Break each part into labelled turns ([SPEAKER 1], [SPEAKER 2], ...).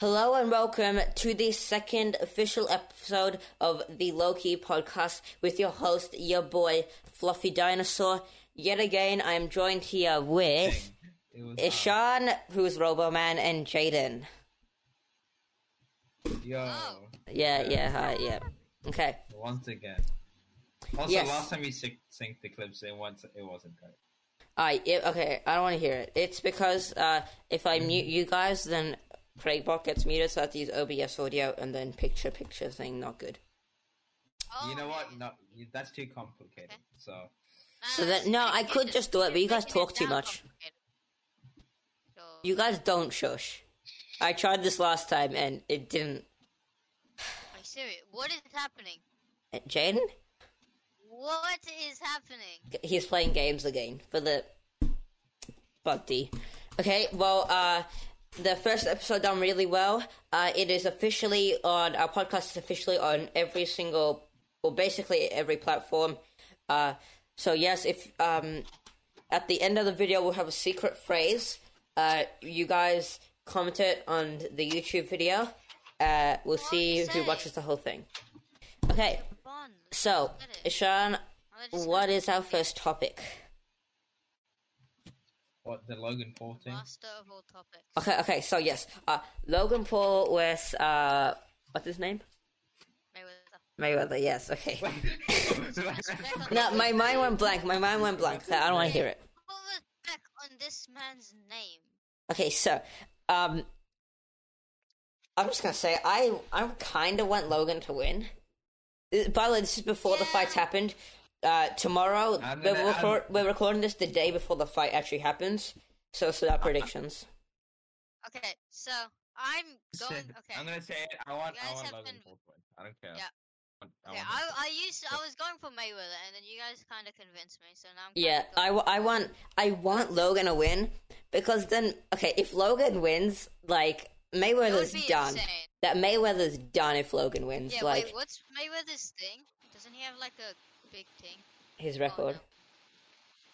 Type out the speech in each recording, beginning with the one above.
[SPEAKER 1] Hello and welcome to the second official episode of the Loki podcast with your host, your boy, Fluffy Dinosaur. Yet again, I am joined here with
[SPEAKER 2] It was
[SPEAKER 1] Ishan, who's Roboman, and Jaden.
[SPEAKER 2] uh, yo
[SPEAKER 1] Oh. Yeah, yeah, hi, yeah. Okay.
[SPEAKER 2] once again. Also,
[SPEAKER 1] Yes.
[SPEAKER 2] last time we syn- synced the clips, it once it wasn't great.
[SPEAKER 1] I yeah, okay. I don't want to hear it. It's because uh, if I mute you guys, then Craigbot gets muted, so I have to use OBS audio and then picture picture thing. Not good.
[SPEAKER 2] you know what?
[SPEAKER 3] okay.
[SPEAKER 2] No, you- that's too complicated. So
[SPEAKER 3] Nah,
[SPEAKER 1] So
[SPEAKER 3] that's
[SPEAKER 1] that no, I
[SPEAKER 3] complicated.
[SPEAKER 1] could just do it, but you guys
[SPEAKER 3] Making it
[SPEAKER 1] talk too
[SPEAKER 3] sound
[SPEAKER 1] much.
[SPEAKER 3] complicated. So,
[SPEAKER 1] You guys don't shush. I tried this last time and it didn't.
[SPEAKER 3] I see it. What is happening?
[SPEAKER 1] Uh, Jaden,
[SPEAKER 3] What is happening?
[SPEAKER 1] he's playing games again for the bug D. Okay, well, uh, the first episode done really well. Uh, it is officially on our podcast is officially on every single, well, basically every platform. Uh, so yes, if um, at the end of the video we'll have a secret phrase. Uh, you guys comment it on the YouTube video. Uh, we'll see who
[SPEAKER 3] say?
[SPEAKER 1] watches the whole thing. Okay,
[SPEAKER 3] Fun.
[SPEAKER 1] so Ishan,
[SPEAKER 3] Now let's just
[SPEAKER 1] what
[SPEAKER 3] go
[SPEAKER 1] is our first topic?
[SPEAKER 2] what the Logan Paul
[SPEAKER 3] to the
[SPEAKER 2] thing?
[SPEAKER 3] Master of all topics.
[SPEAKER 1] Okay, okay, so yes, uh, Logan Paul with uh, what's his name?
[SPEAKER 3] Mayweather.
[SPEAKER 1] Mayweather. Yes, okay.
[SPEAKER 3] Respect on
[SPEAKER 1] No, my mind went blank. My mind went blank. I don't want to hear it.
[SPEAKER 3] Put respect on this man's name.
[SPEAKER 1] Okay, so um, I'm just gonna say I I kind of want Logan to win. Uh, By the way, this is before the fights
[SPEAKER 3] Yeah.
[SPEAKER 1] happened. Uh, tomorrow
[SPEAKER 2] I'm
[SPEAKER 1] we're,
[SPEAKER 2] gonna- I'm-
[SPEAKER 1] record, we're recording this the day before the fight actually happens. So, so our predictions.
[SPEAKER 3] Okay, so I'm going. Okay.
[SPEAKER 2] I'm gonna say it. I want.
[SPEAKER 3] You
[SPEAKER 2] I
[SPEAKER 3] guys
[SPEAKER 2] want
[SPEAKER 3] have
[SPEAKER 2] Logan
[SPEAKER 3] been-
[SPEAKER 2] Paul to win. I don't care.
[SPEAKER 3] Yeah.
[SPEAKER 2] I want- I
[SPEAKER 3] Okay,
[SPEAKER 2] want-
[SPEAKER 3] I, I used I was going for Mayweather and then you guys kind of convinced me, so now I'm kinda
[SPEAKER 1] Yeah,
[SPEAKER 3] going-
[SPEAKER 1] I, w- I want I want Logan to win because then okay, if Logan wins, like
[SPEAKER 3] It would
[SPEAKER 1] Mayweather's
[SPEAKER 3] be
[SPEAKER 1] done.
[SPEAKER 3] insane.
[SPEAKER 1] That Mayweather's done if Logan wins,
[SPEAKER 3] Yeah,
[SPEAKER 1] like
[SPEAKER 3] wait, what's Mayweather's thing? Doesn't he have like a big thing?
[SPEAKER 1] his
[SPEAKER 3] Oh,
[SPEAKER 1] record.
[SPEAKER 3] no.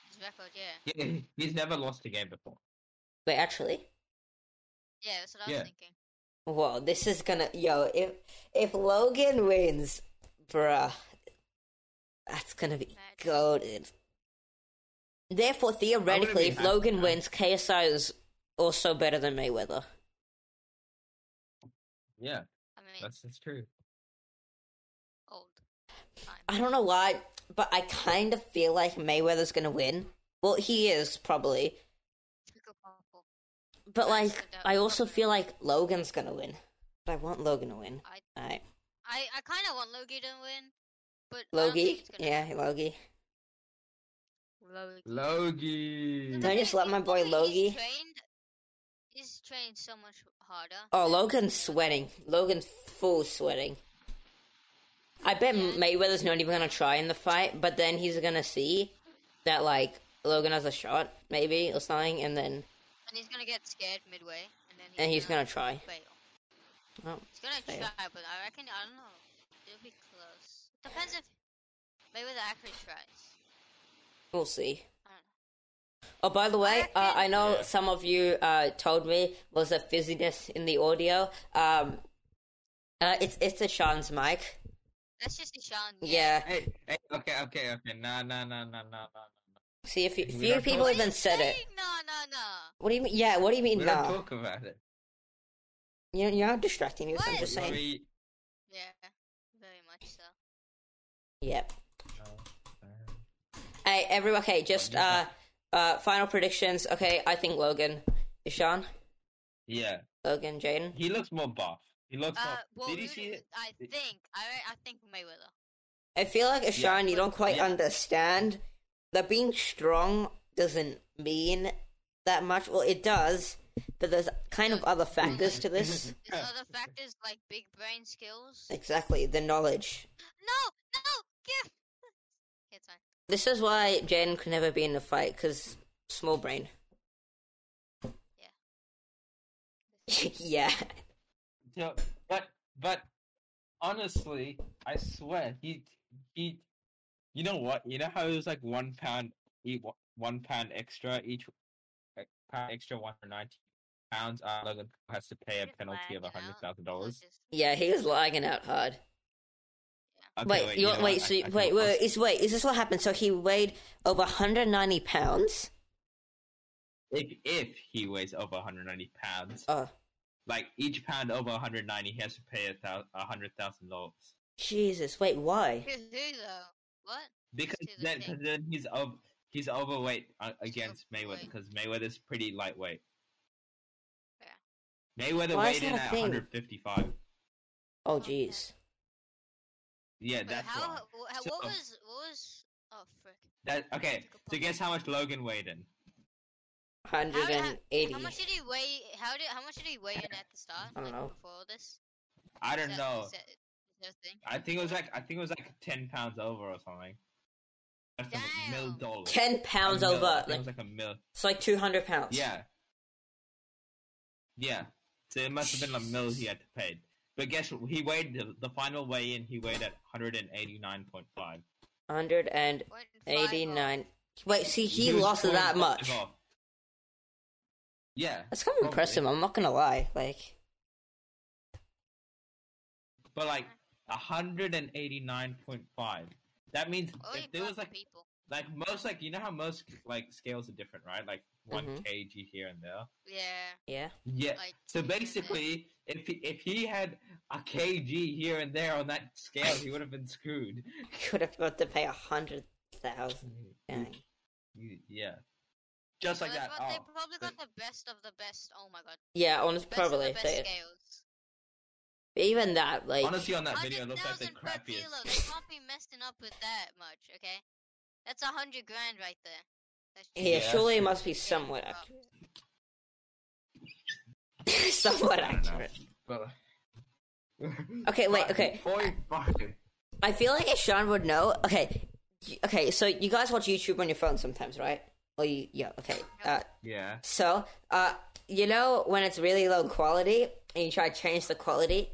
[SPEAKER 3] His record, yeah.
[SPEAKER 2] Yeah, he's never lost a game before.
[SPEAKER 1] Wait, actually,
[SPEAKER 3] Yeah, that's what I
[SPEAKER 2] Yeah.
[SPEAKER 3] was thinking.
[SPEAKER 1] whoa, this is gonna yo if if Logan wins, bruh, that's gonna be
[SPEAKER 3] Mad.
[SPEAKER 1] goaded. Therefore, theoretically, if
[SPEAKER 2] happy
[SPEAKER 1] Logan
[SPEAKER 2] now.
[SPEAKER 1] wins, KSI is also better than Mayweather.
[SPEAKER 2] Yeah,
[SPEAKER 3] I mean,
[SPEAKER 2] that's that's true.
[SPEAKER 3] old. Time.
[SPEAKER 1] I don't know why, but I kind of feel like Mayweather's gonna win. Well, he is probably,
[SPEAKER 3] Pickle Popple.
[SPEAKER 1] but
[SPEAKER 3] That's
[SPEAKER 1] like
[SPEAKER 3] the doubt.
[SPEAKER 1] I also feel like Logan's gonna win. But I want Logan to win.
[SPEAKER 3] I-
[SPEAKER 1] Alright,
[SPEAKER 3] I, I kind of want Logie to win, but
[SPEAKER 1] Logie,
[SPEAKER 3] I don't think it's gonna
[SPEAKER 1] yeah, Logie.
[SPEAKER 3] Logie.
[SPEAKER 2] Logie.
[SPEAKER 3] The
[SPEAKER 1] Can I
[SPEAKER 3] thing
[SPEAKER 1] just
[SPEAKER 3] is,
[SPEAKER 1] let my boy
[SPEAKER 3] he's
[SPEAKER 1] Logie-
[SPEAKER 3] Trained, he's trained so much harder.
[SPEAKER 1] Oh,
[SPEAKER 3] than
[SPEAKER 1] Logan's
[SPEAKER 3] Mayweather.
[SPEAKER 1] sweating. Logan's full sweating. I bet Mayweather's not even gonna try in the fight, but then he's gonna see that like Logan has a shot, maybe or something, and then
[SPEAKER 3] And he's gonna get scared midway, and then he's
[SPEAKER 1] and he's
[SPEAKER 3] gonna,
[SPEAKER 1] gonna try.
[SPEAKER 3] fail.
[SPEAKER 1] Oh,
[SPEAKER 3] He's gonna
[SPEAKER 1] fail.
[SPEAKER 3] try, but I reckon I don't know. It'll be close. Depends if Mayweather actually tries.
[SPEAKER 1] We'll see.
[SPEAKER 3] I don't know.
[SPEAKER 1] Oh, by the way, uh, I know
[SPEAKER 2] Yeah.
[SPEAKER 1] some of you uh, told me was a fizziness in the audio. Um, uh, it's it's a Sean's mic.
[SPEAKER 3] That's just Ishan.
[SPEAKER 1] Yeah.
[SPEAKER 2] Hey, hey, okay, okay, okay. Nah, nah, nah, nah, nah, nah.
[SPEAKER 1] See, if you,
[SPEAKER 2] We
[SPEAKER 1] few
[SPEAKER 2] don't
[SPEAKER 1] people
[SPEAKER 2] talk-
[SPEAKER 1] even said it.
[SPEAKER 3] No, no, no.
[SPEAKER 1] What do you mean? Yeah. What do you
[SPEAKER 2] We
[SPEAKER 1] mean?
[SPEAKER 2] don't
[SPEAKER 1] Nah.
[SPEAKER 2] talk about it.
[SPEAKER 1] You're, you're not distracting me. So I'm
[SPEAKER 3] What?
[SPEAKER 1] just saying.
[SPEAKER 2] We-
[SPEAKER 3] Yeah, very much so.
[SPEAKER 1] Yep.
[SPEAKER 2] no, no.
[SPEAKER 1] Hey, everyone. Okay, just
[SPEAKER 2] you
[SPEAKER 1] uh, uh, final predictions. Okay, I think Logan, Sean,
[SPEAKER 2] Yeah,
[SPEAKER 1] Logan, Jaden.
[SPEAKER 2] he looks more buff. He looks.
[SPEAKER 3] Uh,
[SPEAKER 2] more...
[SPEAKER 3] well,
[SPEAKER 2] Did you
[SPEAKER 3] who
[SPEAKER 2] see
[SPEAKER 3] do-
[SPEAKER 2] it?
[SPEAKER 3] I
[SPEAKER 2] Did-
[SPEAKER 3] think I I think Mayweather.
[SPEAKER 1] I feel like Sean, you don't quite
[SPEAKER 2] yeah.
[SPEAKER 1] understand that being strong doesn't mean that much. Well, it does, but there's kind of other factors to this.
[SPEAKER 2] Mm-hmm.
[SPEAKER 3] There's other factors like big brain skills.
[SPEAKER 1] Exactly, the knowledge.
[SPEAKER 3] No, no, give. It's fine.
[SPEAKER 1] This is why Jaden could never be in the fight because small brain. yeah.
[SPEAKER 2] So, but but honestly, I swear he he. You know what? You know how it was like one e, pound eat e, one pound extra each like, pound extra one for ninety pounds, uh, Logan has to pay a
[SPEAKER 3] He's
[SPEAKER 2] penalty of
[SPEAKER 3] lagging out.
[SPEAKER 2] hundred thousand
[SPEAKER 3] He'll
[SPEAKER 2] dollars.
[SPEAKER 3] just-
[SPEAKER 1] Yeah, he was lagging out hard. wait, you,
[SPEAKER 2] know
[SPEAKER 1] wait,
[SPEAKER 2] what?
[SPEAKER 1] so
[SPEAKER 2] I-
[SPEAKER 1] you-
[SPEAKER 2] I can
[SPEAKER 1] wait,
[SPEAKER 2] look
[SPEAKER 1] wait, is wait, is this what happened? So he weighed over 190 pounds.
[SPEAKER 2] this- If if he weighs over 190 pounds,
[SPEAKER 1] Oh,
[SPEAKER 2] like each pound over 190, he has to pay a thou- a hundred thousand dollars.
[SPEAKER 1] Jesus! Wait, why?
[SPEAKER 3] Who, who though? What?
[SPEAKER 2] Because
[SPEAKER 3] to the
[SPEAKER 2] then,
[SPEAKER 3] thing.
[SPEAKER 2] 'cause then he's ov- he's overweight uh, against Mayweather
[SPEAKER 3] overweight.
[SPEAKER 2] because Mayweather's pretty lightweight.
[SPEAKER 3] Yeah.
[SPEAKER 2] Mayweather
[SPEAKER 1] Why is
[SPEAKER 2] weighed in
[SPEAKER 1] that a
[SPEAKER 2] at
[SPEAKER 1] thing?
[SPEAKER 2] 155.
[SPEAKER 1] Oh, jeez.
[SPEAKER 2] Yeah,
[SPEAKER 3] Wait,
[SPEAKER 2] that's
[SPEAKER 3] how,
[SPEAKER 2] why.
[SPEAKER 3] wh- how-
[SPEAKER 2] So-
[SPEAKER 3] what was what was oh frick.
[SPEAKER 2] That okay.
[SPEAKER 3] Took a
[SPEAKER 2] So
[SPEAKER 3] pop.
[SPEAKER 2] guess how much Logan weighed in?
[SPEAKER 3] How, how,
[SPEAKER 1] 180.
[SPEAKER 3] how much did he weigh? How did how much did he weigh in at the start?
[SPEAKER 1] I don't
[SPEAKER 3] like,
[SPEAKER 1] know.
[SPEAKER 3] Before all this,
[SPEAKER 2] I
[SPEAKER 3] Is
[SPEAKER 2] don't
[SPEAKER 3] that-
[SPEAKER 2] know.
[SPEAKER 3] is that- is that a thing?
[SPEAKER 2] I think it was like I think it was like ten pounds over or something. That's a mil
[SPEAKER 3] Damn.
[SPEAKER 2] dollars.
[SPEAKER 1] Ten
[SPEAKER 2] A
[SPEAKER 1] pounds
[SPEAKER 2] mil. I
[SPEAKER 1] over.
[SPEAKER 2] think it
[SPEAKER 1] Like,
[SPEAKER 2] was like a mil.
[SPEAKER 1] it's like 200 pounds.
[SPEAKER 2] Yeah. Yeah. So it must have been a mil he had to pay. But guess what? He weighed the, the final weigh in. He weighed at hundred and eighty nine point five.
[SPEAKER 1] 189.
[SPEAKER 3] Point five or-
[SPEAKER 1] Wait, see, he, lost that much.
[SPEAKER 2] Yeah.
[SPEAKER 1] That's kind of
[SPEAKER 2] probably.
[SPEAKER 1] impressive. I'm not gonna lie. Like,
[SPEAKER 2] But like hundred and eighty nine point five. That means
[SPEAKER 3] Only
[SPEAKER 2] if there was
[SPEAKER 3] proper
[SPEAKER 2] like
[SPEAKER 3] people.
[SPEAKER 2] like most like you know how most like scales are different, right? Like one
[SPEAKER 1] Mhm.
[SPEAKER 2] kg here and there.
[SPEAKER 3] Yeah.
[SPEAKER 1] yeah.
[SPEAKER 2] Yeah.
[SPEAKER 3] Like.
[SPEAKER 2] So
[SPEAKER 3] here and there.
[SPEAKER 2] basically, if he, if he had a kg here and there on that scale, he would have been screwed.
[SPEAKER 1] Could have got to pay a hundred thousand.
[SPEAKER 2] Mm.
[SPEAKER 1] Dang.
[SPEAKER 2] Yeah. Just like
[SPEAKER 3] Well,
[SPEAKER 2] that.
[SPEAKER 3] they prob-
[SPEAKER 2] Oh,
[SPEAKER 3] They probably
[SPEAKER 2] but-
[SPEAKER 3] got the best of the best. Oh my god.
[SPEAKER 1] Yeah, honest,
[SPEAKER 3] Best of
[SPEAKER 1] probably.
[SPEAKER 3] the best
[SPEAKER 1] They-
[SPEAKER 3] scales.
[SPEAKER 1] Even that, like,
[SPEAKER 2] Oh, honestly, on that video, it looked like the
[SPEAKER 3] 100,000 per kilo. They
[SPEAKER 2] crappiest.
[SPEAKER 3] can't be messing up with that much, okay? That's a hundred grand right there. That's Oh,
[SPEAKER 1] yeah,
[SPEAKER 2] Yeah.
[SPEAKER 1] surely it must be somewhat accurate. somewhat
[SPEAKER 2] I don't know,
[SPEAKER 1] accurate.
[SPEAKER 2] but-
[SPEAKER 1] Okay, wait,
[SPEAKER 2] But
[SPEAKER 1] okay.
[SPEAKER 2] Forty-five.
[SPEAKER 1] I feel like if Sean would know. Okay, y- okay. So you guys watch YouTube on your phone sometimes, right? Or you, yeah, okay. Uh,
[SPEAKER 2] Yeah.
[SPEAKER 1] so, uh, you know when it's really low quality and you try to change the quality.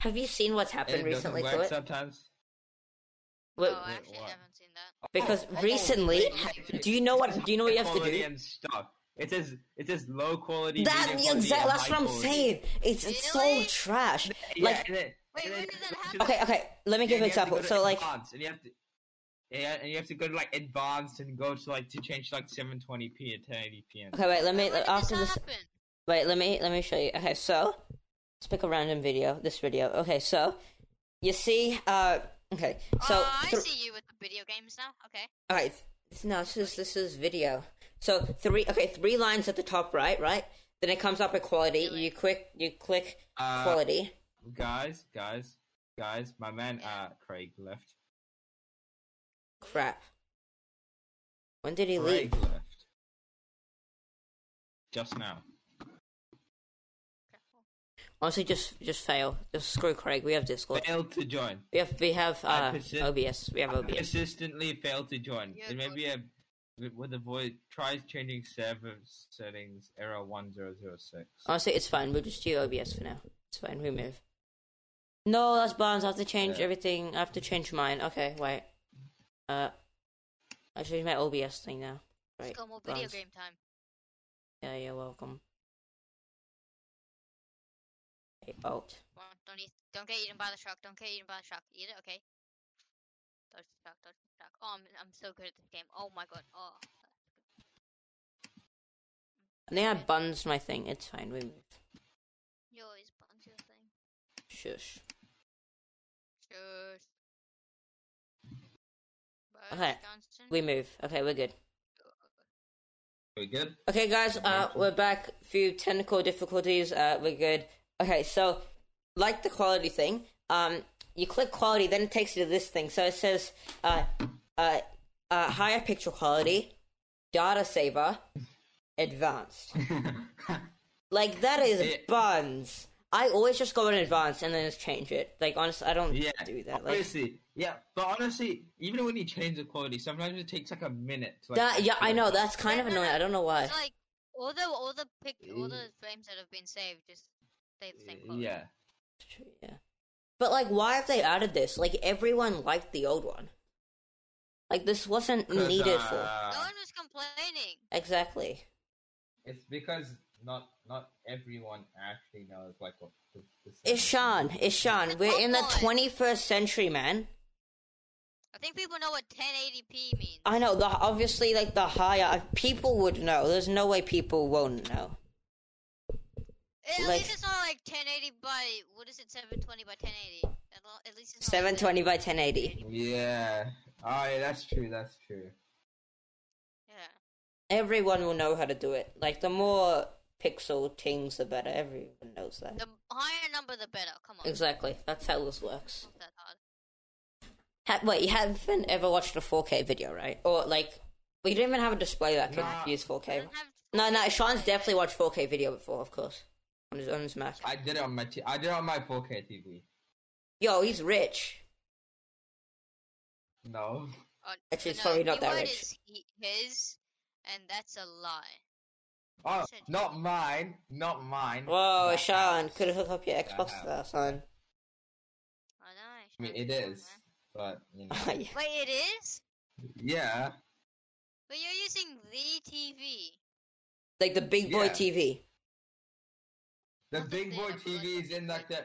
[SPEAKER 1] Have you seen what's
[SPEAKER 2] And
[SPEAKER 1] happened
[SPEAKER 2] it doesn't
[SPEAKER 1] recently to
[SPEAKER 2] work
[SPEAKER 1] it?
[SPEAKER 2] sometimes.
[SPEAKER 1] Wait,
[SPEAKER 3] Oh, I
[SPEAKER 2] wait,
[SPEAKER 3] actually
[SPEAKER 2] what?
[SPEAKER 3] haven't seen that.
[SPEAKER 1] because
[SPEAKER 2] Oh, oh,
[SPEAKER 1] recently,
[SPEAKER 2] wait, wait,
[SPEAKER 1] do you know
[SPEAKER 2] it's
[SPEAKER 1] what? Do you know what you have to
[SPEAKER 2] quality
[SPEAKER 1] do?
[SPEAKER 2] and stuff. It says it says low quality.
[SPEAKER 1] That
[SPEAKER 2] medium
[SPEAKER 1] yeah,
[SPEAKER 2] quality,
[SPEAKER 1] exactly.
[SPEAKER 2] and
[SPEAKER 1] That's
[SPEAKER 2] high
[SPEAKER 1] what I'm
[SPEAKER 2] quality.
[SPEAKER 1] saying. It's it's so
[SPEAKER 3] Really?
[SPEAKER 1] trash.
[SPEAKER 2] Yeah,
[SPEAKER 1] Like,
[SPEAKER 2] and it-
[SPEAKER 3] Wait,
[SPEAKER 2] and
[SPEAKER 3] where
[SPEAKER 2] it-
[SPEAKER 3] did that
[SPEAKER 2] to the-
[SPEAKER 1] okay, okay. Let me give
[SPEAKER 2] Yeah,
[SPEAKER 1] an
[SPEAKER 2] and you have to
[SPEAKER 1] example.
[SPEAKER 2] go to
[SPEAKER 1] So, like,
[SPEAKER 2] advanced, and you have to, yeah, and you have to go to like advanced and go to like to change to, like 720p and 1080p. And
[SPEAKER 1] okay, wait. Let me
[SPEAKER 3] Where did
[SPEAKER 1] after this.
[SPEAKER 3] happen?
[SPEAKER 1] Wait, let me let me show you. Okay, so let's pick a random video. This video. Okay, so you see, uh, okay, so
[SPEAKER 3] oh, I
[SPEAKER 1] thr-
[SPEAKER 3] see you with the video games now. Okay.
[SPEAKER 1] all right. th- No, this is this is video. So three, okay, three lines at the top right, right. Then it comes up at quality.
[SPEAKER 3] Really?
[SPEAKER 1] You click, you click
[SPEAKER 2] Uh,
[SPEAKER 1] quality.
[SPEAKER 2] guys, guys, guys, my man uh Craig left.
[SPEAKER 1] Crap. When did he leave?
[SPEAKER 2] Craig left. Just now.
[SPEAKER 1] Honestly, just just fail. Just screw Craig. We have Discord.
[SPEAKER 2] Failed to join.
[SPEAKER 1] We have we have uh,
[SPEAKER 2] persist-
[SPEAKER 1] OBS. We have OBS.
[SPEAKER 2] Persistently failed to join.
[SPEAKER 3] Yeah,
[SPEAKER 2] It may be a with the voice tries changing server settings error one zero zero six.
[SPEAKER 1] Honestly, it's fine. We'll just do OBS for now. It's fine. We move. No, that's Barnes. I have to change
[SPEAKER 2] Yeah.
[SPEAKER 1] everything. I have to change mine. Okay, wait. Uh, I changed my OBS thing now. Right.
[SPEAKER 3] Let's go more video
[SPEAKER 1] Barnes.
[SPEAKER 3] game time.
[SPEAKER 1] Yeah, you're welcome. Hey, oh. out.
[SPEAKER 3] Come on, don't eat. Don't get eaten by the shark. Don't get eaten by the shark. Eat it, okay? Dodge the shark. Dodge the shark. Oh, I'm, I'm so good at this game. Oh my god. Oh.
[SPEAKER 1] I think I buns my thing. It's fine. We move.
[SPEAKER 3] You always bounce your thing.
[SPEAKER 1] Shush.
[SPEAKER 3] Sure.
[SPEAKER 1] Okay, We move. Okay, we're good.
[SPEAKER 2] We good?
[SPEAKER 1] Okay, guys, uh, we're back. Few technical difficulties. Uh, we're good. Okay, so like the quality thing, um, you click quality, then it takes you to this thing. So it says, uh, uh, uh, higher picture quality, data saver, advanced. Like that is
[SPEAKER 2] Yeah.
[SPEAKER 1] buns. I always just go in advanced and then just change it. Like honestly, I don't
[SPEAKER 2] Yeah,
[SPEAKER 1] do that. Like
[SPEAKER 2] Honestly, yeah, but honestly, even when you change the quality, sometimes it takes like a minute. To, like,
[SPEAKER 1] that. Yeah, I
[SPEAKER 2] actually-
[SPEAKER 1] know that's kind of
[SPEAKER 3] Yeah, no,
[SPEAKER 1] annoying.
[SPEAKER 3] no,
[SPEAKER 1] I don't know why.
[SPEAKER 3] It's like all the all the pic all the
[SPEAKER 2] Yeah.
[SPEAKER 3] frames that have been saved just stay the same quality.
[SPEAKER 2] Yeah,
[SPEAKER 1] Yeah. But like why have they added this? Like everyone liked the old one. Like this wasn't
[SPEAKER 2] 'Cause,
[SPEAKER 1] needed for
[SPEAKER 2] uh,
[SPEAKER 3] No one was complaining.
[SPEAKER 1] Exactly.
[SPEAKER 2] It's because not not everyone actually knows like what the, the
[SPEAKER 1] It's Sean. It's Sean. We're in the
[SPEAKER 3] Come on.
[SPEAKER 1] 21st century, man.
[SPEAKER 3] I think people know what 1080p means.
[SPEAKER 1] I know. The obviously, like the higher uh, people would know. There's no way people won't know.
[SPEAKER 3] Eh, At
[SPEAKER 1] like-
[SPEAKER 3] least it's not like 1080 by what is it? 720 by 1080. At, lo- at least it's not like that.
[SPEAKER 1] 720 by 1080.
[SPEAKER 2] Yeah. Oh, yeah, that's true. That's true.
[SPEAKER 3] Yeah.
[SPEAKER 1] Everyone will know how to do it. Like the more pixel things, the better. Everyone knows that.
[SPEAKER 3] The higher number, the better. Come on.
[SPEAKER 1] Exactly. That's how this works.
[SPEAKER 3] Not that hard.
[SPEAKER 1] Ha- wait, you haven't ever watched a 4K video, right? Or like, we don't even have a display that can
[SPEAKER 2] Nah.
[SPEAKER 1] use
[SPEAKER 3] I
[SPEAKER 1] 4K.
[SPEAKER 3] don't have-
[SPEAKER 1] No, no, Sean's definitely watched 4K video before, of course, on his on his Mac.
[SPEAKER 2] I did it on my t- I did it on my 4K TV.
[SPEAKER 1] Yo, he's rich.
[SPEAKER 2] No.
[SPEAKER 3] Oh,
[SPEAKER 1] Actually, it's
[SPEAKER 3] no,
[SPEAKER 1] probably not that
[SPEAKER 3] keyword
[SPEAKER 1] rich.
[SPEAKER 3] Is he- his, and that's a lie.
[SPEAKER 2] Oh,
[SPEAKER 3] said-
[SPEAKER 2] not mine. Not mine.
[SPEAKER 1] Whoa,
[SPEAKER 2] That
[SPEAKER 1] Sean,
[SPEAKER 2] house.
[SPEAKER 1] could have hooked up your Xbox
[SPEAKER 2] house.
[SPEAKER 1] to that, son.
[SPEAKER 3] I know.
[SPEAKER 2] I mean,
[SPEAKER 3] Sean,
[SPEAKER 2] it
[SPEAKER 3] come on,
[SPEAKER 2] is,
[SPEAKER 3] man.
[SPEAKER 2] but you know.
[SPEAKER 1] Yeah.
[SPEAKER 3] Wait, it is?
[SPEAKER 2] yeah.
[SPEAKER 3] But you're using the TV.
[SPEAKER 1] like the big boy
[SPEAKER 2] Yeah.
[SPEAKER 1] TV.
[SPEAKER 2] The
[SPEAKER 3] That's the
[SPEAKER 2] big
[SPEAKER 3] thing,
[SPEAKER 2] boy
[SPEAKER 3] I feel like
[SPEAKER 2] TV is
[SPEAKER 3] that's
[SPEAKER 2] in
[SPEAKER 3] the
[SPEAKER 2] like the.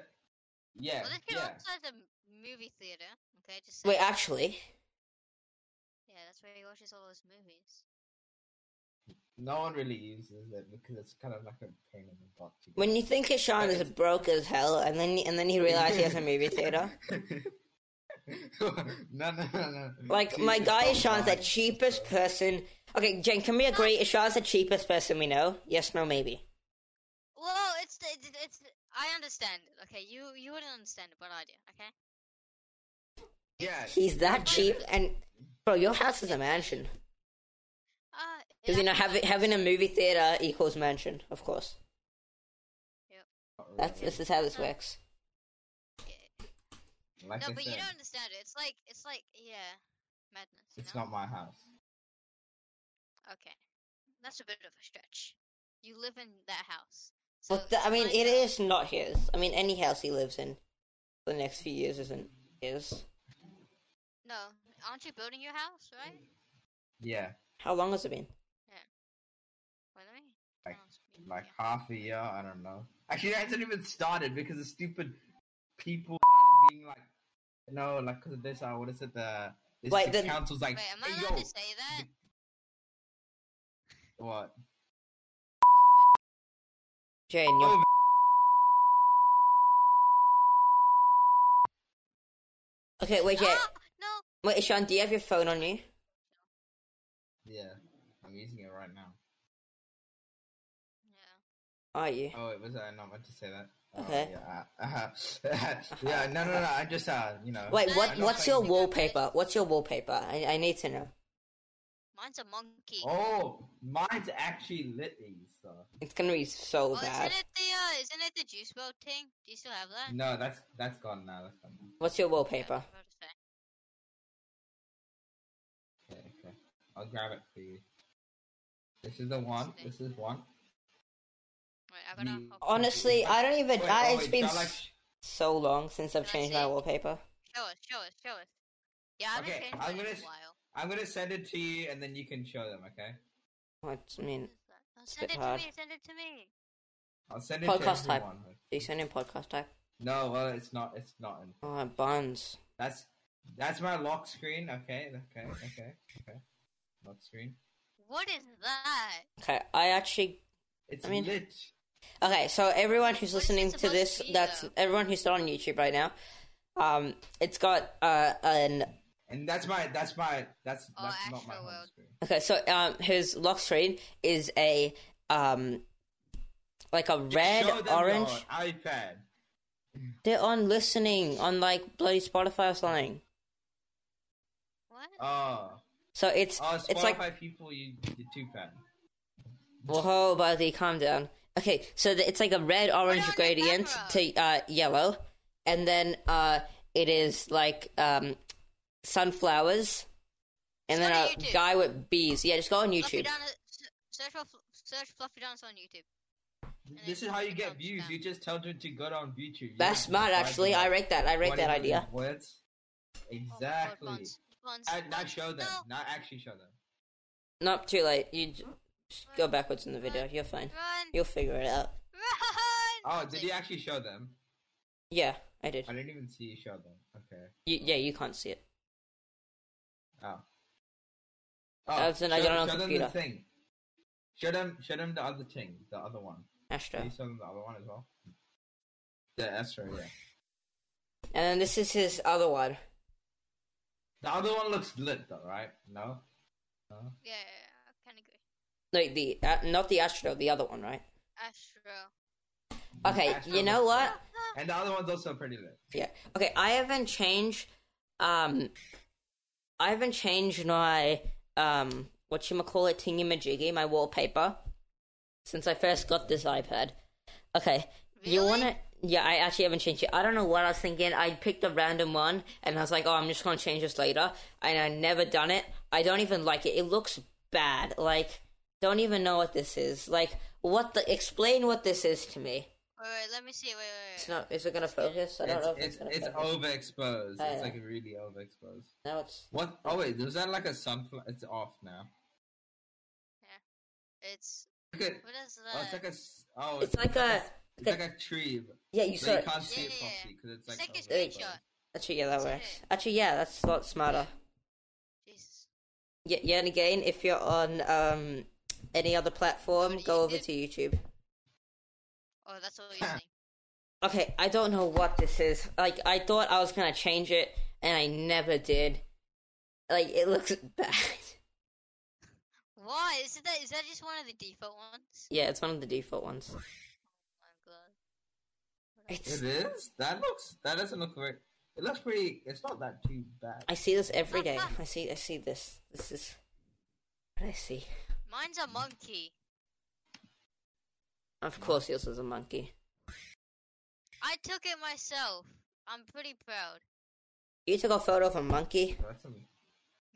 [SPEAKER 2] Yeah,
[SPEAKER 3] Well, this could
[SPEAKER 2] yeah.
[SPEAKER 3] also the movie theater. Okay, just
[SPEAKER 1] Wait,
[SPEAKER 3] saying.
[SPEAKER 1] actually,
[SPEAKER 3] yeah, that's where he watches all those movies.
[SPEAKER 2] No one really uses it because it's kind of like a pain in the butt. to get.
[SPEAKER 1] when you think of Sean is broke as hell, and then and then he realizes he has a movie theater.
[SPEAKER 2] no, no, no, no.
[SPEAKER 1] Like my
[SPEAKER 2] Jesus,
[SPEAKER 1] guy
[SPEAKER 2] don't
[SPEAKER 1] is Sean's the
[SPEAKER 2] mind.
[SPEAKER 1] cheapest person. Okay, Jen, can we agree? Is Sean's the cheapest person we know? Yes, no, maybe.
[SPEAKER 3] Well, it's the, it's, it's the- I understand it. Okay, you you wouldn't understand it, but I do. Okay.
[SPEAKER 2] Yeah,
[SPEAKER 1] He's that cheap, and bro, your house is a mansion.
[SPEAKER 3] Uh, it
[SPEAKER 1] Because you know,
[SPEAKER 3] actually
[SPEAKER 1] having having a movie theater equals mansion, of course.
[SPEAKER 2] not
[SPEAKER 1] That's
[SPEAKER 2] really.
[SPEAKER 1] this is how this works.
[SPEAKER 2] Like
[SPEAKER 3] No,
[SPEAKER 2] I
[SPEAKER 3] but you
[SPEAKER 2] said,
[SPEAKER 3] don't understand it. It's like it's like yeah, madness. You
[SPEAKER 2] It's
[SPEAKER 3] know?
[SPEAKER 2] not my house.
[SPEAKER 3] Okay, that's a bit of a stretch. You live in that house. So
[SPEAKER 1] But the, I mean,
[SPEAKER 3] it
[SPEAKER 1] it
[SPEAKER 3] is.
[SPEAKER 1] is not his. I mean, any house he lives in for the next few years isn't his.
[SPEAKER 3] No, aren't you building your house, right?
[SPEAKER 2] Yeah,
[SPEAKER 1] How long has it been?
[SPEAKER 3] Wait, let me.
[SPEAKER 2] Like-
[SPEAKER 3] pronounce me-
[SPEAKER 2] like
[SPEAKER 3] yeah.
[SPEAKER 2] half a year. I don't know. Actually, it hasn't even started because the stupid people being like, you know, like 'cause of this. uh, I would have said the this
[SPEAKER 1] Wait,
[SPEAKER 2] the
[SPEAKER 1] the-
[SPEAKER 2] council's like,
[SPEAKER 3] Wait, am I
[SPEAKER 2] hey,
[SPEAKER 3] allowed
[SPEAKER 2] yo,
[SPEAKER 3] to say that?
[SPEAKER 2] what?
[SPEAKER 1] Jane, you're
[SPEAKER 2] Oh,
[SPEAKER 1] Okay, wait, yeah.
[SPEAKER 3] Ah, no.
[SPEAKER 1] Wait, Sean, do you have your phone on you?
[SPEAKER 2] Yeah, I'm using it right now.
[SPEAKER 3] Yeah.
[SPEAKER 1] Are you?
[SPEAKER 2] Oh, wait, was I not meant to say that? Oh,
[SPEAKER 1] Okay.
[SPEAKER 2] Yeah, uh, yeah, no, no, no. I just, uh, you know.
[SPEAKER 1] Wait, what?
[SPEAKER 2] I'm not
[SPEAKER 1] What's your
[SPEAKER 2] saying-
[SPEAKER 1] wallpaper? What's your wallpaper? I, I need to know.
[SPEAKER 3] Mine's a monkey.
[SPEAKER 2] Oh, mine's actually litty, so
[SPEAKER 1] It's gonna be so
[SPEAKER 3] Oh,
[SPEAKER 1] bad.
[SPEAKER 3] isn't it the uh, isn't it the juice world thing? Do you still have that?
[SPEAKER 2] no, that's that's gone now. That's gone. Now.
[SPEAKER 1] What's your
[SPEAKER 3] Yeah, I
[SPEAKER 1] wallpaper?
[SPEAKER 3] was about to say.
[SPEAKER 2] Okay, okay. I'll grab it for you. This is the one. This is one.
[SPEAKER 3] Wait, I gotta.
[SPEAKER 2] You-
[SPEAKER 3] hop-
[SPEAKER 1] Honestly, I don't even.
[SPEAKER 2] Wait,
[SPEAKER 1] I,
[SPEAKER 2] oh,
[SPEAKER 1] it's
[SPEAKER 2] wait,
[SPEAKER 1] been
[SPEAKER 2] shall I-
[SPEAKER 1] s- so long since I've
[SPEAKER 3] Can I
[SPEAKER 1] changed my
[SPEAKER 3] see?
[SPEAKER 1] wallpaper.
[SPEAKER 3] Show us, show us, show us. Yeah, I've
[SPEAKER 2] Okay, I'm
[SPEAKER 3] been changing it
[SPEAKER 2] gonna
[SPEAKER 3] in
[SPEAKER 2] s-
[SPEAKER 3] a while.
[SPEAKER 2] I'm gonna send it to you, and then you can show them. Okay.
[SPEAKER 1] What I mean,
[SPEAKER 3] Oh,
[SPEAKER 1] It's a
[SPEAKER 3] send
[SPEAKER 1] bit
[SPEAKER 3] it
[SPEAKER 1] hard.
[SPEAKER 3] to me, send it to me.
[SPEAKER 2] I'll send it
[SPEAKER 1] Podcast
[SPEAKER 2] to
[SPEAKER 1] type.
[SPEAKER 2] everyone.
[SPEAKER 1] do you send in podcast type?
[SPEAKER 2] No, well, it's not. It's not. in-
[SPEAKER 1] Oh, buns.
[SPEAKER 2] That's that's my lock screen. Okay, okay, okay, okay. Lock screen.
[SPEAKER 3] What is that?
[SPEAKER 1] Okay, I actually.
[SPEAKER 2] It's
[SPEAKER 1] I mean-
[SPEAKER 2] lit.
[SPEAKER 1] Okay, so everyone who's
[SPEAKER 3] What is it
[SPEAKER 1] listening to
[SPEAKER 3] supposed
[SPEAKER 1] this,
[SPEAKER 3] to be,
[SPEAKER 1] that's
[SPEAKER 3] though?
[SPEAKER 1] everyone who's not on YouTube right now. Um, it's got uh an
[SPEAKER 2] And that's my that's my that's
[SPEAKER 3] Oh,
[SPEAKER 2] that's not my
[SPEAKER 3] actual
[SPEAKER 2] home
[SPEAKER 3] world.
[SPEAKER 2] screen.
[SPEAKER 1] Okay, so um, his lock screen is a um, like a red,
[SPEAKER 2] Show them
[SPEAKER 1] orange.
[SPEAKER 2] your iPad.
[SPEAKER 1] They're on listening on like bloody Spotify or something.
[SPEAKER 3] What?
[SPEAKER 2] Oh,
[SPEAKER 1] So it's
[SPEAKER 2] oh, Spotify
[SPEAKER 1] it's like
[SPEAKER 2] people, you you two fan.
[SPEAKER 1] whoa, buddy, calm down. Okay, so th- it's like a red orange
[SPEAKER 3] on the
[SPEAKER 1] gradient
[SPEAKER 3] camera.
[SPEAKER 1] to uh, yellow, and then uh, it is like um, sunflowers, and
[SPEAKER 3] Just go
[SPEAKER 1] then
[SPEAKER 3] to
[SPEAKER 1] a
[SPEAKER 3] YouTube.
[SPEAKER 1] guy with bees. Yeah, just go on
[SPEAKER 3] Fluffy
[SPEAKER 1] YouTube.
[SPEAKER 3] Dinosaur. Search for fl- search Fluffy Dinosaur on YouTube. And
[SPEAKER 2] This
[SPEAKER 3] then
[SPEAKER 2] is how you
[SPEAKER 3] click
[SPEAKER 2] get
[SPEAKER 3] on
[SPEAKER 2] views.
[SPEAKER 3] spam.
[SPEAKER 2] You just tell them to go on YouTube. You
[SPEAKER 1] That's
[SPEAKER 2] just
[SPEAKER 1] smart,
[SPEAKER 2] type
[SPEAKER 1] actually.
[SPEAKER 2] in,
[SPEAKER 1] I
[SPEAKER 2] like,
[SPEAKER 1] rate that. I rate that
[SPEAKER 2] 20
[SPEAKER 1] idea.
[SPEAKER 2] Words.
[SPEAKER 3] Oh my God,
[SPEAKER 2] Exactly.
[SPEAKER 3] buns, buns,
[SPEAKER 2] I, now
[SPEAKER 3] buns.
[SPEAKER 2] show them.
[SPEAKER 3] No,
[SPEAKER 2] Now actually show them.
[SPEAKER 1] Not too late. You j- Just go backwards in the video. You're fine.
[SPEAKER 3] Run!
[SPEAKER 1] You'll figure it out.
[SPEAKER 3] Run!
[SPEAKER 2] Oh, did
[SPEAKER 3] Wait,
[SPEAKER 2] you actually show them?
[SPEAKER 1] Yeah, I did.
[SPEAKER 2] I didn't even see you show them. Okay.
[SPEAKER 1] You, yeah, you can't see it.
[SPEAKER 2] Oh.
[SPEAKER 1] Uh, so now you're on
[SPEAKER 2] show
[SPEAKER 1] computer.
[SPEAKER 2] them the thing. Show them, show them the other thing, the other one. Can
[SPEAKER 1] Astro.
[SPEAKER 2] you show them the other one as well? The Astro, yeah.
[SPEAKER 1] And this is his other one.
[SPEAKER 2] The other one looks lit though, right? No? No?
[SPEAKER 3] Yeah, yeah, yeah, I can agree.
[SPEAKER 1] Like the uh, not the Astro, the other one, right?
[SPEAKER 3] Astro.
[SPEAKER 2] The
[SPEAKER 1] Okay,
[SPEAKER 2] Astro
[SPEAKER 1] you know
[SPEAKER 2] looks
[SPEAKER 1] what?
[SPEAKER 2] lit. And the other one's also pretty lit.
[SPEAKER 1] Yeah. Okay, I haven't changed um I haven't changed my um whatchamacallit tingy majiggy, my wallpaper since I first got this iPad. Okay. You
[SPEAKER 3] Really?
[SPEAKER 1] wanna yeah, I actually haven't changed it. I don't know what I was thinking. I picked a random one and I was like, oh, I'm just gonna change this later. And I never done it. I don't even like it. It looks bad. Like, don't even know what this is. Like, what the? Explain what this is to me.
[SPEAKER 3] Wait, wait, let me see. Wait, wait,
[SPEAKER 1] It's
[SPEAKER 3] wait.
[SPEAKER 1] not. Is it gonna focus? I don't
[SPEAKER 2] It's,
[SPEAKER 1] know if it's,
[SPEAKER 2] it's,
[SPEAKER 1] gonna
[SPEAKER 2] it's
[SPEAKER 1] focus.
[SPEAKER 2] overexposed.
[SPEAKER 1] Oh, yeah.
[SPEAKER 2] It's like really overexposed.
[SPEAKER 1] Now it's
[SPEAKER 2] What? Oh wait, was that like a sunflower? It's off now.
[SPEAKER 3] It's.
[SPEAKER 2] Look at,
[SPEAKER 3] What is that?
[SPEAKER 2] oh, it's like a. s- Oh,
[SPEAKER 1] It's like a.
[SPEAKER 2] It's like a tree.
[SPEAKER 1] Yeah, you
[SPEAKER 2] but
[SPEAKER 1] saw
[SPEAKER 2] you
[SPEAKER 1] it.
[SPEAKER 2] can't see it
[SPEAKER 3] Yeah, yeah,
[SPEAKER 2] properly because it's
[SPEAKER 3] It's
[SPEAKER 2] like.
[SPEAKER 3] like a
[SPEAKER 1] Like-
[SPEAKER 2] overexposed.
[SPEAKER 3] screenshot.
[SPEAKER 1] Actually, yeah, that
[SPEAKER 3] It's
[SPEAKER 1] works. Actually, yeah, that's a lot smarter.
[SPEAKER 3] Jesus.
[SPEAKER 1] Yeah, yeah, and again, if you're on um any other platform,
[SPEAKER 3] Go to
[SPEAKER 1] go over
[SPEAKER 3] YouTube.
[SPEAKER 1] to YouTube.
[SPEAKER 3] Oh, that's what you're saying.
[SPEAKER 1] Okay, I don't know what this is. Like, I thought I was gonna change it, and I never did. Like, it looks bad.
[SPEAKER 3] Why? Is it that? Is that just one of the default ones?
[SPEAKER 1] yeah, it's one of the default ones.
[SPEAKER 3] Oh, I'm glad.
[SPEAKER 1] It's.
[SPEAKER 2] It is. That looks. That doesn't look very. It looks pretty. It's not that too bad.
[SPEAKER 1] I see this every day. I see. I see this. This is. What I see.
[SPEAKER 3] Mine's a monkey.
[SPEAKER 1] Of course, yours is a monkey.
[SPEAKER 3] I took it myself. I'm pretty proud.
[SPEAKER 1] You took a photo of a monkey.
[SPEAKER 2] That's some.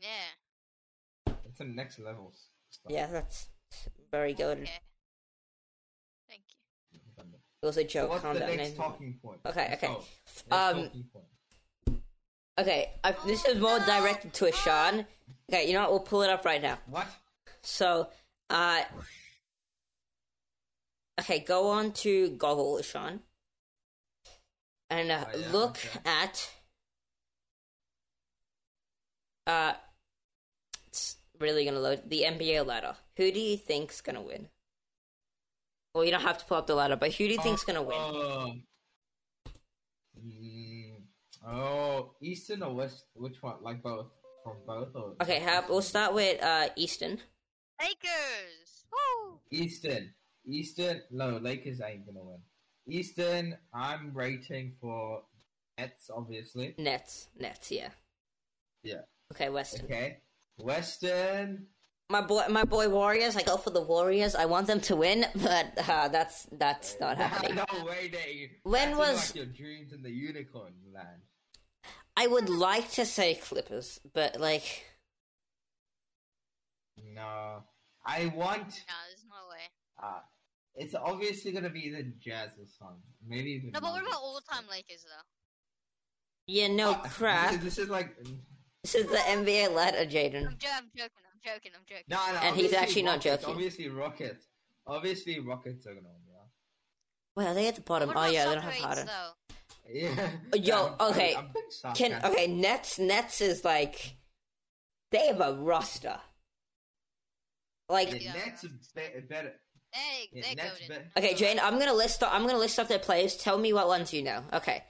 [SPEAKER 3] Yeah.
[SPEAKER 2] That's some next level stuff.
[SPEAKER 1] Yeah, that's very good.
[SPEAKER 3] Okay. Thank you.
[SPEAKER 1] It was a joke.
[SPEAKER 2] What's
[SPEAKER 1] calm
[SPEAKER 2] the
[SPEAKER 1] down.
[SPEAKER 2] next
[SPEAKER 1] I-
[SPEAKER 2] talking point?
[SPEAKER 1] Okay,
[SPEAKER 2] Let's
[SPEAKER 1] okay.
[SPEAKER 2] go. Next
[SPEAKER 1] Um,
[SPEAKER 2] talking point.
[SPEAKER 1] Okay, I, this is more directed to Ashan. Okay, you know what? We'll pull it up right now.
[SPEAKER 2] What?
[SPEAKER 1] So, uh, okay, go on to Google, Ashan, and uh,
[SPEAKER 2] Oh, yeah,
[SPEAKER 1] look
[SPEAKER 2] okay.
[SPEAKER 1] at. Uh, it's really gonna load the NBA ladder. Who do you think's gonna win? Well, you don't have to pull up the ladder, but who do you think's gonna win?
[SPEAKER 2] Oh. Mm, oh, Eastern or West? Which one? Like both? From both? Or
[SPEAKER 1] Okay, how, we'll start with uh, Easton.
[SPEAKER 3] Lakers. Woo.
[SPEAKER 2] Eastern. Eastern. No, Lakers ain't gonna win. Eastern. I'm rating for Nets, obviously.
[SPEAKER 1] Nets, Nets, yeah.
[SPEAKER 2] Yeah.
[SPEAKER 1] Okay, Weston.
[SPEAKER 2] Okay. Western.
[SPEAKER 1] My boy, my boy, Warriors. I go for the Warriors. I want them to win, but uh, that's that's not happening.
[SPEAKER 2] no way, Dave.
[SPEAKER 1] When
[SPEAKER 2] That's in,
[SPEAKER 1] was-
[SPEAKER 2] like your dreams in the unicorn land?
[SPEAKER 1] I would like to say Clippers, but like,
[SPEAKER 2] No, I want.
[SPEAKER 3] No, there's no way.
[SPEAKER 2] Uh, it's obviously gonna be the Jazz or Suns. Maybe even.
[SPEAKER 3] No, but what
[SPEAKER 2] Nuggets.
[SPEAKER 3] about all-time Lakers though?
[SPEAKER 1] yeah, no
[SPEAKER 2] Uh,
[SPEAKER 1] crap.
[SPEAKER 2] This is, this is like
[SPEAKER 1] This is the NBA ladder, uh, Jaden.
[SPEAKER 3] I'm, jo- I'm joking. I'm joking. I'm joking.
[SPEAKER 2] no, no.
[SPEAKER 1] And he's
[SPEAKER 2] obviously
[SPEAKER 1] actually not
[SPEAKER 2] Rockets,
[SPEAKER 1] joking.
[SPEAKER 2] Obviously, Rockets. Obviously, Rockets are gonna win.
[SPEAKER 1] Wait, are they at the bottom?
[SPEAKER 3] What
[SPEAKER 1] Oh
[SPEAKER 3] about
[SPEAKER 1] yeah, they
[SPEAKER 3] sub
[SPEAKER 1] don't have
[SPEAKER 3] rates,
[SPEAKER 1] Harden.
[SPEAKER 3] though?
[SPEAKER 2] Yeah.
[SPEAKER 1] Uh,
[SPEAKER 2] Yeah.
[SPEAKER 1] yo,
[SPEAKER 2] I'm- I'm-
[SPEAKER 1] okay.
[SPEAKER 2] I'm being
[SPEAKER 1] Can
[SPEAKER 2] sarcastic.
[SPEAKER 1] okay, Nets. Nets is like, they have a roster. Like,
[SPEAKER 2] Yeah, Nets are be- better.
[SPEAKER 3] They,
[SPEAKER 2] Yeah,
[SPEAKER 3] they're
[SPEAKER 2] Nets
[SPEAKER 3] golden.
[SPEAKER 2] better.
[SPEAKER 1] okay, Jane, I'm gonna list. I'm gonna list off their players. Tell me what ones you know. Okay,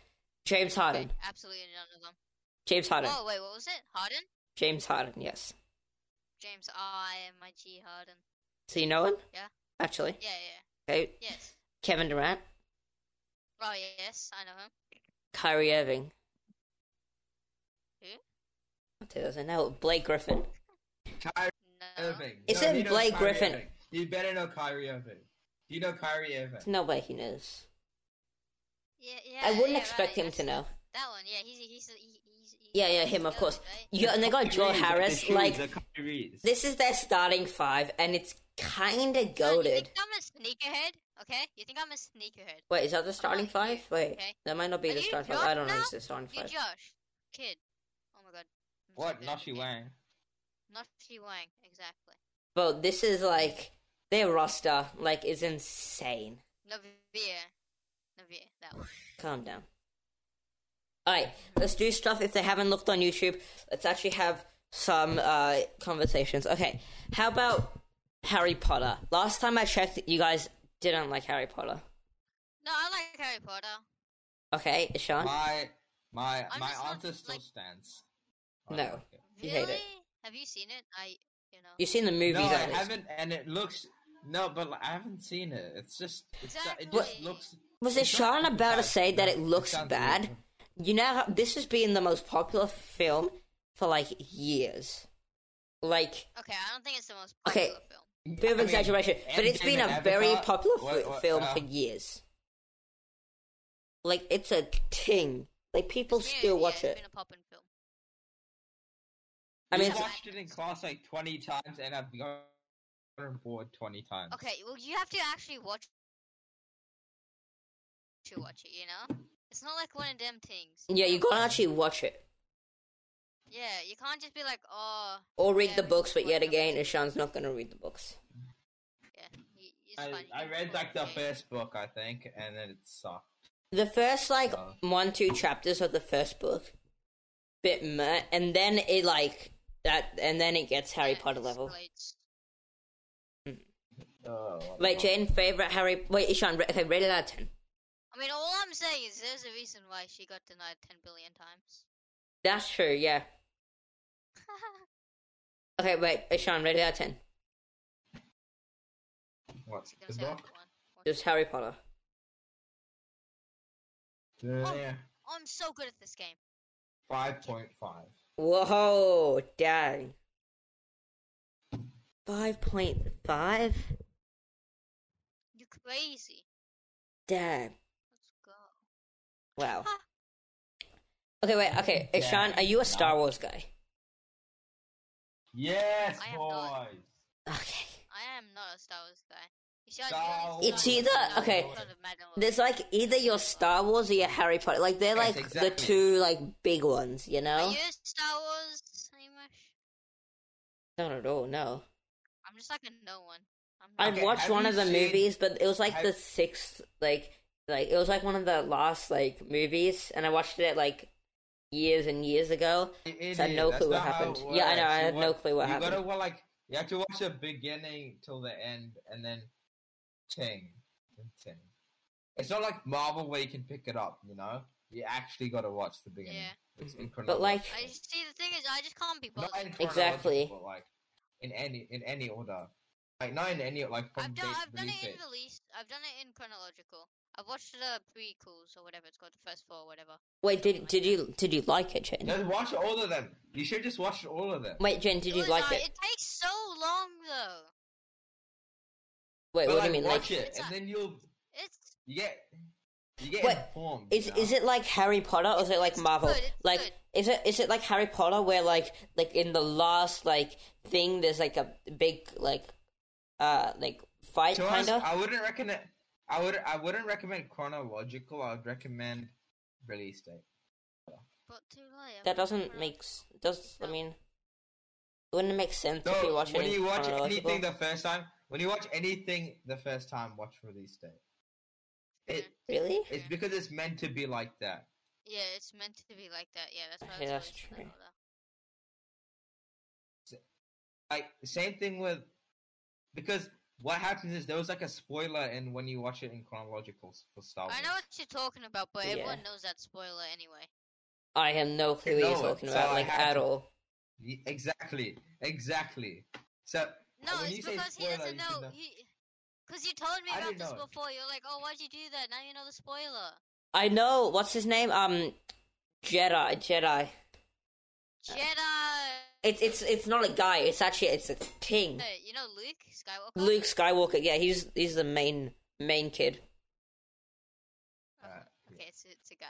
[SPEAKER 1] James Harden.
[SPEAKER 3] Absolutely none of them.
[SPEAKER 1] James Harden.
[SPEAKER 3] Oh wait, what was it? Harden?
[SPEAKER 1] James Harden. Yes.
[SPEAKER 3] James I my G Harden.
[SPEAKER 1] So you know him?
[SPEAKER 3] Yeah.
[SPEAKER 1] Actually.
[SPEAKER 3] Yeah, yeah.
[SPEAKER 1] Okay.
[SPEAKER 3] Yes.
[SPEAKER 1] Kevin Durant,
[SPEAKER 3] Oh yes, I know him.
[SPEAKER 1] Kyrie Irving.
[SPEAKER 3] Who?
[SPEAKER 1] I'll tell you those. I know Oh, Blake Griffin.
[SPEAKER 2] Kyrie
[SPEAKER 3] No.
[SPEAKER 2] Irving.
[SPEAKER 1] Isn't
[SPEAKER 2] you know
[SPEAKER 1] Blake
[SPEAKER 2] Kyrie
[SPEAKER 1] Griffin-
[SPEAKER 2] Irving. You better know Kyrie Irving. Do you know Kyrie Irving?
[SPEAKER 1] There's no way he knows.
[SPEAKER 3] Yeah, yeah.
[SPEAKER 1] I wouldn't
[SPEAKER 3] yeah,
[SPEAKER 1] expect
[SPEAKER 3] right,
[SPEAKER 1] him to
[SPEAKER 3] yes.
[SPEAKER 1] know.
[SPEAKER 3] That one, yeah. He's he's he- he's. he's
[SPEAKER 1] Yeah, yeah, him
[SPEAKER 3] he's
[SPEAKER 1] of course.
[SPEAKER 3] golden, right?
[SPEAKER 1] You, and they got Joe
[SPEAKER 2] Kyrie's, the
[SPEAKER 1] Harris.
[SPEAKER 2] shoes
[SPEAKER 1] Like
[SPEAKER 2] are Kyrie's.
[SPEAKER 1] this is their starting five, and it's kind of
[SPEAKER 3] Son, You
[SPEAKER 1] goaded.
[SPEAKER 3] think I'm a sneakerhead? Okay. You think I'm a sneakerhead?
[SPEAKER 1] Wait, is that the starting five? Wait,
[SPEAKER 3] Okay.
[SPEAKER 1] that might not be
[SPEAKER 3] Are
[SPEAKER 1] the
[SPEAKER 3] you
[SPEAKER 1] starting five.
[SPEAKER 3] drunk
[SPEAKER 1] I don't know.
[SPEAKER 3] now?
[SPEAKER 1] if It's the starting
[SPEAKER 3] You
[SPEAKER 1] five.
[SPEAKER 3] Josh, kid. Oh my god. I'm so
[SPEAKER 2] What?
[SPEAKER 3] good
[SPEAKER 2] Not
[SPEAKER 3] at
[SPEAKER 2] she
[SPEAKER 3] the game.
[SPEAKER 2] Wang.
[SPEAKER 3] Not she Wang, exactly.
[SPEAKER 1] But this is like Their roster like is insane.
[SPEAKER 3] Navia. Navia, that one.
[SPEAKER 1] Calm down. Alright, let's do stuff if they haven't looked on YouTube. Let's actually have some uh, conversations. Okay, how about Harry Potter? Last time I checked, you guys didn't like Harry Potter.
[SPEAKER 3] No, I like Harry Potter.
[SPEAKER 1] Okay, Ishan?
[SPEAKER 2] My my
[SPEAKER 3] I'm
[SPEAKER 2] my
[SPEAKER 3] just not,
[SPEAKER 2] answer still
[SPEAKER 3] like-
[SPEAKER 2] stands. Oh,
[SPEAKER 1] No. You hate it.
[SPEAKER 3] Really? Have you seen it? I, you know.
[SPEAKER 1] You've seen the movies,
[SPEAKER 2] No, I
[SPEAKER 1] at least.
[SPEAKER 2] haven't, and it looks no, but like, I haven't seen it. It's just it's, it just
[SPEAKER 3] Exactly.
[SPEAKER 2] looks.
[SPEAKER 1] Was
[SPEAKER 2] it
[SPEAKER 1] Ishan
[SPEAKER 2] doesn't
[SPEAKER 1] about to
[SPEAKER 2] look
[SPEAKER 1] say
[SPEAKER 2] bad.
[SPEAKER 1] that
[SPEAKER 2] No,
[SPEAKER 1] it looks
[SPEAKER 2] sounds
[SPEAKER 1] bad?
[SPEAKER 2] weird.
[SPEAKER 1] You know, how this has been the most popular film for like years. Like,
[SPEAKER 3] Okay, I don't think it's the most
[SPEAKER 1] Okay.
[SPEAKER 3] popular film.
[SPEAKER 1] bit of
[SPEAKER 2] I mean,
[SPEAKER 1] exaggeration, but it's been
[SPEAKER 2] Endgame
[SPEAKER 1] a
[SPEAKER 2] and
[SPEAKER 1] very
[SPEAKER 2] Avatar-
[SPEAKER 1] popular fi-
[SPEAKER 2] what- what-
[SPEAKER 1] film
[SPEAKER 2] uh,
[SPEAKER 1] for years. Like, it's a thing. Like, people
[SPEAKER 3] Yeah,
[SPEAKER 1] still
[SPEAKER 3] yeah,
[SPEAKER 1] watch
[SPEAKER 3] it's
[SPEAKER 1] it.
[SPEAKER 3] been a poppin' film.
[SPEAKER 1] I mean,
[SPEAKER 2] we
[SPEAKER 1] it's-
[SPEAKER 2] watched it in class like twenty times, and I've gotten bored twenty times.
[SPEAKER 3] Okay, well, you have to actually watch to watch it. You know, it's not like one of them things.
[SPEAKER 1] yeah, you gotta actually watch it.
[SPEAKER 3] Yeah, you can't just be like, oh,
[SPEAKER 1] Or read
[SPEAKER 3] Yeah,
[SPEAKER 1] the
[SPEAKER 3] we
[SPEAKER 1] books, but
[SPEAKER 3] watch
[SPEAKER 1] yet
[SPEAKER 3] the
[SPEAKER 1] again,
[SPEAKER 3] books.
[SPEAKER 1] Ishan's not gonna read the books.
[SPEAKER 3] yeah. y- It's
[SPEAKER 2] I,
[SPEAKER 3] fine.
[SPEAKER 2] I read like the
[SPEAKER 3] okay.
[SPEAKER 2] first book, I think, and then it sucked.
[SPEAKER 1] The first, like,
[SPEAKER 2] Oh.
[SPEAKER 1] one, two chapters of the first book, bit meh, and then it, like, that, and then it gets Harry
[SPEAKER 3] Yeah,
[SPEAKER 1] Potter
[SPEAKER 3] it's
[SPEAKER 1] level.
[SPEAKER 3] like-
[SPEAKER 2] Oh,
[SPEAKER 1] Wait, Jane, favorite Harry. Wait, Ishan, ra- okay, rated out of 10.
[SPEAKER 3] I mean, all I'm saying is there's a reason why she got denied ten billion times.
[SPEAKER 1] That's true, yeah. Okay, wait, Ishan, rated out of 10.
[SPEAKER 2] What?
[SPEAKER 3] She's gonna
[SPEAKER 2] The
[SPEAKER 3] say
[SPEAKER 2] book?
[SPEAKER 3] one. one.
[SPEAKER 1] Just Harry Potter.
[SPEAKER 3] Oh.
[SPEAKER 2] Yeah,
[SPEAKER 3] I'm so good at this game.
[SPEAKER 2] five point five.
[SPEAKER 1] Whoa, dang. 5.5?
[SPEAKER 3] You crazy?
[SPEAKER 1] Damn.
[SPEAKER 3] Let's go.
[SPEAKER 1] Wow. Okay, wait, okay. Ishan, are you a Star Wars guy?
[SPEAKER 2] Yes,
[SPEAKER 3] I am not.
[SPEAKER 2] boys.
[SPEAKER 1] Okay.
[SPEAKER 3] I am not a Star Wars guy. You should-
[SPEAKER 2] Star
[SPEAKER 3] you
[SPEAKER 1] It's
[SPEAKER 3] should-
[SPEAKER 1] either-
[SPEAKER 3] no,
[SPEAKER 1] okay,
[SPEAKER 3] it's not a matter of-
[SPEAKER 1] There's like either your Star Wars or your Harry Potter. Like, they're like
[SPEAKER 2] Yes,
[SPEAKER 1] the
[SPEAKER 2] exactly.
[SPEAKER 1] two, like, big ones, you
[SPEAKER 3] Are
[SPEAKER 1] know?
[SPEAKER 3] you a Star Wars Hamish?
[SPEAKER 1] Not at all, no.
[SPEAKER 3] I'm just like a no one. I'm not-
[SPEAKER 1] I've
[SPEAKER 2] Okay,
[SPEAKER 1] watched
[SPEAKER 2] have
[SPEAKER 1] one
[SPEAKER 2] you
[SPEAKER 1] of the
[SPEAKER 2] seen-
[SPEAKER 1] movies, but it was like the
[SPEAKER 2] have-
[SPEAKER 1] sixth, like, like it was like one of the last like movies, and I watched it like years and years ago.
[SPEAKER 2] It
[SPEAKER 1] had
[SPEAKER 2] is.
[SPEAKER 1] no
[SPEAKER 2] That's
[SPEAKER 1] clue what
[SPEAKER 2] not how it
[SPEAKER 1] happened. Yeah, I know,
[SPEAKER 2] works.
[SPEAKER 1] I
[SPEAKER 2] You
[SPEAKER 1] had no
[SPEAKER 2] wa-
[SPEAKER 1] clue what
[SPEAKER 2] you
[SPEAKER 1] happened.
[SPEAKER 2] gotta wa- like you have to watch the beginning till the end, and then ting, and ting. It's not like Marvel where you can pick it up. You know, you actually gotta watch the beginning.
[SPEAKER 3] Yeah.
[SPEAKER 2] It's in
[SPEAKER 1] But like,
[SPEAKER 2] chronological.
[SPEAKER 3] I just see the thing is, I just can't
[SPEAKER 2] not
[SPEAKER 3] be
[SPEAKER 2] in
[SPEAKER 3] bothered.
[SPEAKER 2] chronological,
[SPEAKER 1] Exactly.
[SPEAKER 2] but like in any in any order, like not in any like from
[SPEAKER 3] I've done,
[SPEAKER 2] date
[SPEAKER 3] I've
[SPEAKER 2] to
[SPEAKER 3] done
[SPEAKER 2] release
[SPEAKER 3] it in
[SPEAKER 2] date.
[SPEAKER 3] release. I've done it in chronological. I've watched the prequels or whatever it's called, the first four, or whatever.
[SPEAKER 1] wait, did did you did you like it, Jen?
[SPEAKER 2] Just watch all of them. You should just watch all of them.
[SPEAKER 1] Wait, Jen, did you
[SPEAKER 3] was,
[SPEAKER 1] like
[SPEAKER 3] uh,
[SPEAKER 1] it?
[SPEAKER 3] It takes so long though.
[SPEAKER 1] Wait, what
[SPEAKER 2] But,
[SPEAKER 1] do
[SPEAKER 2] like,
[SPEAKER 1] you mean?
[SPEAKER 2] Watch
[SPEAKER 1] Like,
[SPEAKER 2] it,
[SPEAKER 3] It's
[SPEAKER 2] and
[SPEAKER 3] a-
[SPEAKER 2] then you'll
[SPEAKER 3] It's
[SPEAKER 2] you get you get
[SPEAKER 1] Wait,
[SPEAKER 2] informed.
[SPEAKER 1] is
[SPEAKER 2] you know?
[SPEAKER 1] is it like Harry Potter or is it like
[SPEAKER 3] It's
[SPEAKER 1] Marvel?
[SPEAKER 3] good, it's
[SPEAKER 1] Like,
[SPEAKER 3] good.
[SPEAKER 1] is it is it like Harry Potter where like like in the last like thing there's like a big like uh like fight
[SPEAKER 2] To us,
[SPEAKER 1] kind of?
[SPEAKER 2] I wouldn't recommend. I would. I wouldn't recommend chronological. I would recommend release date.
[SPEAKER 3] but too late.
[SPEAKER 1] That
[SPEAKER 3] I've done
[SPEAKER 1] doesn't
[SPEAKER 3] chrono-
[SPEAKER 1] make s- does I
[SPEAKER 3] No.
[SPEAKER 1] mean wouldn't it make sense if you
[SPEAKER 2] No,
[SPEAKER 1] watch
[SPEAKER 2] when
[SPEAKER 1] any
[SPEAKER 2] you watch
[SPEAKER 1] chronological?
[SPEAKER 2] anything the first time, when you watch anything the first time, watch release date. It,
[SPEAKER 1] Really?
[SPEAKER 2] it's because it's meant to be like that.
[SPEAKER 3] Yeah, it's meant to be like that. Yeah, that's why.
[SPEAKER 1] Okay,
[SPEAKER 3] it's
[SPEAKER 1] that's
[SPEAKER 3] always
[SPEAKER 1] true.
[SPEAKER 3] in order.
[SPEAKER 2] Like same thing with because what happens is there was like a spoiler in when you watch it in chronological for Star Wars.
[SPEAKER 3] I know what you're talking about, but
[SPEAKER 1] Yeah.
[SPEAKER 3] everyone knows that spoiler anyway.
[SPEAKER 1] I have no clue what
[SPEAKER 2] No,
[SPEAKER 1] you're talking
[SPEAKER 2] so
[SPEAKER 1] about,
[SPEAKER 2] I
[SPEAKER 1] like
[SPEAKER 2] have
[SPEAKER 1] at
[SPEAKER 2] to-
[SPEAKER 1] all.
[SPEAKER 2] Y- Exactly, exactly. So
[SPEAKER 3] No,
[SPEAKER 2] when
[SPEAKER 3] it's
[SPEAKER 2] you say
[SPEAKER 3] because he
[SPEAKER 2] spoiler,
[SPEAKER 3] doesn't
[SPEAKER 2] you should
[SPEAKER 3] know. He, because you told me
[SPEAKER 2] I
[SPEAKER 3] about
[SPEAKER 2] didn't
[SPEAKER 3] this
[SPEAKER 2] know it.
[SPEAKER 3] before. You're like, oh, why'd you do that? Now you know the spoiler.
[SPEAKER 1] I know what's his name? Um, Jedi. Jedi. Uh,
[SPEAKER 3] Jedi.
[SPEAKER 1] It's it's it's not a guy. It's actually it's a king.
[SPEAKER 3] Uh, you know Luke Skywalker.
[SPEAKER 1] Luke Skywalker. Yeah, he's he's the main main kid.
[SPEAKER 2] Uh,
[SPEAKER 3] Okay, it's, it's a guy.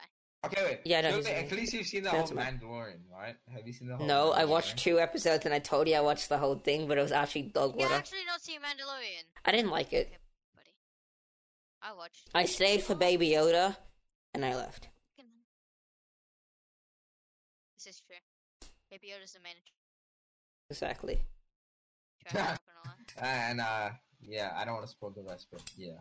[SPEAKER 2] Okay, wait.
[SPEAKER 1] Yeah, no,
[SPEAKER 2] so
[SPEAKER 1] he's
[SPEAKER 2] wait,
[SPEAKER 1] in-
[SPEAKER 2] at least you've seen the whole
[SPEAKER 1] that's
[SPEAKER 2] Mandalorian, right? Have you seen the whole?
[SPEAKER 1] no, I
[SPEAKER 2] Mandalorian?
[SPEAKER 1] watched two episodes and I told you I watched the whole thing, but it was actually dog
[SPEAKER 3] You
[SPEAKER 1] water.
[SPEAKER 3] actually not seen Mandalorian,
[SPEAKER 1] I didn't like it.
[SPEAKER 3] buddy. I watched.
[SPEAKER 1] I stayed for Baby Yoda, and I left.
[SPEAKER 3] Fucking- This is true. Baby Yoda's the main
[SPEAKER 1] Exactly.
[SPEAKER 3] attraction. I'm not gonna lie.
[SPEAKER 2] And uh, Yeah, I don't want to spoil the rest, but yeah.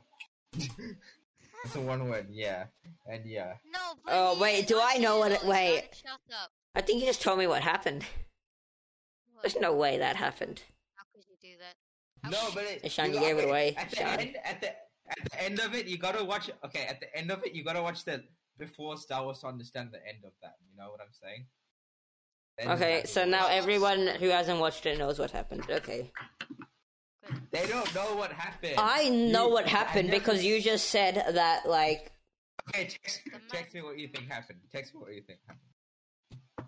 [SPEAKER 2] it's a one word, yeah. And yeah.
[SPEAKER 3] No, but
[SPEAKER 1] Oh, wait, do I know what it- wait.
[SPEAKER 3] Shut up.
[SPEAKER 1] I think you just told me what happened.
[SPEAKER 3] What?
[SPEAKER 1] There's no way that happened.
[SPEAKER 3] How could you do that? How
[SPEAKER 2] No,
[SPEAKER 3] could
[SPEAKER 2] but
[SPEAKER 3] you-
[SPEAKER 2] it,
[SPEAKER 1] Hey, Sean, you
[SPEAKER 2] got-
[SPEAKER 1] gave it away,
[SPEAKER 2] At the,
[SPEAKER 1] Sean.
[SPEAKER 2] end, at, the, at the end of it, you gotta watch. Okay, at the end of it, you gotta watch the before Star Wars to understand the end of that. You know what I'm saying? Then you
[SPEAKER 1] Okay,
[SPEAKER 2] have to
[SPEAKER 1] so now
[SPEAKER 2] watch.
[SPEAKER 1] everyone who hasn't watched it knows what happened. Okay.
[SPEAKER 2] they don't know what happened.
[SPEAKER 1] I know
[SPEAKER 2] You-
[SPEAKER 1] what
[SPEAKER 2] I
[SPEAKER 1] happened
[SPEAKER 2] never-
[SPEAKER 1] because you just said that, like,
[SPEAKER 2] Okay, text,
[SPEAKER 3] man-
[SPEAKER 2] text me what you think happened. Text me what you think happened.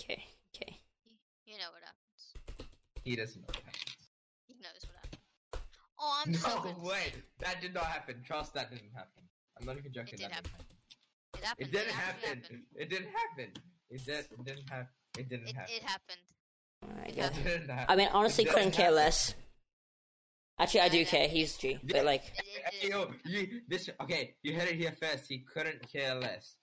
[SPEAKER 1] okay, okay.
[SPEAKER 3] You know what happens.
[SPEAKER 2] He doesn't know. What happened.
[SPEAKER 3] He knows what happens. Oh, I'm so good.
[SPEAKER 2] No way, that did not happen. Trust that didn't happen. I'm not even joking.
[SPEAKER 3] did
[SPEAKER 2] that
[SPEAKER 3] happen.
[SPEAKER 2] Didn't happen. It
[SPEAKER 3] It happened.
[SPEAKER 2] didn't
[SPEAKER 3] actually
[SPEAKER 2] happen. It didn't happen. It did. It didn't happen. It didn't
[SPEAKER 3] It,
[SPEAKER 2] happen.
[SPEAKER 3] it happened.
[SPEAKER 1] I,
[SPEAKER 3] It
[SPEAKER 1] guess.
[SPEAKER 3] happened.
[SPEAKER 2] It didn't happen.
[SPEAKER 1] I mean, honestly,
[SPEAKER 2] It
[SPEAKER 1] couldn't
[SPEAKER 2] didn't
[SPEAKER 1] care
[SPEAKER 2] happen.
[SPEAKER 1] less. Actually, I do care. He's G, but like,
[SPEAKER 3] It, it,
[SPEAKER 2] Hey,
[SPEAKER 3] it,
[SPEAKER 2] Yo, you, this okay? You heard it here first. He couldn't care less.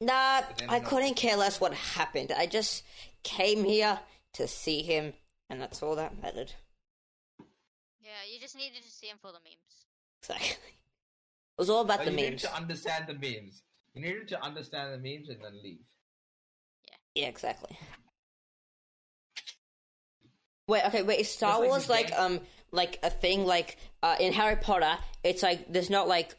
[SPEAKER 1] nah,
[SPEAKER 2] then
[SPEAKER 1] I
[SPEAKER 2] no.
[SPEAKER 1] couldn't care less what happened. I just came here to see him, and that's all that mattered.
[SPEAKER 3] yeah, you just needed to see him for the memes.
[SPEAKER 1] Exactly. It was all about
[SPEAKER 2] But
[SPEAKER 1] the
[SPEAKER 2] Oh, you needed
[SPEAKER 1] memes.
[SPEAKER 2] to understand the memes. You needed to understand the memes and then leave.
[SPEAKER 1] Yeah, exactly. Wait, okay, wait. Is Star
[SPEAKER 2] That's like
[SPEAKER 1] Wars
[SPEAKER 2] the
[SPEAKER 1] like
[SPEAKER 2] game-
[SPEAKER 1] um like a thing like uh in Harry Potter? It's like there's not like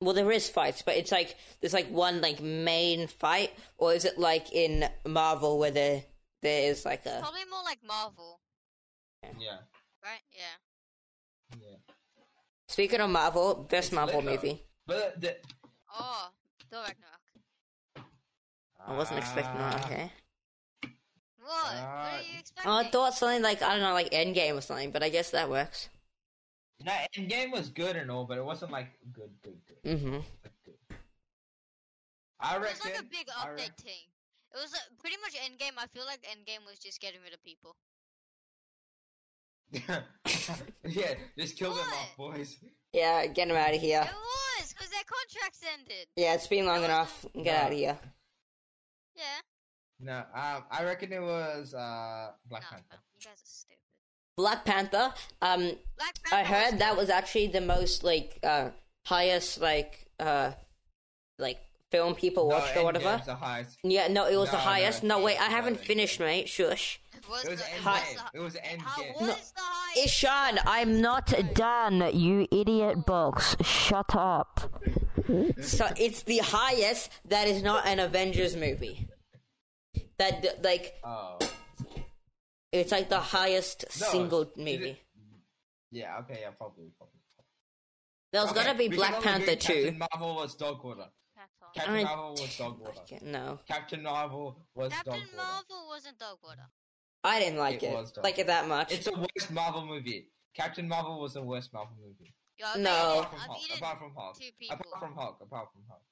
[SPEAKER 1] well there is fights, but it's like there's like one like main fight, or is it like in Marvel where there there is like a
[SPEAKER 3] Probably more like Marvel,
[SPEAKER 2] Yeah,
[SPEAKER 3] right? Yeah.
[SPEAKER 2] yeah.
[SPEAKER 1] speaking of Marvel best
[SPEAKER 2] It's
[SPEAKER 1] Marvel
[SPEAKER 2] lit, though.
[SPEAKER 1] movie.
[SPEAKER 2] But the,
[SPEAKER 3] Oh, Thor Ragnarok.
[SPEAKER 1] I wasn't expecting that.
[SPEAKER 2] Ah,
[SPEAKER 1] Okay.
[SPEAKER 3] What? what
[SPEAKER 2] Ah.
[SPEAKER 3] are you expecting?
[SPEAKER 1] Oh, I thought something like I don't know like Endgame or something, but I guess that works.
[SPEAKER 2] No, Endgame was good and all, but it wasn't like good, good, good.
[SPEAKER 1] Mm-hmm.
[SPEAKER 2] Like, good. I
[SPEAKER 3] it
[SPEAKER 2] reckon.
[SPEAKER 3] was like a big
[SPEAKER 2] I re-
[SPEAKER 3] update thing. It was uh, pretty much Endgame. I feel like Endgame was just getting rid of people.
[SPEAKER 2] yeah, just kill them
[SPEAKER 3] What?
[SPEAKER 2] off, boys.
[SPEAKER 1] Yeah, get him out of here.
[SPEAKER 3] It was because their contracts ended.
[SPEAKER 1] Yeah, it's been long
[SPEAKER 3] It
[SPEAKER 1] enough. Get
[SPEAKER 2] Nah.
[SPEAKER 1] out of here.
[SPEAKER 3] Yeah.
[SPEAKER 2] No, um, I reckon it was uh Black
[SPEAKER 3] Nah,
[SPEAKER 2] Panther.
[SPEAKER 3] fam, you guys are stupid.
[SPEAKER 1] Black Panther. Um,
[SPEAKER 3] Black
[SPEAKER 1] I
[SPEAKER 3] Panther
[SPEAKER 1] heard that was actually the most like uh highest like uh like film people
[SPEAKER 2] No,
[SPEAKER 1] watched or whatever.
[SPEAKER 2] Endgame's the highest.
[SPEAKER 1] Yeah, no, it was the
[SPEAKER 2] No, no,
[SPEAKER 1] highest. No, wait, I
[SPEAKER 2] no,
[SPEAKER 1] haven't
[SPEAKER 2] Endgame.
[SPEAKER 1] finished, mate. Shush.
[SPEAKER 3] It was,
[SPEAKER 2] It was
[SPEAKER 3] the, it
[SPEAKER 2] Endgame.
[SPEAKER 3] was the,
[SPEAKER 2] It was
[SPEAKER 3] How
[SPEAKER 2] Endgame.
[SPEAKER 1] No.
[SPEAKER 3] was the high?
[SPEAKER 1] Ishan, I'm not done, you idiot box. Shut up. so it's the highest that is not an Avengers movie. That like
[SPEAKER 2] Oh,
[SPEAKER 1] it's like the highest
[SPEAKER 2] No,
[SPEAKER 1] single
[SPEAKER 2] is it-
[SPEAKER 1] movie.
[SPEAKER 2] yeah. Okay, yeah, probably, probably.
[SPEAKER 1] There's
[SPEAKER 2] Okay,
[SPEAKER 1] gotta be
[SPEAKER 2] we can
[SPEAKER 1] Black
[SPEAKER 2] all
[SPEAKER 1] Panther
[SPEAKER 2] agree
[SPEAKER 1] too.
[SPEAKER 2] Captain Marvel was dog water.
[SPEAKER 3] Panther.
[SPEAKER 2] Captain
[SPEAKER 1] I-
[SPEAKER 2] Marvel was dog water.
[SPEAKER 1] No,
[SPEAKER 2] Captain Marvel was
[SPEAKER 3] Captain
[SPEAKER 2] dog water.
[SPEAKER 3] Marvel wasn't dog water.
[SPEAKER 1] I didn't like
[SPEAKER 2] It
[SPEAKER 1] it,
[SPEAKER 2] was dog
[SPEAKER 1] like it that much.
[SPEAKER 2] It's the worst Marvel movie. Captain Marvel was the worst Marvel movie.
[SPEAKER 3] Yo, I've
[SPEAKER 1] No.
[SPEAKER 2] Apart
[SPEAKER 3] eaten,
[SPEAKER 2] from
[SPEAKER 3] I've
[SPEAKER 2] Hulk.
[SPEAKER 3] eaten,
[SPEAKER 2] Apart from Hulk.
[SPEAKER 3] two people.
[SPEAKER 2] Apart from Hulk. Apart from Hulk.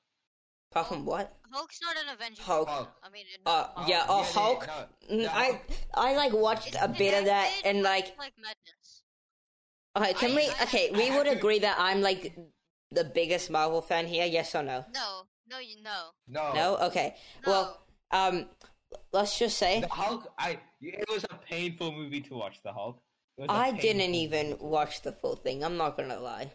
[SPEAKER 1] Apart from Um, what?
[SPEAKER 3] Hulk's not an Avenger.
[SPEAKER 1] Hulk.
[SPEAKER 2] Hulk.
[SPEAKER 3] I mean,
[SPEAKER 1] Uh,
[SPEAKER 3] not Marvel.
[SPEAKER 1] yeah, oh
[SPEAKER 2] yeah,
[SPEAKER 1] Hulk.
[SPEAKER 2] yeah, no,
[SPEAKER 1] Mm,
[SPEAKER 2] no,
[SPEAKER 1] I
[SPEAKER 2] Hulk.
[SPEAKER 1] I like watched
[SPEAKER 3] It's
[SPEAKER 1] a bit of that
[SPEAKER 3] connected,
[SPEAKER 1] and
[SPEAKER 3] but
[SPEAKER 1] like
[SPEAKER 3] it's like madness.
[SPEAKER 1] okay, can
[SPEAKER 3] I-
[SPEAKER 1] we
[SPEAKER 3] I-
[SPEAKER 1] okay,
[SPEAKER 2] I
[SPEAKER 1] we
[SPEAKER 2] have
[SPEAKER 1] would
[SPEAKER 2] to-
[SPEAKER 1] agree that I'm like the biggest Marvel fan here, yes or no?
[SPEAKER 3] No, no, you no.
[SPEAKER 2] No.
[SPEAKER 1] No? Okay. Well, um let's just say
[SPEAKER 2] The Hulk. I. It was a painful movie to watch. The Hulk. It was a
[SPEAKER 1] I
[SPEAKER 2] painful-
[SPEAKER 1] didn't e- even watch the full thing. I'm not going to lie.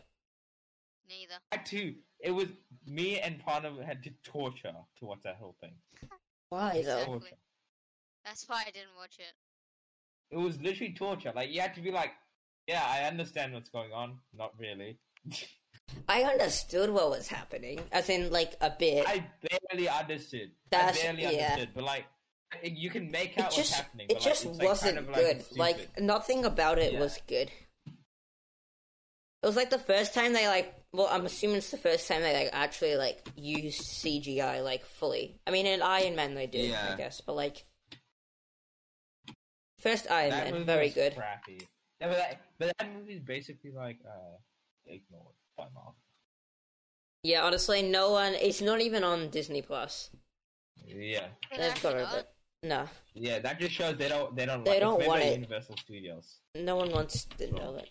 [SPEAKER 3] neither.
[SPEAKER 2] I too. It was me and Pranav had to torture to watch that whole thing.
[SPEAKER 1] Why though?
[SPEAKER 3] Exactly.
[SPEAKER 2] Torture.
[SPEAKER 3] That's why I didn't watch it.
[SPEAKER 2] It was literally torture. Like you had to be like, yeah, I understand what's going on. Not really.
[SPEAKER 1] I understood what was happening as in like a bit.
[SPEAKER 2] I barely understood.
[SPEAKER 1] That's-
[SPEAKER 2] I barely
[SPEAKER 1] yeah.
[SPEAKER 2] understood. But like, you can make out
[SPEAKER 1] it
[SPEAKER 2] what's
[SPEAKER 1] just
[SPEAKER 2] happening.
[SPEAKER 1] it
[SPEAKER 2] but, like,
[SPEAKER 1] just
[SPEAKER 2] it's, like,
[SPEAKER 1] wasn't
[SPEAKER 2] kind of,
[SPEAKER 1] good.
[SPEAKER 2] Like,
[SPEAKER 1] Like
[SPEAKER 2] stupid.
[SPEAKER 1] nothing about it
[SPEAKER 2] Yeah.
[SPEAKER 1] was good. It was like the first time they like. Well, I'm assuming it's the first time they like actually like used CGI like fully. I mean, in Iron Man they did, I
[SPEAKER 2] Yeah.
[SPEAKER 1] guess, but like first Iron
[SPEAKER 2] that
[SPEAKER 1] Man,
[SPEAKER 2] movie
[SPEAKER 1] very
[SPEAKER 2] was
[SPEAKER 1] good.
[SPEAKER 2] Crappy. Yeah, but, that, but that movie is basically like uh, ignored by Marvel.
[SPEAKER 1] Yeah, honestly, no one. It's not even on Disney Plus.
[SPEAKER 2] Yeah,
[SPEAKER 3] It
[SPEAKER 1] They've got
[SPEAKER 3] actually
[SPEAKER 1] rid of
[SPEAKER 3] not.
[SPEAKER 1] it. No,
[SPEAKER 2] yeah. That just shows they don't. They don't.
[SPEAKER 1] They
[SPEAKER 2] like,
[SPEAKER 1] don't
[SPEAKER 2] it's made
[SPEAKER 1] want
[SPEAKER 2] by
[SPEAKER 1] it.
[SPEAKER 2] Universal Studios.
[SPEAKER 1] no one wants to know that.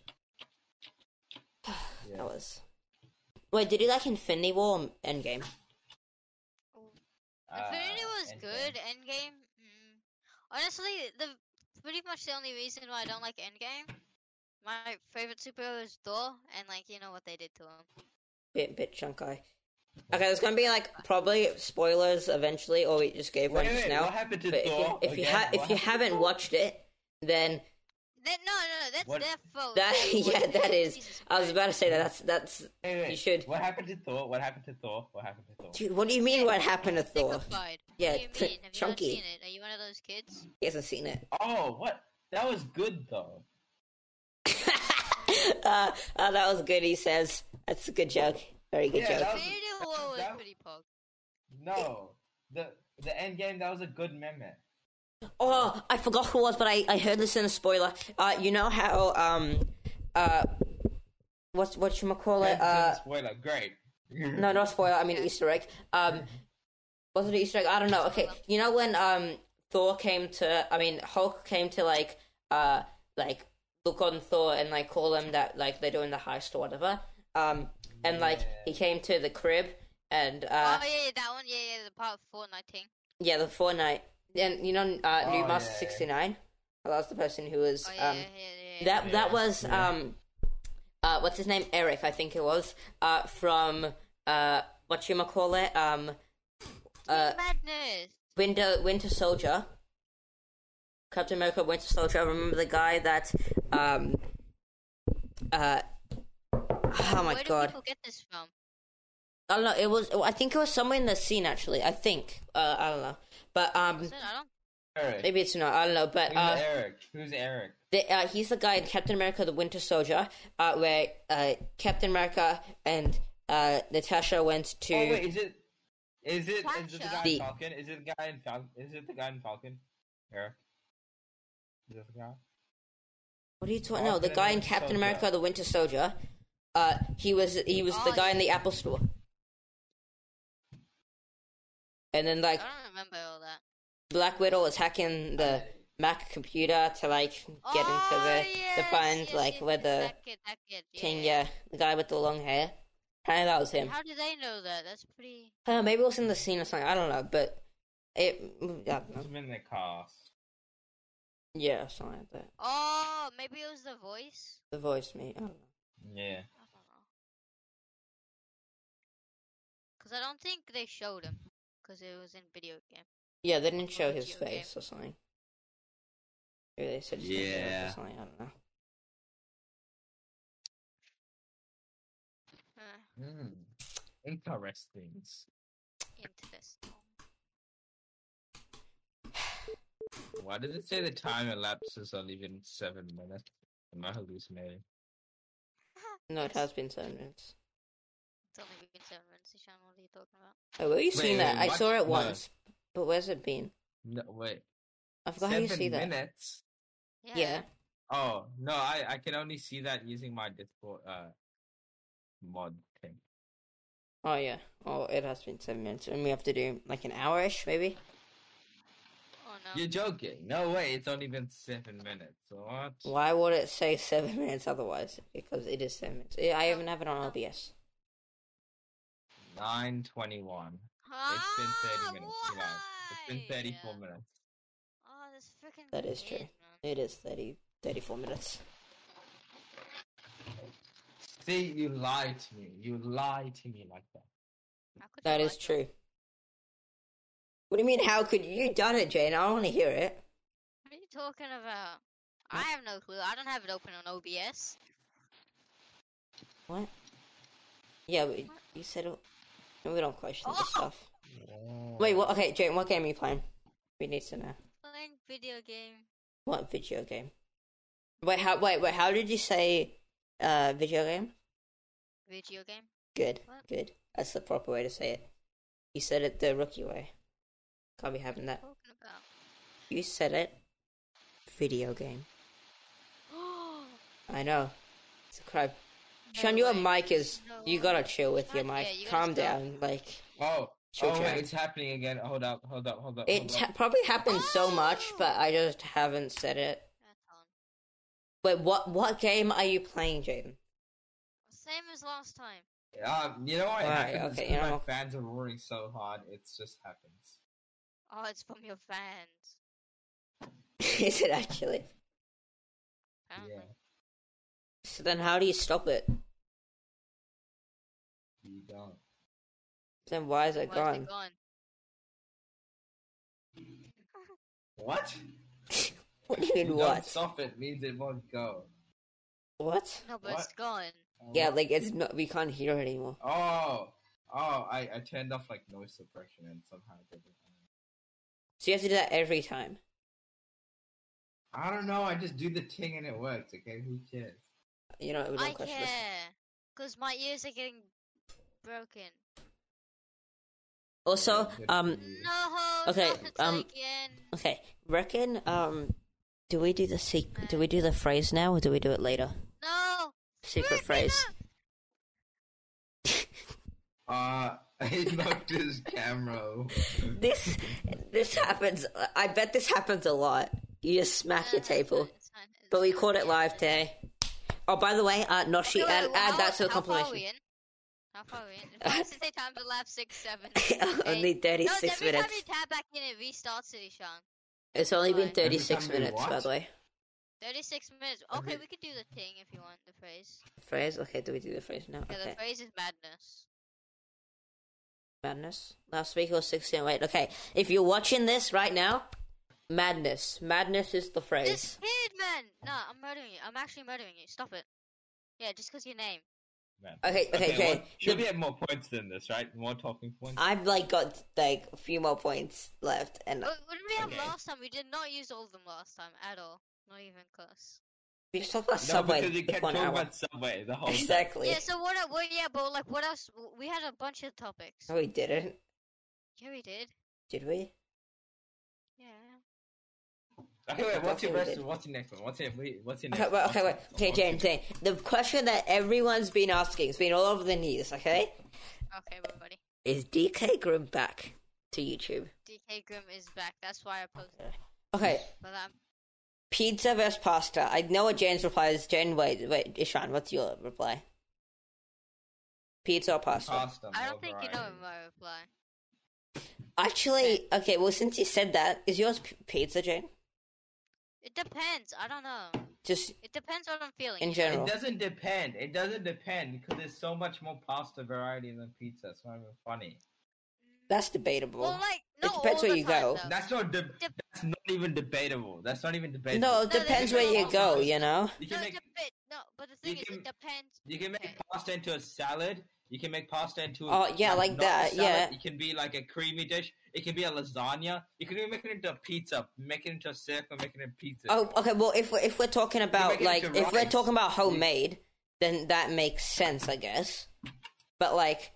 [SPEAKER 2] Yeah.
[SPEAKER 1] That was. Wait, did you like Infinity War or Endgame?
[SPEAKER 3] Infinity was
[SPEAKER 2] Ah, and
[SPEAKER 3] good.
[SPEAKER 2] then-
[SPEAKER 3] Endgame. Mm-hmm. Mm. Honestly, the pretty much the only reason why I don't like Endgame My favorite superhero is Thor, and like you know what they did to him.
[SPEAKER 1] Bit bit chunky. Okay, there's gonna be like probably spoilers eventually, or we just gave one
[SPEAKER 2] Wait, wait,
[SPEAKER 1] just now.
[SPEAKER 2] what happened to
[SPEAKER 1] but if
[SPEAKER 2] Thor?
[SPEAKER 1] you, if you,
[SPEAKER 2] Again,
[SPEAKER 1] ha- if
[SPEAKER 2] what
[SPEAKER 1] you
[SPEAKER 2] happened to
[SPEAKER 1] haven't
[SPEAKER 2] Thor?
[SPEAKER 1] watched it, then
[SPEAKER 3] That, no, no, no, that's
[SPEAKER 2] What-
[SPEAKER 3] their fault.
[SPEAKER 1] that
[SPEAKER 3] They
[SPEAKER 1] yeah,
[SPEAKER 3] wouldn't.
[SPEAKER 1] that is.
[SPEAKER 3] Jesus
[SPEAKER 1] I was
[SPEAKER 3] Christ.
[SPEAKER 1] about to say that. That's that's.
[SPEAKER 2] Hey, wait,
[SPEAKER 1] You should.
[SPEAKER 2] What happened to Thor? What happened to Thor? What happened to Thor?
[SPEAKER 1] Dude, what do you mean? What happened to Thor?
[SPEAKER 3] Dignified.
[SPEAKER 1] Yeah,
[SPEAKER 3] What do you
[SPEAKER 1] t-
[SPEAKER 3] mean? Have you not
[SPEAKER 1] chunky.
[SPEAKER 3] seen it? Are you one of those kids?
[SPEAKER 1] He hasn't seen it.
[SPEAKER 2] Oh, what? That was good though.
[SPEAKER 1] uh, oh, that was good. He says that's a good joke. Very good
[SPEAKER 2] Yeah,
[SPEAKER 1] joke.
[SPEAKER 2] that was-
[SPEAKER 3] Infinity
[SPEAKER 2] that-
[SPEAKER 3] War was
[SPEAKER 2] that-
[SPEAKER 3] pretty pog.
[SPEAKER 2] No, the the end game. That was a good meme.
[SPEAKER 1] Oh, I forgot who it was, but I, I heard this in a spoiler. Uh, you know how um uh what's what you call it uh
[SPEAKER 2] spoiler, great.
[SPEAKER 1] no not spoiler I mean Easter egg um was it an Easter egg I don't know okay you know when um Thor came to I mean Hulk came to like uh like look on Thor and like call him that like they're doing the heist or whatever um and like he came to the crib and uh
[SPEAKER 3] oh yeah, yeah, that one. Yeah, yeah, the part four nineteen.
[SPEAKER 1] yeah the Fortnite and you know uh
[SPEAKER 2] Oh,
[SPEAKER 1] New
[SPEAKER 2] yeah.
[SPEAKER 1] Master sixty nine that was the person who was
[SPEAKER 3] Oh yeah,
[SPEAKER 1] um
[SPEAKER 3] yeah, yeah, yeah.
[SPEAKER 1] That that
[SPEAKER 2] Yeah,
[SPEAKER 1] was
[SPEAKER 2] yeah.
[SPEAKER 1] um, uh, what's his name? Eric, I think it was. Uh, from uh, what you call it? Um, uh,
[SPEAKER 3] Madness.
[SPEAKER 1] Winter Winter Soldier. Captain America Winter Soldier. I remember the guy that um, uh, oh my
[SPEAKER 3] Where do
[SPEAKER 1] god.
[SPEAKER 3] people get this from?
[SPEAKER 1] I don't know. It was. I think it was somewhere in the scene actually. I think. Uh, I don't know. But um,
[SPEAKER 3] Listen, I don't.
[SPEAKER 2] Eric.
[SPEAKER 1] maybe it's not. I don't know. But
[SPEAKER 2] Who's
[SPEAKER 1] uh,
[SPEAKER 2] Eric? Who's Eric?
[SPEAKER 1] The, uh, he's the guy in Captain America: The Winter Soldier, uh, where uh, Captain America and uh, Natasha went to.
[SPEAKER 2] Oh wait, is it? Is it? Is it the guy
[SPEAKER 1] The-
[SPEAKER 2] in Falcon? Is it the guy in Falcon? Is it the guy in Falcon? Eric. Is that the guy?
[SPEAKER 1] what are you talking? No, the
[SPEAKER 2] Falcon and
[SPEAKER 1] guy in
[SPEAKER 2] Winter
[SPEAKER 1] Captain
[SPEAKER 2] Soldier.
[SPEAKER 1] America: The Winter Soldier. Uh, he was he was the
[SPEAKER 3] Oh,
[SPEAKER 1] guy in the Apple Store. And then
[SPEAKER 3] I
[SPEAKER 1] like
[SPEAKER 3] don't remember all that.
[SPEAKER 1] Black Widow was hacking the Mac computer to like get
[SPEAKER 3] Oh,
[SPEAKER 1] into the to find like where the
[SPEAKER 3] that kid, that kid, yeah.
[SPEAKER 1] king, yeah, the guy with the long hair. Apparently that was him.
[SPEAKER 3] How do they know that? That's pretty.
[SPEAKER 1] I don't know, maybe it was in the scene or something. I don't know, but it. I don't know.
[SPEAKER 2] Must have been the cast.
[SPEAKER 1] Yeah, something like that.
[SPEAKER 3] Oh, maybe it was the voice.
[SPEAKER 1] The voice, me. I don't know.
[SPEAKER 2] Yeah.
[SPEAKER 3] I don't know. Cause I don't think they showed him. Cause it was in video game.
[SPEAKER 1] Yeah, they didn't show
[SPEAKER 3] Or
[SPEAKER 1] his
[SPEAKER 3] video game.
[SPEAKER 1] face or something. Maybe they said his name
[SPEAKER 2] Yeah.
[SPEAKER 1] or something. I don't know.
[SPEAKER 3] Huh,
[SPEAKER 2] Mm. Interesting.
[SPEAKER 3] interesting.
[SPEAKER 2] Why does it say the time elapses only been seven minutes? Am I hallucinating?
[SPEAKER 1] No, it has been seven minutes.
[SPEAKER 3] It's only been seven minutes. Ishan, what are you talking about?
[SPEAKER 1] Oh, where you seen
[SPEAKER 2] Wait,
[SPEAKER 1] that?
[SPEAKER 2] wait,
[SPEAKER 1] I
[SPEAKER 2] what?
[SPEAKER 1] saw it
[SPEAKER 2] No.
[SPEAKER 1] once, but where's it been?
[SPEAKER 2] No, wait.
[SPEAKER 1] I forgot how you see that.
[SPEAKER 2] minutes.
[SPEAKER 1] Yeah.
[SPEAKER 2] Oh no, I I can only see that using my Discord uh mod thing.
[SPEAKER 1] Oh yeah. Oh, it has been seven minutes, and we have to do like an hour-ish, maybe.
[SPEAKER 3] Oh no.
[SPEAKER 2] You're joking? No way! It's only been seven minutes. What?
[SPEAKER 1] Why would it say seven minutes otherwise? Because it is seven minutes. I I even have it on OBS.
[SPEAKER 2] Nine twenty-one. It's been
[SPEAKER 3] Ah,
[SPEAKER 2] thirty minutes. You know, it's been thirty-four
[SPEAKER 3] why?
[SPEAKER 2] minutes.
[SPEAKER 3] Oh, this freaking.
[SPEAKER 1] That is true. It is 30, 34 minutes.
[SPEAKER 2] See, you lied to me. You lied to me like that.
[SPEAKER 1] That is true. What do you mean? How could you done it, Jane? I want to hear it.
[SPEAKER 3] What are you talking about?
[SPEAKER 1] Mm.
[SPEAKER 3] I have no clue. I don't have it open on OBS.
[SPEAKER 1] What? Yeah, but you said it. no, We don't question this stuff. Wait, what? Okay, Jane, what game are you playing? We need to know.
[SPEAKER 3] Playing video game.
[SPEAKER 1] What video game? Wait, how? Wait, wait. How did you say? Uh, video game.
[SPEAKER 3] Video game.
[SPEAKER 1] Good,
[SPEAKER 3] What?
[SPEAKER 1] good. That's the proper way to say it. You said it the rookie way. Can't be having that.
[SPEAKER 3] Talking about.
[SPEAKER 1] You said it. Video game.
[SPEAKER 3] Oh,
[SPEAKER 1] I know. It's a crime. Sean, your
[SPEAKER 3] way.
[SPEAKER 1] mic is.
[SPEAKER 3] No
[SPEAKER 1] You gotta chill with your
[SPEAKER 3] Yeah,
[SPEAKER 1] mic.
[SPEAKER 3] you gotta
[SPEAKER 1] Calm
[SPEAKER 3] chill.
[SPEAKER 1] down. Like
[SPEAKER 2] Oh,
[SPEAKER 1] Sure,
[SPEAKER 2] oh
[SPEAKER 1] Jack.
[SPEAKER 2] wait, it's happening again. Hold up, hold up, hold up.
[SPEAKER 1] it
[SPEAKER 2] hold
[SPEAKER 1] ha- probably happened so
[SPEAKER 3] Oh!
[SPEAKER 1] much, but I just haven't said it.
[SPEAKER 3] that's on.
[SPEAKER 1] Wait, what? What game are you playing, Jaden?
[SPEAKER 3] Same as last time.
[SPEAKER 2] up. Um, you know what? It
[SPEAKER 1] Alright,
[SPEAKER 2] happens
[SPEAKER 1] okay,
[SPEAKER 2] because
[SPEAKER 1] you
[SPEAKER 2] my
[SPEAKER 1] know-
[SPEAKER 2] fans are roaring so hard. It just happens.
[SPEAKER 3] Oh, it's from your fans.
[SPEAKER 1] Is it actually?
[SPEAKER 3] Apparently.
[SPEAKER 2] Yeah.
[SPEAKER 1] So then, how do you stop it?
[SPEAKER 2] You don't.
[SPEAKER 1] Then why is it
[SPEAKER 3] Why is
[SPEAKER 1] gone?
[SPEAKER 3] it gone?
[SPEAKER 2] What?
[SPEAKER 1] What do you mean?
[SPEAKER 2] You
[SPEAKER 1] What?
[SPEAKER 2] Don't stop it means it won't go.
[SPEAKER 1] What?
[SPEAKER 3] No, but it's
[SPEAKER 2] What?
[SPEAKER 3] gone.
[SPEAKER 2] Oh,
[SPEAKER 1] Yeah, like it's not. We can't hear it anymore.
[SPEAKER 2] Oh, oh! I, I turned off like noise suppression and somehow it didn't.
[SPEAKER 1] So you have to do that every time.
[SPEAKER 2] I don't know. I just do the ting and it works. Okay, who cares?
[SPEAKER 1] You know, we
[SPEAKER 3] I
[SPEAKER 1] don't question this.
[SPEAKER 3] care. Because my ears are getting broken.
[SPEAKER 1] Also,
[SPEAKER 2] Good for
[SPEAKER 1] um,
[SPEAKER 2] you.
[SPEAKER 3] No!
[SPEAKER 1] Okay,
[SPEAKER 3] not the
[SPEAKER 1] um,
[SPEAKER 3] Taken.
[SPEAKER 1] okay. Reckon, um, do we do the secret? Do we do the phrase now, or do we do it later?
[SPEAKER 3] No!
[SPEAKER 1] Secret
[SPEAKER 3] Freaking
[SPEAKER 1] phrase.
[SPEAKER 3] up!
[SPEAKER 2] Uh, he knocked his camera.
[SPEAKER 1] This, this happens. I bet this happens a lot. You just smack your
[SPEAKER 3] Uh,
[SPEAKER 1] table.
[SPEAKER 3] it's fine, it's
[SPEAKER 1] But we
[SPEAKER 3] fine,
[SPEAKER 1] caught
[SPEAKER 3] yeah.
[SPEAKER 1] it live today. Oh, by the way, uh, Noshi,
[SPEAKER 3] Okay, wait,
[SPEAKER 1] add,
[SPEAKER 3] wait,
[SPEAKER 1] add
[SPEAKER 3] how-
[SPEAKER 1] that to the
[SPEAKER 3] how far are we
[SPEAKER 1] compilation.
[SPEAKER 3] in? How far are we in? Why does it say time to lapse six, seven?
[SPEAKER 1] Only
[SPEAKER 3] eight? no,
[SPEAKER 1] 36
[SPEAKER 3] every
[SPEAKER 1] minutes.
[SPEAKER 3] time you tap back in, it restarts it, Ishan.
[SPEAKER 1] It's only been
[SPEAKER 3] Fine.
[SPEAKER 1] 36
[SPEAKER 2] Every time we
[SPEAKER 1] minutes, by
[SPEAKER 2] what?
[SPEAKER 1] the way.
[SPEAKER 3] 36 minutes. Okay,
[SPEAKER 2] Every-
[SPEAKER 3] we could do the thing if you want, the phrase.
[SPEAKER 1] Phrase? Okay, do we do the phrase now?
[SPEAKER 3] Yeah,
[SPEAKER 1] Okay.
[SPEAKER 3] the phrase is madness.
[SPEAKER 1] Madness. Last week was 16. Wait, okay. If you're watching this right now, madness. Madness is the
[SPEAKER 3] This
[SPEAKER 1] phrase.
[SPEAKER 3] kid, man! No, I'm murdering you. I'm actually murdering you. Stop it. Yeah, just because your name.
[SPEAKER 1] Okay, okay, okay.
[SPEAKER 2] well, should
[SPEAKER 1] The-
[SPEAKER 2] we have more points than this, right? More talking points.
[SPEAKER 1] I've like got like a few more points left, and
[SPEAKER 3] What, what did we have
[SPEAKER 2] Okay.
[SPEAKER 3] last time? We did not use all of them last time at all. Not even close.
[SPEAKER 1] we just talked about
[SPEAKER 2] no,
[SPEAKER 1] Subway
[SPEAKER 2] because you
[SPEAKER 1] for
[SPEAKER 2] kept
[SPEAKER 1] one
[SPEAKER 2] talking
[SPEAKER 1] hour.
[SPEAKER 2] about Subway the whole time.
[SPEAKER 1] exactly.
[SPEAKER 3] Yeah, so what? Well, yeah, but like, what else? We had a bunch of topics.
[SPEAKER 1] No, we didn't.
[SPEAKER 3] Yeah, we did.
[SPEAKER 1] Did we?
[SPEAKER 3] Yeah.
[SPEAKER 2] Okay, wait. What's your
[SPEAKER 1] Okay, we
[SPEAKER 2] rest?
[SPEAKER 1] did.
[SPEAKER 2] What's your next one? What's your What's your next?
[SPEAKER 1] Okay, well,
[SPEAKER 2] one?
[SPEAKER 1] okay, wait.
[SPEAKER 2] What's
[SPEAKER 1] Okay,
[SPEAKER 2] your-
[SPEAKER 1] Jane, Jane. The question that everyone's been asking, it's been all over the news, okay?
[SPEAKER 3] Okay, everybody.
[SPEAKER 1] Is DK Grimm back to YouTube?
[SPEAKER 3] DK Grimm is back. That's why I posted it.
[SPEAKER 1] Okay,
[SPEAKER 3] But um,
[SPEAKER 1] pizza versus pasta. I know what Jane's reply is. Jane, wait, wait, Ishan, what's your reply? Pizza or pasta?
[SPEAKER 2] Pasta,
[SPEAKER 3] I
[SPEAKER 2] more
[SPEAKER 3] don't think you know
[SPEAKER 2] variety.
[SPEAKER 3] my reply.
[SPEAKER 1] Actually, okay, well, since you said that, is yours p- pizza, Jane?
[SPEAKER 3] It depends. I don't know.
[SPEAKER 1] Just
[SPEAKER 3] It depends what I'm feeling.
[SPEAKER 1] in
[SPEAKER 3] you know?
[SPEAKER 1] general.
[SPEAKER 2] It doesn't depend. It doesn't depend because there's so much more pasta variety than pizza. It's not even funny.
[SPEAKER 1] That's debatable.
[SPEAKER 3] Well, like not
[SPEAKER 1] depends
[SPEAKER 3] all
[SPEAKER 1] where
[SPEAKER 3] the
[SPEAKER 1] you
[SPEAKER 3] time,
[SPEAKER 1] go.
[SPEAKER 3] though.
[SPEAKER 2] That's not. De-
[SPEAKER 3] Oh. Dep-
[SPEAKER 2] that's not even debatable. That's not even debatable.
[SPEAKER 1] no, it
[SPEAKER 3] No,
[SPEAKER 1] depends
[SPEAKER 3] they-
[SPEAKER 1] where you go, you know?
[SPEAKER 2] you
[SPEAKER 3] no,
[SPEAKER 2] can make
[SPEAKER 3] it dep- no, but the
[SPEAKER 2] you
[SPEAKER 3] thing is,
[SPEAKER 2] can-
[SPEAKER 3] it depends.
[SPEAKER 2] you can make
[SPEAKER 3] Okay.
[SPEAKER 2] pasta into a salad. You can make pasta into.
[SPEAKER 1] Oh, yeah, like
[SPEAKER 2] not a
[SPEAKER 1] that,
[SPEAKER 2] salad.
[SPEAKER 1] yeah.
[SPEAKER 2] It can be like a creamy dish. It can be a lasagna. You can even make it into a pizza. Make it into a circle. Make it into pizza.
[SPEAKER 1] Oh, okay. Well, if we're, if we're talking about
[SPEAKER 2] make it
[SPEAKER 1] like
[SPEAKER 2] into
[SPEAKER 1] if we're
[SPEAKER 2] rice.
[SPEAKER 1] talking about homemade, then that makes sense, I guess. But like,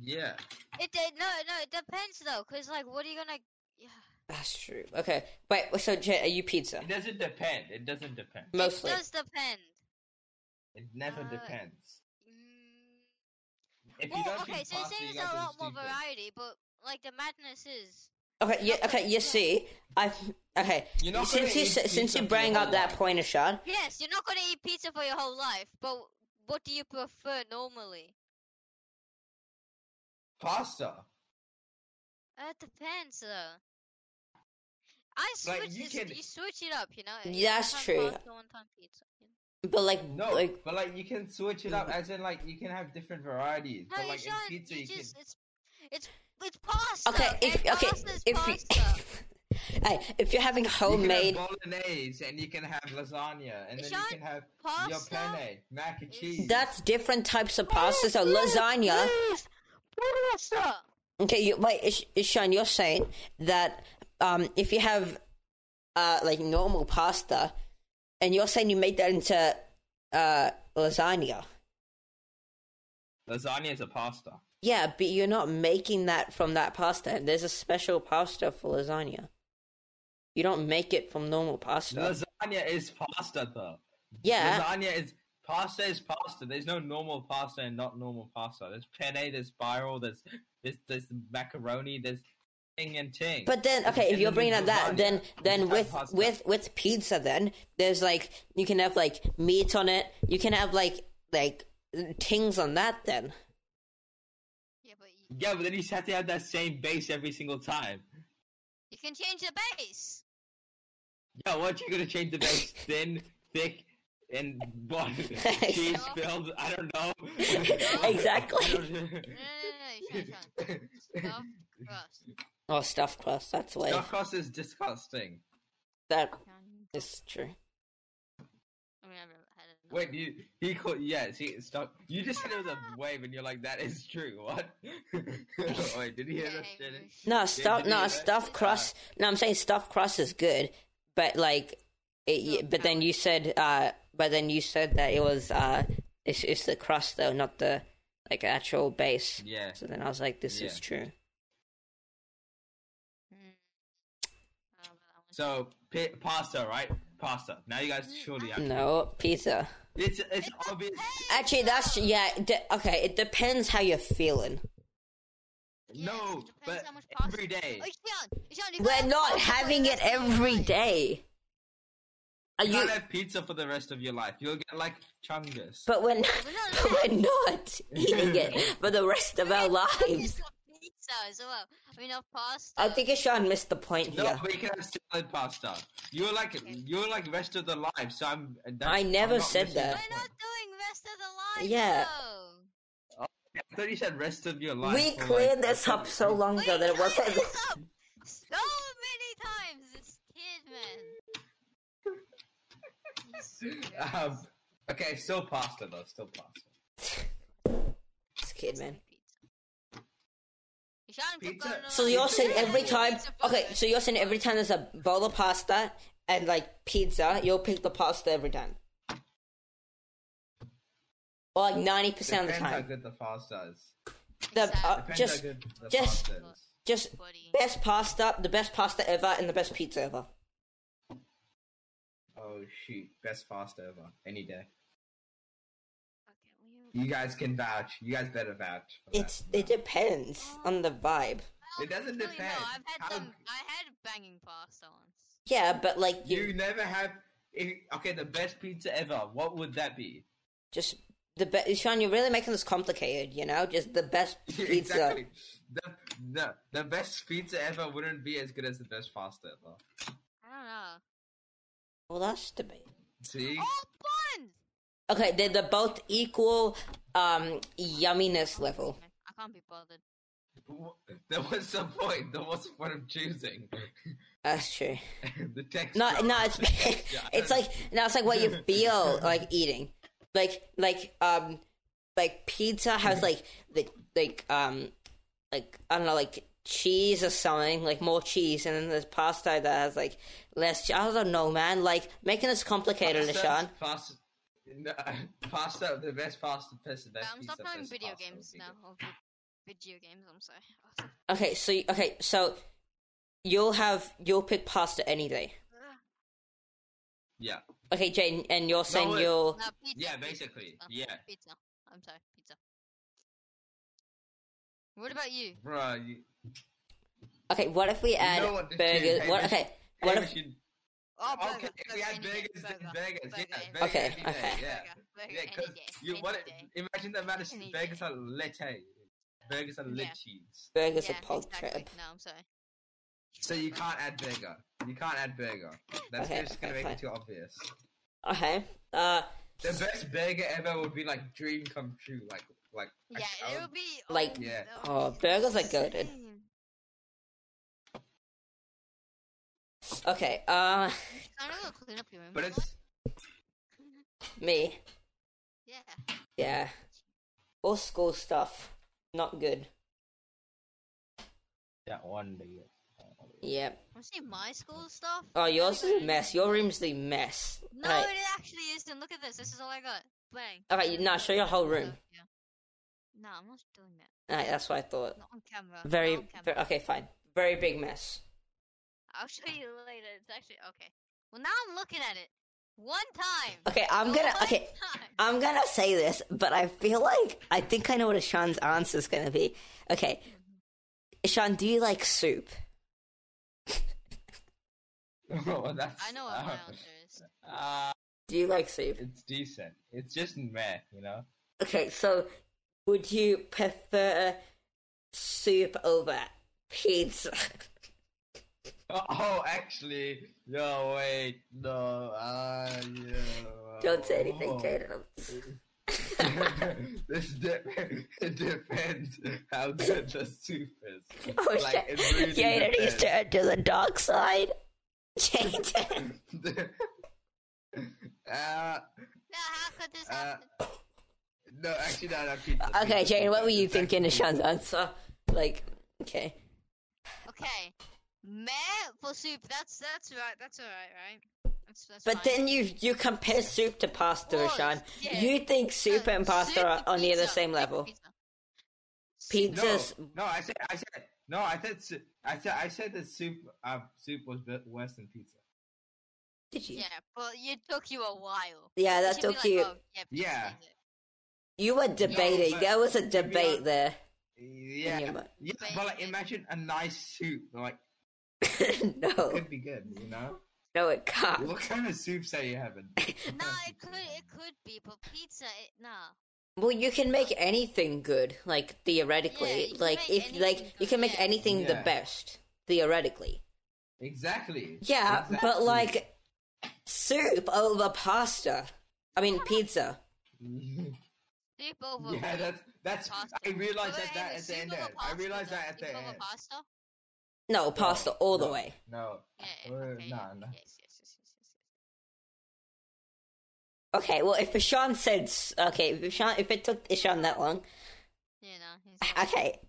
[SPEAKER 2] yeah.
[SPEAKER 3] It de- no, no, it depends though, cause like, what are you gonna? Yeah.
[SPEAKER 1] that's true. Okay, wait. So, Jay, are you pizza?
[SPEAKER 2] It doesn't depend. It doesn't depend.
[SPEAKER 1] Mostly.
[SPEAKER 3] It does depend.
[SPEAKER 2] It never
[SPEAKER 3] Uh,
[SPEAKER 2] depends.
[SPEAKER 3] Mm,
[SPEAKER 2] If you
[SPEAKER 3] Well,
[SPEAKER 2] don't
[SPEAKER 3] okay,
[SPEAKER 2] eat
[SPEAKER 3] so you're
[SPEAKER 2] pasta,
[SPEAKER 3] saying
[SPEAKER 2] you
[SPEAKER 3] there's
[SPEAKER 2] guys
[SPEAKER 3] a
[SPEAKER 2] are
[SPEAKER 3] lot more
[SPEAKER 2] stupid.
[SPEAKER 3] variety, but like the madness is.
[SPEAKER 1] Okay, yeah,
[SPEAKER 3] Okay,
[SPEAKER 1] okay, you
[SPEAKER 3] yeah.
[SPEAKER 1] see, I okay.
[SPEAKER 2] You're not
[SPEAKER 1] Since
[SPEAKER 2] gonna
[SPEAKER 1] you
[SPEAKER 2] eat
[SPEAKER 1] s- since
[SPEAKER 2] pizza
[SPEAKER 1] you
[SPEAKER 2] for
[SPEAKER 1] bring
[SPEAKER 2] your
[SPEAKER 1] up
[SPEAKER 2] whole
[SPEAKER 1] that
[SPEAKER 2] life.
[SPEAKER 1] point, Ashad,
[SPEAKER 3] Yes, you're not gonna eat pizza for your whole life, but what do you prefer normally?
[SPEAKER 2] pasta.
[SPEAKER 3] Uh, It depends though. I switch.
[SPEAKER 2] Like, you
[SPEAKER 3] this- you,
[SPEAKER 2] can-
[SPEAKER 3] switch it up, you know.
[SPEAKER 1] Yeah, that's
[SPEAKER 3] one time
[SPEAKER 1] true.
[SPEAKER 3] Pasta, one time pizza. you know?
[SPEAKER 1] but like,
[SPEAKER 2] No,
[SPEAKER 1] like
[SPEAKER 2] but like you can switch it up, as in like you can have different varieties. but
[SPEAKER 3] Mm. No, you
[SPEAKER 2] like in
[SPEAKER 3] shouldn't.
[SPEAKER 2] pizza,
[SPEAKER 3] you,
[SPEAKER 2] you,
[SPEAKER 3] just it's it's it's pasta.
[SPEAKER 1] okay, if
[SPEAKER 3] and
[SPEAKER 1] okay,
[SPEAKER 3] pasta's
[SPEAKER 1] if
[SPEAKER 3] pasta.
[SPEAKER 1] you, hey, if you're having
[SPEAKER 2] can you
[SPEAKER 1] homemade,
[SPEAKER 2] can have bolognese, and you can have lasagna, and then
[SPEAKER 3] Ishan,
[SPEAKER 2] you can have your
[SPEAKER 3] pasta.
[SPEAKER 2] penne, mac and
[SPEAKER 3] is-
[SPEAKER 2] cheese.
[SPEAKER 1] that's different types of pasta. So lasagna.
[SPEAKER 3] Pasta.
[SPEAKER 1] Okay, you, wait, Ish- Ishan, you're saying that um, if you have uh, like normal pasta, and you're saying you make that into uh, lasagna.
[SPEAKER 2] Lasagna is a pasta.
[SPEAKER 1] Yeah, but you're not making that from that pasta. There's a special pasta for lasagna. You don't make it from normal pasta.
[SPEAKER 2] Lasagna is pasta though.
[SPEAKER 1] yeah,
[SPEAKER 2] Lasagna is pasta is pasta. There's no normal pasta and not normal pasta. There's penne, there's spiral, there's there's there's macaroni, there's ting and ting.
[SPEAKER 1] but then okay, if
[SPEAKER 2] And
[SPEAKER 1] you're
[SPEAKER 2] then
[SPEAKER 1] bringing up
[SPEAKER 2] there's
[SPEAKER 1] that,
[SPEAKER 2] lasagna.
[SPEAKER 1] then then
[SPEAKER 2] There's
[SPEAKER 1] with
[SPEAKER 2] pasta.
[SPEAKER 1] with with pizza, then there's like you can have like meat on it. You can have like like things on that. Then
[SPEAKER 3] Yeah, but you,
[SPEAKER 2] yeah, but then you just have to have that same base every single time.
[SPEAKER 3] you can change the base.
[SPEAKER 2] Yeah, what you gonna change the base? Thin, thick, and but cheese filled. I don't know.
[SPEAKER 1] Exactly.
[SPEAKER 3] No, no, no, no, you try, try. Stuffed crust.
[SPEAKER 1] Oh, stuffed crust. That's way.
[SPEAKER 2] Tacos is disgusting.
[SPEAKER 1] That
[SPEAKER 3] Can-
[SPEAKER 1] is true.
[SPEAKER 3] I mean, I've never had it. no.
[SPEAKER 2] Wait, you he called yes, he stuck you just said it was a wave and you're like, that is true, what? Wait, did he hear that
[SPEAKER 3] Okay, Uh,
[SPEAKER 2] shit?
[SPEAKER 3] we should-
[SPEAKER 1] No stuff.
[SPEAKER 2] did
[SPEAKER 1] No
[SPEAKER 2] you-
[SPEAKER 1] stuffed crust. No, I'm saying stuffed crust is good, but like, it,
[SPEAKER 3] No,
[SPEAKER 1] but then you said, uh, but then you said that it was, uh, it's it's the crust though, not the like actual base.
[SPEAKER 2] Yeah.
[SPEAKER 1] So then I was like, this
[SPEAKER 2] Yeah.
[SPEAKER 1] is true.
[SPEAKER 3] Mm. I don't know about that one.
[SPEAKER 2] So pi pasta, right? Pasta. Now you guys surely have
[SPEAKER 1] No pizza.
[SPEAKER 2] it's it's obvious
[SPEAKER 1] Actually, that's yeah. De- okay, it depends how you're feeling.
[SPEAKER 3] Yeah,
[SPEAKER 2] No,
[SPEAKER 3] it depends
[SPEAKER 2] but
[SPEAKER 3] how much pasta-
[SPEAKER 2] every day.
[SPEAKER 3] Oh, Ishan, Ishan, you
[SPEAKER 1] We're
[SPEAKER 3] gotta
[SPEAKER 1] not
[SPEAKER 3] pasta for
[SPEAKER 1] having
[SPEAKER 3] the
[SPEAKER 1] it
[SPEAKER 3] rest of your
[SPEAKER 1] every
[SPEAKER 3] life.
[SPEAKER 1] day. Are
[SPEAKER 2] you
[SPEAKER 1] you?
[SPEAKER 2] can't have pizza for the rest of your life. You'll get like chungus.
[SPEAKER 1] But we're not,
[SPEAKER 3] We're not
[SPEAKER 1] we're not eating it for the rest of our lives.
[SPEAKER 3] It's not pizza as well. I mean, not pasta.
[SPEAKER 1] I think Ishan missed the point
[SPEAKER 2] no,
[SPEAKER 1] here.
[SPEAKER 2] but you can have salad pasta. You're like you're like rest of the life. So I'm. That's,
[SPEAKER 1] I never
[SPEAKER 2] I'm not
[SPEAKER 1] said
[SPEAKER 2] missing
[SPEAKER 1] that.
[SPEAKER 3] We're not doing rest of the line.
[SPEAKER 1] Yeah.
[SPEAKER 3] though.
[SPEAKER 2] I thought you said rest of your life.
[SPEAKER 1] We
[SPEAKER 2] or, like,
[SPEAKER 1] cleared this up
[SPEAKER 2] something.
[SPEAKER 1] so long
[SPEAKER 3] We
[SPEAKER 1] ago that it
[SPEAKER 3] cleared
[SPEAKER 1] wasn't.
[SPEAKER 3] this up so many times. This kid, man. He's serious.
[SPEAKER 2] Um, okay, still pasta though. Still pasta.
[SPEAKER 1] This kid, man.
[SPEAKER 3] Ishan could
[SPEAKER 2] Pizza-
[SPEAKER 3] go to
[SPEAKER 1] So
[SPEAKER 3] the-
[SPEAKER 1] you're saying every time?
[SPEAKER 3] Pizza burger.
[SPEAKER 1] Okay, so you're saying every time there's a bowl of pasta and like pizza, you'll pick the pasta every time, or like ninety percent of the
[SPEAKER 2] Depends how
[SPEAKER 1] time.
[SPEAKER 2] good the pasta is.
[SPEAKER 1] The,
[SPEAKER 3] Exactly.
[SPEAKER 1] uh,
[SPEAKER 2] Depends
[SPEAKER 1] just,
[SPEAKER 2] how good the
[SPEAKER 1] just-
[SPEAKER 2] pasta is.
[SPEAKER 1] just
[SPEAKER 3] Buddy.
[SPEAKER 1] best pasta, the best pasta ever, and the best pizza ever.
[SPEAKER 2] Oh shoot, best pasta ever, any day.
[SPEAKER 3] Okay, will you-
[SPEAKER 2] You guys can vouch. You guys better vouch. for that.
[SPEAKER 1] It's it depends on the vibe.
[SPEAKER 2] It doesn't
[SPEAKER 3] Actually,
[SPEAKER 2] depend.
[SPEAKER 3] Oh, No, I've had
[SPEAKER 2] How-
[SPEAKER 3] some. I had banging pasta once.
[SPEAKER 1] Yeah, but like you,
[SPEAKER 2] You never have. If, okay, the best pizza ever. What would that be?
[SPEAKER 1] just the best. Sean, you're really making this complicated. You know, just the best pizza.
[SPEAKER 2] exactly. The, the the best pizza ever wouldn't be as good as the best pasta ever.
[SPEAKER 3] I don't know. Oh,
[SPEAKER 1] Well, that's debate.
[SPEAKER 2] See,
[SPEAKER 3] All buns.
[SPEAKER 1] Okay, they're, they're both equal um yumminess level.
[SPEAKER 3] I can't be bothered.
[SPEAKER 2] Wh- there was the point. There was the point of choosing
[SPEAKER 1] That's true.
[SPEAKER 2] the text.
[SPEAKER 1] No, no, it's
[SPEAKER 2] Yeah, I
[SPEAKER 1] it's
[SPEAKER 2] don't-
[SPEAKER 1] like no, it's like what you feel like eating, like like um like pizza has like like like um like I don't know like cheese or something like more cheese, and then there's pasta that has like less. Che- I don't know, man. Like making this complicated,
[SPEAKER 2] Pasta's
[SPEAKER 1] Sean.
[SPEAKER 2] Pasta, no, pasta, the best pasta, best, the best
[SPEAKER 3] I'm
[SPEAKER 2] pizza.
[SPEAKER 3] stop playing
[SPEAKER 2] best
[SPEAKER 3] video
[SPEAKER 2] pasta would
[SPEAKER 3] games
[SPEAKER 2] be
[SPEAKER 3] now.
[SPEAKER 2] good.
[SPEAKER 3] Or vi- video games. I'm sorry. Ugh.
[SPEAKER 1] Okay, so okay, so you'll have you'll pick pasta any day.
[SPEAKER 2] Yeah,
[SPEAKER 1] Okay, Jane, and you're saying
[SPEAKER 2] it-
[SPEAKER 1] you'll.
[SPEAKER 3] No, pizza,
[SPEAKER 2] yeah,
[SPEAKER 3] pizza,
[SPEAKER 2] basically,
[SPEAKER 3] pizza,
[SPEAKER 2] yeah.
[SPEAKER 3] Pizza. I'm sorry. Pizza. What about you?
[SPEAKER 2] bro. You,
[SPEAKER 1] Okay, what if we add
[SPEAKER 2] know what this
[SPEAKER 1] burgers?
[SPEAKER 2] is,
[SPEAKER 1] what?
[SPEAKER 2] Hamish?
[SPEAKER 1] Okay, what
[SPEAKER 2] Hamish,
[SPEAKER 1] if?
[SPEAKER 2] you-
[SPEAKER 3] Oh, burger.
[SPEAKER 2] okay, if we
[SPEAKER 3] burger,
[SPEAKER 2] had
[SPEAKER 3] any day,
[SPEAKER 2] burgers, then
[SPEAKER 3] burger,
[SPEAKER 2] burgers,
[SPEAKER 3] burger,
[SPEAKER 2] yeah,
[SPEAKER 3] any
[SPEAKER 2] burgers,
[SPEAKER 1] Okay,
[SPEAKER 2] any day,
[SPEAKER 1] okay.
[SPEAKER 2] yeah.
[SPEAKER 3] burger, burger,
[SPEAKER 2] Yeah,
[SPEAKER 3] any
[SPEAKER 2] because
[SPEAKER 3] day,
[SPEAKER 2] you
[SPEAKER 3] any
[SPEAKER 2] what?
[SPEAKER 3] day.
[SPEAKER 2] Imagine the amount of
[SPEAKER 3] Any
[SPEAKER 2] burgers are lit. Burgers are lit
[SPEAKER 3] Yeah.
[SPEAKER 2] cheese.
[SPEAKER 1] Burgers
[SPEAKER 3] yeah,
[SPEAKER 1] are poultry.
[SPEAKER 3] exactly. No, I'm sorry.
[SPEAKER 2] So you can't add burger. You can't add burger. That's
[SPEAKER 1] Okay,
[SPEAKER 2] just gonna
[SPEAKER 1] okay,
[SPEAKER 2] make it too obvious.
[SPEAKER 1] Okay. Uh,
[SPEAKER 2] The best burger ever would be like dream come true. Like like I-
[SPEAKER 3] Yeah,
[SPEAKER 2] I
[SPEAKER 3] it
[SPEAKER 2] would-
[SPEAKER 3] would be
[SPEAKER 1] Like-
[SPEAKER 3] oh,
[SPEAKER 2] Yeah.
[SPEAKER 3] that would
[SPEAKER 1] oh,
[SPEAKER 3] be
[SPEAKER 1] burgers are goated.
[SPEAKER 3] insane.
[SPEAKER 1] Okay. Uh,
[SPEAKER 3] I'm gonna go clean up your room.
[SPEAKER 2] But
[SPEAKER 3] you know
[SPEAKER 2] it's
[SPEAKER 1] me.
[SPEAKER 3] what? yeah.
[SPEAKER 1] Yeah. All school stuff. Not good.
[SPEAKER 2] that one day.
[SPEAKER 1] Yeah.
[SPEAKER 3] Want to see my school stuff?
[SPEAKER 1] Oh,
[SPEAKER 3] Really
[SPEAKER 1] yours is
[SPEAKER 3] good.
[SPEAKER 1] a mess. Your room's the mess.
[SPEAKER 3] No,
[SPEAKER 1] Alright.
[SPEAKER 3] it actually isn't. Look at this. This is all I got. Bang.
[SPEAKER 1] Alright, now show your whole room.
[SPEAKER 3] So, yeah. No, I'm not doing that.
[SPEAKER 1] Alright, that's what I thought.
[SPEAKER 3] Not on camera. not
[SPEAKER 1] Very,
[SPEAKER 3] on camera.
[SPEAKER 1] very. uh Okay, fine. Very big mess.
[SPEAKER 3] I'll show you later. It's actually okay. Well, now I'm looking at it. One time.
[SPEAKER 1] Okay, I'm gonna.
[SPEAKER 3] One
[SPEAKER 1] Okay,
[SPEAKER 3] time.
[SPEAKER 1] I'm gonna say this, but I feel like I think I know what Ishan's answer is gonna be. Okay, Ishan, do you like soup?
[SPEAKER 2] well, that's,
[SPEAKER 3] I know what my answer is.
[SPEAKER 2] Uh,
[SPEAKER 1] Do you like soup?
[SPEAKER 2] it's decent. It's just meh, you know.
[SPEAKER 1] Okay, so would you prefer soup over pizza?
[SPEAKER 2] Oh, actually, no, wait, no, uh, yeah.
[SPEAKER 1] Don't say anything,
[SPEAKER 2] oh.
[SPEAKER 1] Jaden.
[SPEAKER 2] this dep- it depends how good the soup is.
[SPEAKER 1] Oh
[SPEAKER 2] Like,
[SPEAKER 1] shit!
[SPEAKER 2] it really
[SPEAKER 1] Jaden, he's
[SPEAKER 2] depends.
[SPEAKER 1] turned to the dark side. Jaden,
[SPEAKER 2] uh,
[SPEAKER 3] No, how could this
[SPEAKER 2] uh,
[SPEAKER 3] happen?
[SPEAKER 2] no, actually, no, no, keep this,
[SPEAKER 1] okay,
[SPEAKER 2] keep this,
[SPEAKER 1] Jaden, what were you
[SPEAKER 2] keep this,
[SPEAKER 1] thinking of Sean's answer? Like, okay,
[SPEAKER 3] Okay. Meh for soup. That's that's right. That's all right, right? That's, that's
[SPEAKER 1] but then
[SPEAKER 3] fine.
[SPEAKER 1] you you compare soup to pasta,
[SPEAKER 3] Well,
[SPEAKER 1] Rashan.
[SPEAKER 3] yeah. Uh,
[SPEAKER 1] You think soup and pasta
[SPEAKER 3] Soup
[SPEAKER 1] are
[SPEAKER 3] to
[SPEAKER 1] on the other
[SPEAKER 3] pizza.
[SPEAKER 1] same
[SPEAKER 3] Soup to
[SPEAKER 1] level?
[SPEAKER 3] pizza.
[SPEAKER 1] Pizza.
[SPEAKER 2] No,
[SPEAKER 1] Just-
[SPEAKER 2] no, I said, I said, no, I said, su- I said, I said that soup, uh, soup was be- worse than pizza.
[SPEAKER 1] Did you?
[SPEAKER 3] Yeah, but it took you a while.
[SPEAKER 1] Yeah, that
[SPEAKER 3] should be
[SPEAKER 1] took you.
[SPEAKER 3] Like, oh, yeah. pizza
[SPEAKER 2] Yeah.
[SPEAKER 3] is it.
[SPEAKER 1] You were debating.
[SPEAKER 2] but-
[SPEAKER 1] there was a
[SPEAKER 2] be
[SPEAKER 1] debate
[SPEAKER 2] hon-
[SPEAKER 1] there.
[SPEAKER 2] Yeah,
[SPEAKER 1] your mind.
[SPEAKER 2] yeah,
[SPEAKER 3] But-
[SPEAKER 2] but like, imagine a nice soup, like
[SPEAKER 1] no,
[SPEAKER 2] could be good, you know.
[SPEAKER 1] no, it can't.
[SPEAKER 2] What kind of soups are you having?
[SPEAKER 3] No, it could it could be, but pizza, it, nah.
[SPEAKER 1] Well, you can make anything good, like
[SPEAKER 3] Yeah,
[SPEAKER 1] theoretically.
[SPEAKER 3] you can
[SPEAKER 1] like
[SPEAKER 3] make
[SPEAKER 1] if like
[SPEAKER 3] anything
[SPEAKER 1] you can
[SPEAKER 3] good,
[SPEAKER 1] make
[SPEAKER 3] yeah.
[SPEAKER 1] anything the
[SPEAKER 2] Yeah.
[SPEAKER 1] best theoretically.
[SPEAKER 2] Exactly.
[SPEAKER 1] Yeah, but
[SPEAKER 2] Exactly.
[SPEAKER 1] like soup over pasta. I mean pizza.
[SPEAKER 3] Soup over
[SPEAKER 2] yeah, that's that's.
[SPEAKER 3] pasta.
[SPEAKER 2] I realized
[SPEAKER 3] Wait,
[SPEAKER 2] that, that
[SPEAKER 3] wait,
[SPEAKER 2] at
[SPEAKER 3] soup
[SPEAKER 2] the end.
[SPEAKER 3] over
[SPEAKER 2] there. I
[SPEAKER 3] pasta,
[SPEAKER 2] realized
[SPEAKER 3] though.
[SPEAKER 2] that at the
[SPEAKER 3] Soup over
[SPEAKER 2] end.
[SPEAKER 3] pasta?
[SPEAKER 1] No, pasta all the
[SPEAKER 2] no.
[SPEAKER 1] way.
[SPEAKER 2] No,
[SPEAKER 3] Yeah, yeah,
[SPEAKER 2] Or-
[SPEAKER 3] okay,
[SPEAKER 2] Uh, nah,
[SPEAKER 3] yeah.
[SPEAKER 2] nah.
[SPEAKER 3] Yes, yes, yes, yes, yes, yes.
[SPEAKER 1] Okay, well if Ishan said s- okay, if Ishan, if it took Ishan that long,
[SPEAKER 3] Yeah, nah, he's not-
[SPEAKER 1] okay,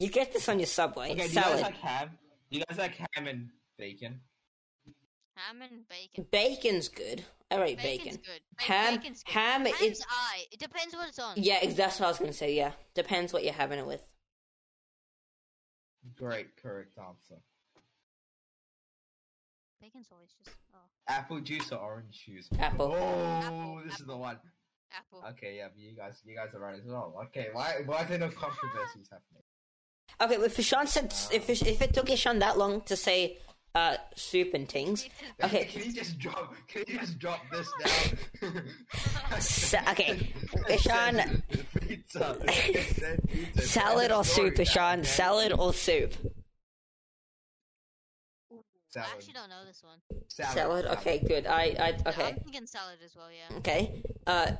[SPEAKER 1] you get this on your subway
[SPEAKER 2] okay. Do you guys
[SPEAKER 1] salad,
[SPEAKER 2] like ham? Do you guys like ham and bacon?
[SPEAKER 3] Ham and bacon.
[SPEAKER 1] bacon's good. I rate
[SPEAKER 3] Bacon's
[SPEAKER 1] bacon.
[SPEAKER 3] good. Ba-
[SPEAKER 1] Ham-
[SPEAKER 3] bacon's good.
[SPEAKER 1] ham is-
[SPEAKER 3] Ham's eye. It depends what it's on.
[SPEAKER 1] Yeah, ex- that's what I was gonna say. Yeah, depends what you're having it with.
[SPEAKER 2] Great, correct answer.
[SPEAKER 3] Bacon's always just oh,
[SPEAKER 2] Apple juice or orange juice?
[SPEAKER 1] Apple.
[SPEAKER 2] Oh,
[SPEAKER 3] Apple,
[SPEAKER 2] this is the
[SPEAKER 3] apple.
[SPEAKER 2] one.
[SPEAKER 3] apple.
[SPEAKER 2] Okay, yeah, but you guys, you guys are right as well. Okay, why, why is there no controversies happening?
[SPEAKER 1] Okay, well, if Ishan said s- if Ish- if it took Ishan that long to say uh soup and things, Okay.
[SPEAKER 2] Can you just drop? Can you just drop this down?
[SPEAKER 1] S- okay,
[SPEAKER 2] It
[SPEAKER 1] Ishan.
[SPEAKER 2] said Pizza. It said pizza.
[SPEAKER 1] Salad
[SPEAKER 2] End of
[SPEAKER 1] or
[SPEAKER 2] story,
[SPEAKER 1] soup, Ishan?
[SPEAKER 2] okay?
[SPEAKER 1] Salad or soup?
[SPEAKER 3] I
[SPEAKER 2] Salad.
[SPEAKER 3] actually don't know this one.
[SPEAKER 2] Salad.
[SPEAKER 1] Salad. Okay, good. I, I,
[SPEAKER 3] Yeah,
[SPEAKER 1] okay,
[SPEAKER 3] I'm thinking salad as well. Yeah.
[SPEAKER 1] okay. Uh,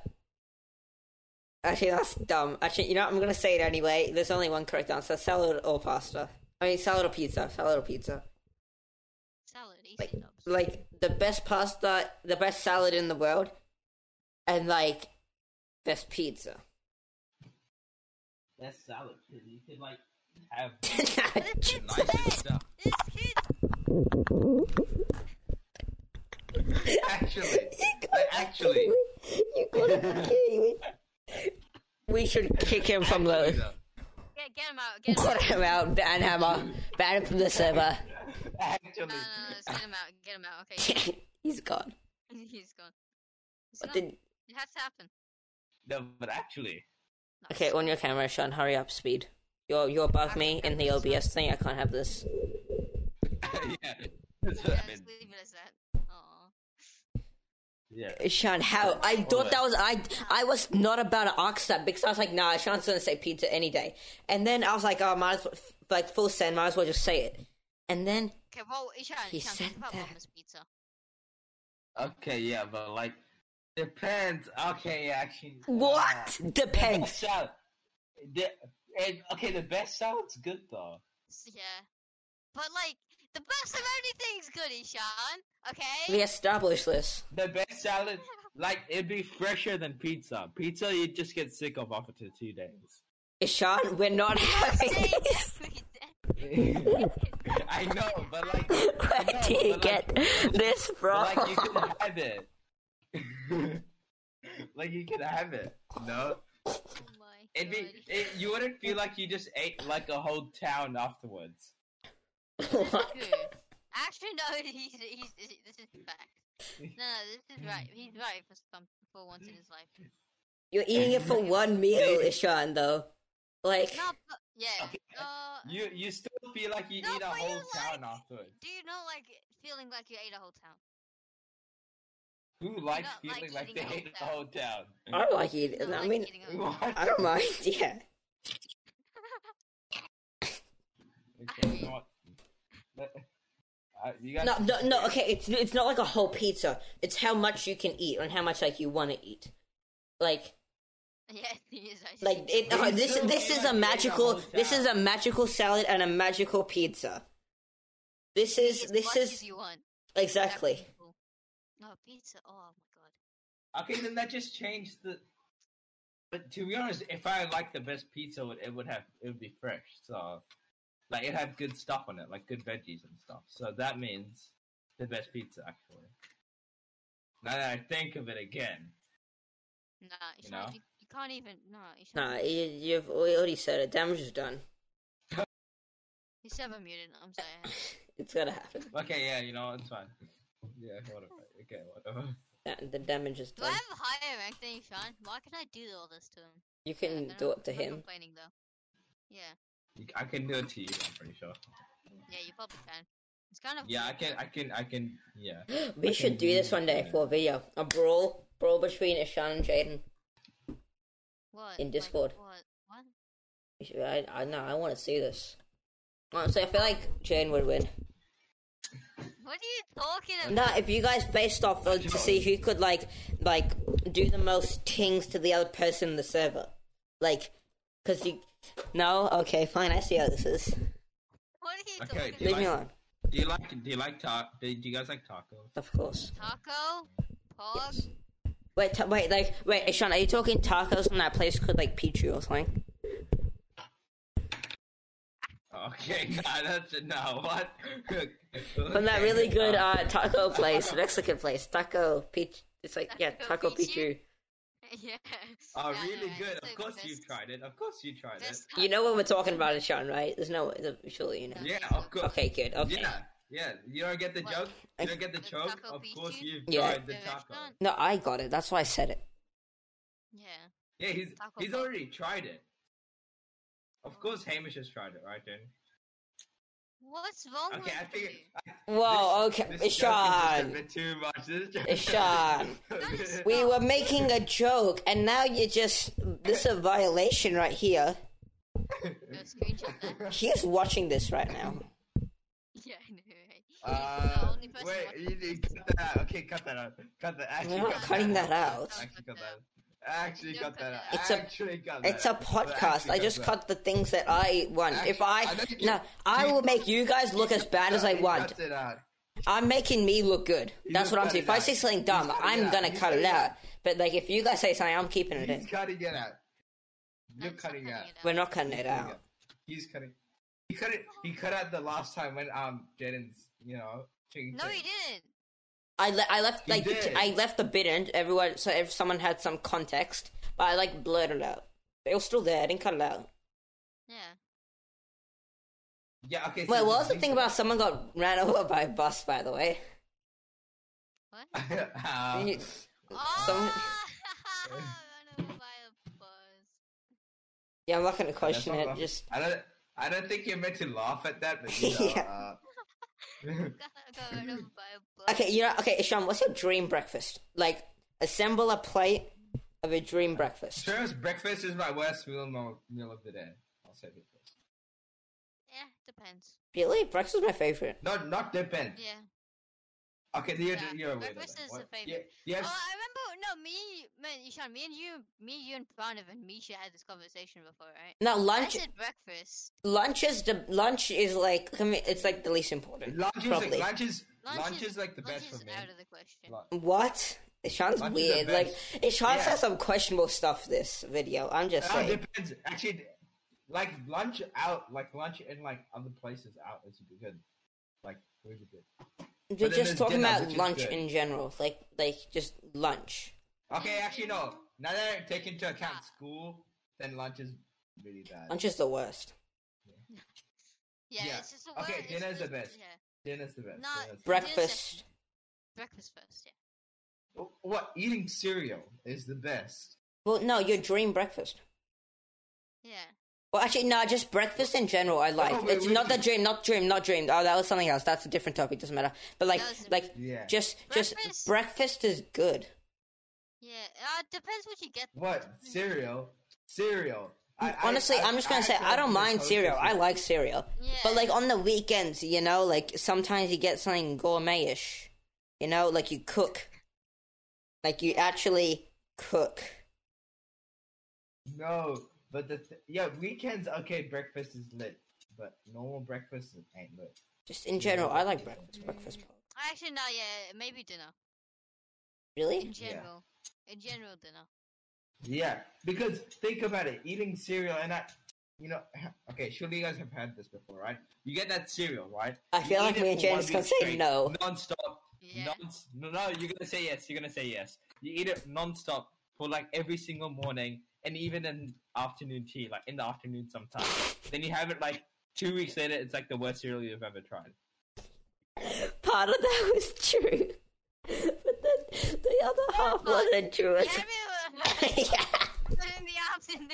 [SPEAKER 1] actually, that's dumb. Actually, you know, what? I'm gonna say it anyway. There's only one correct answer: salad or pasta. I mean, salad or pizza. Salad or pizza.
[SPEAKER 3] Salad, easy
[SPEAKER 1] Like,
[SPEAKER 3] dubs.
[SPEAKER 1] like the best pasta, the best salad in the world, and like best pizza.
[SPEAKER 2] That's salad. Cause you could like have
[SPEAKER 3] The kid's
[SPEAKER 2] nice
[SPEAKER 3] dead!
[SPEAKER 2] stuff.
[SPEAKER 3] This kid!
[SPEAKER 2] Actually, like, actually,
[SPEAKER 1] you gotta kill We should kick him from
[SPEAKER 2] actually,
[SPEAKER 1] the.
[SPEAKER 2] though.
[SPEAKER 3] Get, get him out, get him out.
[SPEAKER 1] Put him out, ban hammer, ban him from the server.
[SPEAKER 3] No,
[SPEAKER 2] actually,
[SPEAKER 3] no, no, let's get him out, get him out. Okay,
[SPEAKER 1] He's gone.
[SPEAKER 3] he's gone. He's
[SPEAKER 1] What
[SPEAKER 3] gone.
[SPEAKER 1] did?
[SPEAKER 3] It has to happen.
[SPEAKER 2] no, but actually,
[SPEAKER 3] No.
[SPEAKER 1] Okay, on your camera, Sean. Hurry up, speed. You're you're above me in the OBS thing. I can't have this.
[SPEAKER 2] yeah, that's what
[SPEAKER 3] Yeah,
[SPEAKER 2] I
[SPEAKER 3] let's
[SPEAKER 2] mean.
[SPEAKER 3] leave it as that. Aw.
[SPEAKER 2] Yeah.
[SPEAKER 1] Sean, how? I thought that was I. I was not about to ask that because I was like, nah, Sean's gonna say pizza any day. And then I was like, oh, might as well, like full send. Might as well just say it. And then
[SPEAKER 3] Okay, well, Ishan,
[SPEAKER 1] He
[SPEAKER 3] Ishan,
[SPEAKER 1] said
[SPEAKER 3] think about
[SPEAKER 1] that.
[SPEAKER 3] Mama's pizza.
[SPEAKER 2] Okay, yeah, but like, depends. Okay, yeah, actually.
[SPEAKER 1] what?
[SPEAKER 2] Uh,
[SPEAKER 1] Depends.
[SPEAKER 2] salad. The, and, okay, the best salad's good though.
[SPEAKER 3] S- Yeah. But, like, the best of everything's good, Ishan, okay?
[SPEAKER 1] We established this.
[SPEAKER 2] The best salad, like, it'd be fresher than pizza. Pizza, you just get sick of after two- two days.
[SPEAKER 1] Ishan, we're not having
[SPEAKER 3] Say
[SPEAKER 1] this.
[SPEAKER 3] everything.
[SPEAKER 2] I know, but like, I
[SPEAKER 1] Where
[SPEAKER 2] know,
[SPEAKER 1] do you
[SPEAKER 2] but, like,
[SPEAKER 1] get this from?
[SPEAKER 2] But, like you can have it. like you can have it. No,
[SPEAKER 3] Oh my
[SPEAKER 2] it'd be.
[SPEAKER 3] God.
[SPEAKER 2] It, you wouldn't feel like you just ate like a whole town afterwards.
[SPEAKER 1] What?
[SPEAKER 3] Good. Actually, no, he's, he's, he's- this is fact. No, no, this is right. He's right for some, for once in his life.
[SPEAKER 1] You're eating it for one meal, Ishan, though. Like,
[SPEAKER 3] No, but, yeah.
[SPEAKER 2] Okay.
[SPEAKER 3] Uh,
[SPEAKER 2] You you still feel like you
[SPEAKER 3] No,
[SPEAKER 2] eat a
[SPEAKER 3] but you
[SPEAKER 2] whole
[SPEAKER 3] like-
[SPEAKER 2] town afterwards.
[SPEAKER 3] do you know, like, feeling like you ate a whole town?
[SPEAKER 2] Who likes
[SPEAKER 3] not like
[SPEAKER 2] feeling like,
[SPEAKER 3] eating
[SPEAKER 2] they
[SPEAKER 3] a
[SPEAKER 2] ate a
[SPEAKER 3] whole
[SPEAKER 2] whole town?
[SPEAKER 1] I don't like
[SPEAKER 3] You
[SPEAKER 1] eating.
[SPEAKER 3] know,
[SPEAKER 1] I
[SPEAKER 3] like
[SPEAKER 1] mean,
[SPEAKER 3] eating a whole
[SPEAKER 2] What?
[SPEAKER 1] I don't mind. Yeah.
[SPEAKER 2] Okay, you know what? I, you guys
[SPEAKER 1] No, no, no. Okay, it's it's not like a whole pizza. It's how much you can eat and how much like you want to eat. Like,
[SPEAKER 3] Yeah, it is actually.
[SPEAKER 1] like it, uh, this
[SPEAKER 2] still
[SPEAKER 1] this
[SPEAKER 2] eat,
[SPEAKER 1] is
[SPEAKER 2] like,
[SPEAKER 1] a
[SPEAKER 2] the
[SPEAKER 1] magical
[SPEAKER 2] whole
[SPEAKER 1] this is a magical salad and a magical pizza. This is
[SPEAKER 3] As
[SPEAKER 1] this
[SPEAKER 3] much as
[SPEAKER 1] is
[SPEAKER 3] you want. That
[SPEAKER 1] exactly.
[SPEAKER 3] would be cool. No pizza. Oh my god.
[SPEAKER 2] Okay, then that just changed the. But to be honest, if I liked the best pizza, it, it would have it would be fresh. So, like it had good stuff on it, like good veggies and stuff. So that means the best pizza actually. Now that I think of it again,
[SPEAKER 3] Nah, you,
[SPEAKER 2] You
[SPEAKER 3] shouldn't-
[SPEAKER 2] know?
[SPEAKER 3] you, you can't even. Nah, you shouldn't.
[SPEAKER 1] Nah, you, you've we already said it. Damage is done.
[SPEAKER 3] He's ever muted. I'm sorry.
[SPEAKER 1] It's gonna happen.
[SPEAKER 2] okay, yeah, you know it's fine. Yeah, whatever. Okay, whatever.
[SPEAKER 1] Da- The damage is
[SPEAKER 3] Do I
[SPEAKER 1] done.
[SPEAKER 3] have a higher rank than you, Sean? Why can I do all this to him?
[SPEAKER 1] You
[SPEAKER 3] Yeah, I
[SPEAKER 1] can
[SPEAKER 3] don't
[SPEAKER 1] do
[SPEAKER 3] know.
[SPEAKER 1] it to
[SPEAKER 3] I'm not
[SPEAKER 1] him.
[SPEAKER 3] Complaining though. Yeah,
[SPEAKER 2] I can do it to you. I'm pretty sure.
[SPEAKER 3] yeah, you probably can. It's kind of.
[SPEAKER 2] Yeah, I
[SPEAKER 3] weird,
[SPEAKER 2] can. I can. I can. Yeah.
[SPEAKER 1] We
[SPEAKER 2] I
[SPEAKER 1] should
[SPEAKER 2] can
[SPEAKER 1] do
[SPEAKER 2] do
[SPEAKER 1] this
[SPEAKER 2] it
[SPEAKER 1] one day
[SPEAKER 2] to
[SPEAKER 1] for a video. A brawl, brawl between Ishan and Jaden.
[SPEAKER 3] though. What?
[SPEAKER 1] in
[SPEAKER 3] Like,
[SPEAKER 1] Discord.
[SPEAKER 3] what? What?
[SPEAKER 1] We should- I, I no, I want to see this. Honestly, I feel like Jaden would win.
[SPEAKER 3] What are you talking about?
[SPEAKER 1] No, if you guys faced off uh, to see who could like like do the most tings to the other person in the server, like, cause you. No, okay, fine. I see how this is.
[SPEAKER 3] What are you
[SPEAKER 2] Okay,
[SPEAKER 3] talking
[SPEAKER 2] do you
[SPEAKER 1] Leave
[SPEAKER 3] about?
[SPEAKER 1] me
[SPEAKER 2] like-
[SPEAKER 1] alone.
[SPEAKER 2] Do you like? Do you like taco? Do do you guys like tacos?
[SPEAKER 1] Of course.
[SPEAKER 3] Taco? Pog?
[SPEAKER 1] Yes. Wait, ta- wait, like, wait, Ishan, are you talking tacos from that place called like Pichu or something?
[SPEAKER 2] Okay, nah, that's no what.
[SPEAKER 1] From that really
[SPEAKER 2] Oh.
[SPEAKER 1] good uh taco place, Mexican place, Taco Peach. It's like yeah, Taco
[SPEAKER 3] Taco Pichu?
[SPEAKER 1] Pichu.
[SPEAKER 3] yeah.
[SPEAKER 1] uh,
[SPEAKER 2] Oh,
[SPEAKER 3] Yeah,
[SPEAKER 2] really
[SPEAKER 3] yeah,
[SPEAKER 2] good.
[SPEAKER 3] it's
[SPEAKER 2] Of
[SPEAKER 3] like
[SPEAKER 2] course
[SPEAKER 3] best-
[SPEAKER 2] you've tried it. Of course you tried it.
[SPEAKER 3] best
[SPEAKER 1] You know what we're talking about, Ishan, right? There's no surely you know.
[SPEAKER 2] Yeah, of course.
[SPEAKER 1] Okay, good. Okay.
[SPEAKER 2] Yeah, yeah. You don't get the
[SPEAKER 3] uh, What?
[SPEAKER 2] joke.
[SPEAKER 1] I-
[SPEAKER 2] You don't get the
[SPEAKER 3] The
[SPEAKER 2] joke.
[SPEAKER 3] taco
[SPEAKER 2] Of course
[SPEAKER 3] pichu?
[SPEAKER 2] you've
[SPEAKER 1] Yeah.
[SPEAKER 2] tried the
[SPEAKER 3] The
[SPEAKER 2] taco.
[SPEAKER 3] restaurant?
[SPEAKER 1] No, I got it. That's why I said it.
[SPEAKER 3] Yeah.
[SPEAKER 2] Yeah, he's
[SPEAKER 3] Taco Oh.
[SPEAKER 2] he's
[SPEAKER 3] Bell.
[SPEAKER 2] already tried it. Of course, Hamish has tried it, right, Jen?
[SPEAKER 3] What's wrong
[SPEAKER 2] Okay, I
[SPEAKER 3] with you?
[SPEAKER 2] think.
[SPEAKER 1] Whoa,
[SPEAKER 2] this,
[SPEAKER 1] okay,
[SPEAKER 2] This joke is just a
[SPEAKER 1] Ishan.
[SPEAKER 2] bit too much. This joke-
[SPEAKER 1] Ishan. We were making a joke, and now you're just this is a violation right here.
[SPEAKER 3] No screenshot that.
[SPEAKER 1] He is watching this right now.
[SPEAKER 3] Yeah, I know, right? You're the
[SPEAKER 2] Uh,
[SPEAKER 3] only person
[SPEAKER 2] wait,
[SPEAKER 3] watching
[SPEAKER 2] you
[SPEAKER 3] this.
[SPEAKER 2] need cut that out. Okay, cut that out. Cut that. Actually,
[SPEAKER 1] We're not
[SPEAKER 2] cut
[SPEAKER 1] cutting that out.
[SPEAKER 2] Actually, cut that. out. Actually,
[SPEAKER 3] Don't
[SPEAKER 2] cut
[SPEAKER 3] cut
[SPEAKER 2] that out.
[SPEAKER 3] that
[SPEAKER 1] out. It's a-
[SPEAKER 2] Actually, cut that
[SPEAKER 1] It's a
[SPEAKER 2] out.
[SPEAKER 1] podcast.
[SPEAKER 2] Actually,
[SPEAKER 1] I just
[SPEAKER 2] that out.
[SPEAKER 1] cut the things that I want. If I
[SPEAKER 2] I think you-
[SPEAKER 1] no, I
[SPEAKER 2] you-
[SPEAKER 1] will make you guys look as bad as I
[SPEAKER 2] He
[SPEAKER 1] want.
[SPEAKER 2] cuts it out.
[SPEAKER 1] I'm making me look good.
[SPEAKER 2] You
[SPEAKER 1] That's
[SPEAKER 2] just
[SPEAKER 1] what I'm
[SPEAKER 2] cut
[SPEAKER 1] saying.
[SPEAKER 2] it
[SPEAKER 1] If I
[SPEAKER 2] out.
[SPEAKER 1] say something
[SPEAKER 2] You
[SPEAKER 1] dumb,
[SPEAKER 2] cut it
[SPEAKER 1] I'm
[SPEAKER 2] out.
[SPEAKER 1] gonna
[SPEAKER 2] You
[SPEAKER 1] cut
[SPEAKER 2] cut
[SPEAKER 1] it
[SPEAKER 2] it
[SPEAKER 1] out.
[SPEAKER 2] out.
[SPEAKER 1] But like, if you guys say something, I'm keeping it
[SPEAKER 2] He's
[SPEAKER 1] in.
[SPEAKER 2] cutting it out. You're
[SPEAKER 3] I'm not
[SPEAKER 2] cutting it out.
[SPEAKER 1] We're not cutting it
[SPEAKER 2] He's cutting
[SPEAKER 1] out.
[SPEAKER 2] He's cutting. He cut it. He cut out the last time when um Jaden's you know. Ching
[SPEAKER 3] No, he didn't.
[SPEAKER 1] I, le- I left
[SPEAKER 2] You
[SPEAKER 1] like
[SPEAKER 2] did.
[SPEAKER 1] I left the bit in. Everyone, so if someone had some context, but I like blurred it out. It was still there. I didn't cut it out.
[SPEAKER 3] Yeah.
[SPEAKER 2] Yeah. Okay. so
[SPEAKER 1] Wait, what was
[SPEAKER 2] you
[SPEAKER 1] the thing
[SPEAKER 2] think-
[SPEAKER 1] about someone got ran over by a bus? By the way,
[SPEAKER 3] What?
[SPEAKER 2] Uh,
[SPEAKER 1] You-
[SPEAKER 3] Oh! Run over by a bus.
[SPEAKER 1] yeah, I'm not gonna
[SPEAKER 2] that's
[SPEAKER 1] question
[SPEAKER 2] not
[SPEAKER 1] it.
[SPEAKER 2] laugh-
[SPEAKER 1] Just
[SPEAKER 2] I don't. I don't think you're meant to laugh at that, but you know,
[SPEAKER 1] Yeah.
[SPEAKER 2] uh,
[SPEAKER 3] Got- got run over by a bus.
[SPEAKER 1] okay, you know, okay, Sean, what's your dream breakfast? Like, assemble a plate of a dream breakfast.
[SPEAKER 2] Shrimps breakfast is my worst meal, mo- meal of the day. I'll say it first.
[SPEAKER 3] Yeah, depends.
[SPEAKER 1] Really, breakfast is my favorite.
[SPEAKER 2] Not not depend.
[SPEAKER 3] Yeah.
[SPEAKER 2] Okay, then you're,
[SPEAKER 3] Yeah,
[SPEAKER 2] you're a weirdo.
[SPEAKER 3] breakfast
[SPEAKER 2] then.
[SPEAKER 3] is a
[SPEAKER 2] What?
[SPEAKER 3] favorite.
[SPEAKER 2] You, you have,
[SPEAKER 3] Oh, I remember. No, me, man, Ishan, me and you, me, you and Pranav and Misha had this conversation before, right?
[SPEAKER 1] Now
[SPEAKER 3] I
[SPEAKER 1] lunch,
[SPEAKER 3] said breakfast.
[SPEAKER 1] lunch is the lunch is like I mean, it's like the least important.
[SPEAKER 2] lunch is like,
[SPEAKER 1] Probably.
[SPEAKER 2] lunch is
[SPEAKER 3] Lunch,
[SPEAKER 2] lunch is like the best
[SPEAKER 3] lunch
[SPEAKER 2] for
[SPEAKER 3] is
[SPEAKER 2] me.
[SPEAKER 3] out of the question.
[SPEAKER 2] Lunch-
[SPEAKER 1] What? It sounds
[SPEAKER 2] Lunch is the
[SPEAKER 1] weird. Like it sounds
[SPEAKER 2] Yeah.
[SPEAKER 1] has some questionable stuff. This video, I'm just
[SPEAKER 2] Oh,
[SPEAKER 1] saying.
[SPEAKER 2] depends. Actually, like lunch out, like lunch in like other places out is good. Like really good.
[SPEAKER 1] We're
[SPEAKER 2] then
[SPEAKER 1] just
[SPEAKER 2] there's
[SPEAKER 1] talking
[SPEAKER 2] dinner,
[SPEAKER 1] about
[SPEAKER 2] which is
[SPEAKER 1] lunch
[SPEAKER 2] good.
[SPEAKER 1] in general, like like just lunch.
[SPEAKER 2] Okay, actually no. Now that I take into account school, then lunch is really bad.
[SPEAKER 1] Lunch is the worst.
[SPEAKER 3] Yeah,
[SPEAKER 2] Yeah.
[SPEAKER 3] it's just the
[SPEAKER 2] Okay,
[SPEAKER 3] word.
[SPEAKER 2] dinner
[SPEAKER 3] it's
[SPEAKER 2] is the
[SPEAKER 3] just-
[SPEAKER 2] best.
[SPEAKER 3] Yeah,
[SPEAKER 2] Dinner's the best.
[SPEAKER 3] No,
[SPEAKER 2] dinner's the
[SPEAKER 1] Breakfast.
[SPEAKER 3] breakfast first. Yeah.
[SPEAKER 2] best. What eating cereal is the best?
[SPEAKER 1] Well, no, your dream breakfast.
[SPEAKER 3] Yeah.
[SPEAKER 1] Well, actually, no, just breakfast in general. I like.
[SPEAKER 2] Oh, wait,
[SPEAKER 1] it's
[SPEAKER 2] wait,
[SPEAKER 1] not the
[SPEAKER 2] wait.
[SPEAKER 1] dream, not dream, not dream. Oh, that was something else. That's a different topic. Doesn't matter. But like,
[SPEAKER 3] Doesn't-
[SPEAKER 1] like,
[SPEAKER 2] Yeah.
[SPEAKER 1] just, just
[SPEAKER 3] Breakfast-
[SPEAKER 1] breakfast is good.
[SPEAKER 3] Yeah. Uh, depends what you get.
[SPEAKER 2] What cereal? Cereal. I,
[SPEAKER 1] Honestly,
[SPEAKER 2] I,
[SPEAKER 1] I, am just gonna say I don't mind cereal. I like cereal, but like on the weekends, you know, like sometimes you get something gourmetish. You know, like you cook, like you actually cook.
[SPEAKER 2] No, but the th- yeah weekends okay. Breakfast is lit, but normal breakfast ain't lit.
[SPEAKER 1] Just in general, I like breakfast. Breakfast,
[SPEAKER 3] Actually, no, yeah, maybe dinner. In
[SPEAKER 1] really?
[SPEAKER 2] Yeah.
[SPEAKER 3] general. In general, dinner.
[SPEAKER 2] Yeah, because think about it. Eating cereal and I, you know, okay. Surely you guys have had this before, right? You get that cereal, right?
[SPEAKER 1] I feel
[SPEAKER 2] You
[SPEAKER 1] like
[SPEAKER 2] eat it
[SPEAKER 1] me and
[SPEAKER 2] for one
[SPEAKER 1] James
[SPEAKER 2] week
[SPEAKER 1] can say
[SPEAKER 2] straight,
[SPEAKER 1] no.
[SPEAKER 2] non-stop.
[SPEAKER 3] Yeah.
[SPEAKER 2] Non- no, no, you're gonna say yes. You're gonna say yes. You eat it non-stop for like every single morning and even in afternoon tea, like in the afternoon sometimes. then you have it like two weeks later. It's like the worst cereal you've ever tried.
[SPEAKER 1] Part of that was true, but then the other half wasn't true.
[SPEAKER 3] Yeah,
[SPEAKER 1] It's-
[SPEAKER 3] I mean,
[SPEAKER 1] yeah.
[SPEAKER 3] but in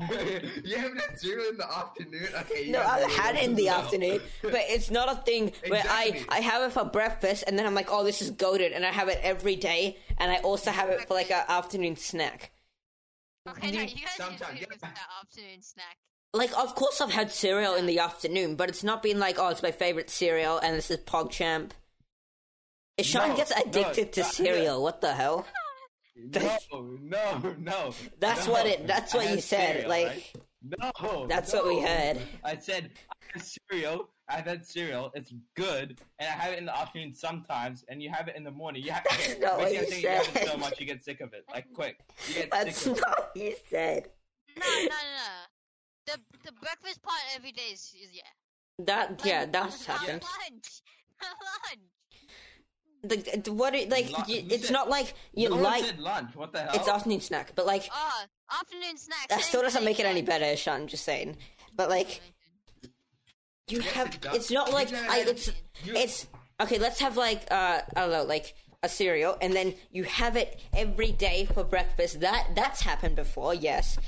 [SPEAKER 3] afternoon.
[SPEAKER 2] you have that cereal in the afternoon. Okay. you
[SPEAKER 1] No,
[SPEAKER 2] have
[SPEAKER 1] I've
[SPEAKER 2] cereal
[SPEAKER 1] had it in the
[SPEAKER 2] now.
[SPEAKER 1] afternoon, but it's not a thing where I,
[SPEAKER 2] Exactly.
[SPEAKER 1] I have it for breakfast and then I'm like, oh, this is goaded, and I have it every day, and I also have it for like an afternoon snack.
[SPEAKER 3] Okay, no,
[SPEAKER 2] Indeed,
[SPEAKER 3] you guys
[SPEAKER 2] sometimes,
[SPEAKER 3] just
[SPEAKER 2] yeah.
[SPEAKER 3] leave yeah. that afternoon snack.
[SPEAKER 1] Like, of course, I've had cereal in the afternoon, but it's not been like, oh, it's my favorite cereal, and this is PogChamp. If Sean
[SPEAKER 2] No,
[SPEAKER 1] gets
[SPEAKER 2] no,
[SPEAKER 1] addicted to
[SPEAKER 2] that-
[SPEAKER 1] cereal, what the hell?
[SPEAKER 2] No, no, no.
[SPEAKER 1] That's
[SPEAKER 2] no.
[SPEAKER 1] what it. That's
[SPEAKER 2] I
[SPEAKER 1] what you
[SPEAKER 2] had
[SPEAKER 1] said.
[SPEAKER 2] cereal,
[SPEAKER 1] like,
[SPEAKER 2] right? no,
[SPEAKER 1] that's what we
[SPEAKER 2] no.
[SPEAKER 1] heard.
[SPEAKER 2] I said I have cereal. I've had cereal. It's good, and I have it in the afternoon sometimes, and you have it in the morning. You have
[SPEAKER 1] That's not what
[SPEAKER 2] basically, I'm
[SPEAKER 1] you
[SPEAKER 2] saying you have it so
[SPEAKER 1] said.
[SPEAKER 2] much you get sick of it. Like quick, you get
[SPEAKER 1] that's
[SPEAKER 2] sick of
[SPEAKER 1] not what you said.
[SPEAKER 3] No, no, no, no. The the breakfast part every day is, is yeah.
[SPEAKER 1] That yeah,
[SPEAKER 3] Like,
[SPEAKER 1] that's
[SPEAKER 3] not
[SPEAKER 1] happened.
[SPEAKER 3] Lunch, not lunch.
[SPEAKER 1] The, what? it- Like,
[SPEAKER 2] Lu-
[SPEAKER 1] you,
[SPEAKER 2] who
[SPEAKER 1] it's
[SPEAKER 2] said-
[SPEAKER 1] not like
[SPEAKER 2] it.
[SPEAKER 1] you
[SPEAKER 2] no one
[SPEAKER 1] like.
[SPEAKER 2] said lunch. What the hell?
[SPEAKER 1] It's afternoon snack, but like
[SPEAKER 3] Oh, afternoon snack.
[SPEAKER 1] that still
[SPEAKER 3] same
[SPEAKER 1] doesn't
[SPEAKER 3] thing,
[SPEAKER 1] make it any
[SPEAKER 3] yeah.
[SPEAKER 1] better, Sean. I'm just saying. But like you
[SPEAKER 2] Yes,
[SPEAKER 1] have,
[SPEAKER 2] it does.
[SPEAKER 1] it's not like
[SPEAKER 2] You
[SPEAKER 1] I, it's
[SPEAKER 2] you-
[SPEAKER 1] it's okay. Let's have like uh I don't know like a cereal, and then you have it every day for breakfast. That that's happened before, yes.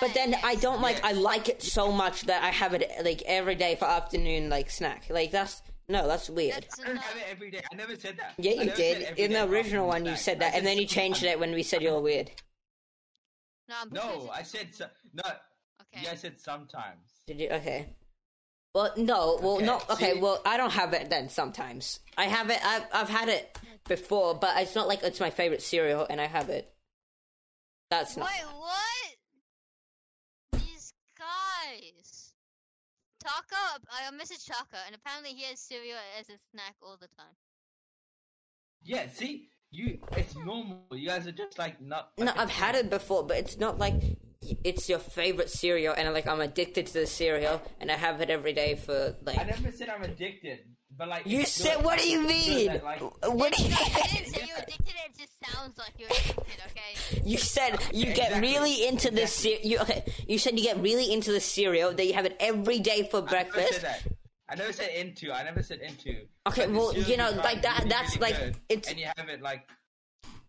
[SPEAKER 1] But then I don't like I like it so much that I have it like every day for afternoon like snack. Like that's no, that's weird.
[SPEAKER 3] That's
[SPEAKER 2] I don't
[SPEAKER 3] enough.
[SPEAKER 2] have it every day. I never said that.
[SPEAKER 1] yeah,
[SPEAKER 2] I
[SPEAKER 1] you
[SPEAKER 2] never
[SPEAKER 1] did.
[SPEAKER 2] said every
[SPEAKER 1] In
[SPEAKER 2] day
[SPEAKER 1] the
[SPEAKER 2] afternoon
[SPEAKER 1] original one, you
[SPEAKER 2] snack.
[SPEAKER 1] said
[SPEAKER 2] I
[SPEAKER 1] that, and then you
[SPEAKER 2] sometimes.
[SPEAKER 1] changed it when we said you were weird.
[SPEAKER 3] No, I'm pretty sure
[SPEAKER 2] No,
[SPEAKER 3] it's
[SPEAKER 2] I
[SPEAKER 3] enough.
[SPEAKER 2] said so, no.
[SPEAKER 3] Okay.
[SPEAKER 2] Yeah, I said sometimes.
[SPEAKER 1] Did you? Okay. Well, no. Well,
[SPEAKER 2] Okay,
[SPEAKER 1] not okay.
[SPEAKER 2] see?
[SPEAKER 1] Well, I don't have it then. Sometimes I have it. I've I've had it before, but it's not like it's my favorite cereal, and I have it. That's not.
[SPEAKER 3] Wait, what? These guys. Taco, I messaged Taco, and apparently he has cereal as a snack all the time.
[SPEAKER 2] Yeah, see, you it's normal. You guys are just like not.
[SPEAKER 1] No,
[SPEAKER 2] like,
[SPEAKER 1] I've had it before, but it's not like it's your favorite cereal, and like I'm addicted to the cereal, and I have it every day for
[SPEAKER 2] I
[SPEAKER 1] like.
[SPEAKER 2] never said I'm addicted, but like
[SPEAKER 1] You
[SPEAKER 2] it's
[SPEAKER 1] said,
[SPEAKER 2] good.
[SPEAKER 1] what do you
[SPEAKER 2] It's good
[SPEAKER 1] mean?
[SPEAKER 2] that, like,
[SPEAKER 1] What do you
[SPEAKER 3] No, I didn't say you're addicted, it just sounds like you're addicted, okay?
[SPEAKER 1] You said you get
[SPEAKER 2] Exactly.
[SPEAKER 1] really into this. Ce- you okay? You said you get really into the cereal that you have it every day for
[SPEAKER 2] I never
[SPEAKER 1] breakfast,
[SPEAKER 2] said that. I never said into. I never said into.
[SPEAKER 1] Okay,
[SPEAKER 2] But
[SPEAKER 1] well,
[SPEAKER 2] it's
[SPEAKER 1] you
[SPEAKER 2] still
[SPEAKER 1] know,
[SPEAKER 2] fine,
[SPEAKER 1] like that-
[SPEAKER 2] really,
[SPEAKER 1] that's
[SPEAKER 2] really
[SPEAKER 1] like-
[SPEAKER 2] good,
[SPEAKER 1] it's-
[SPEAKER 2] and you have it like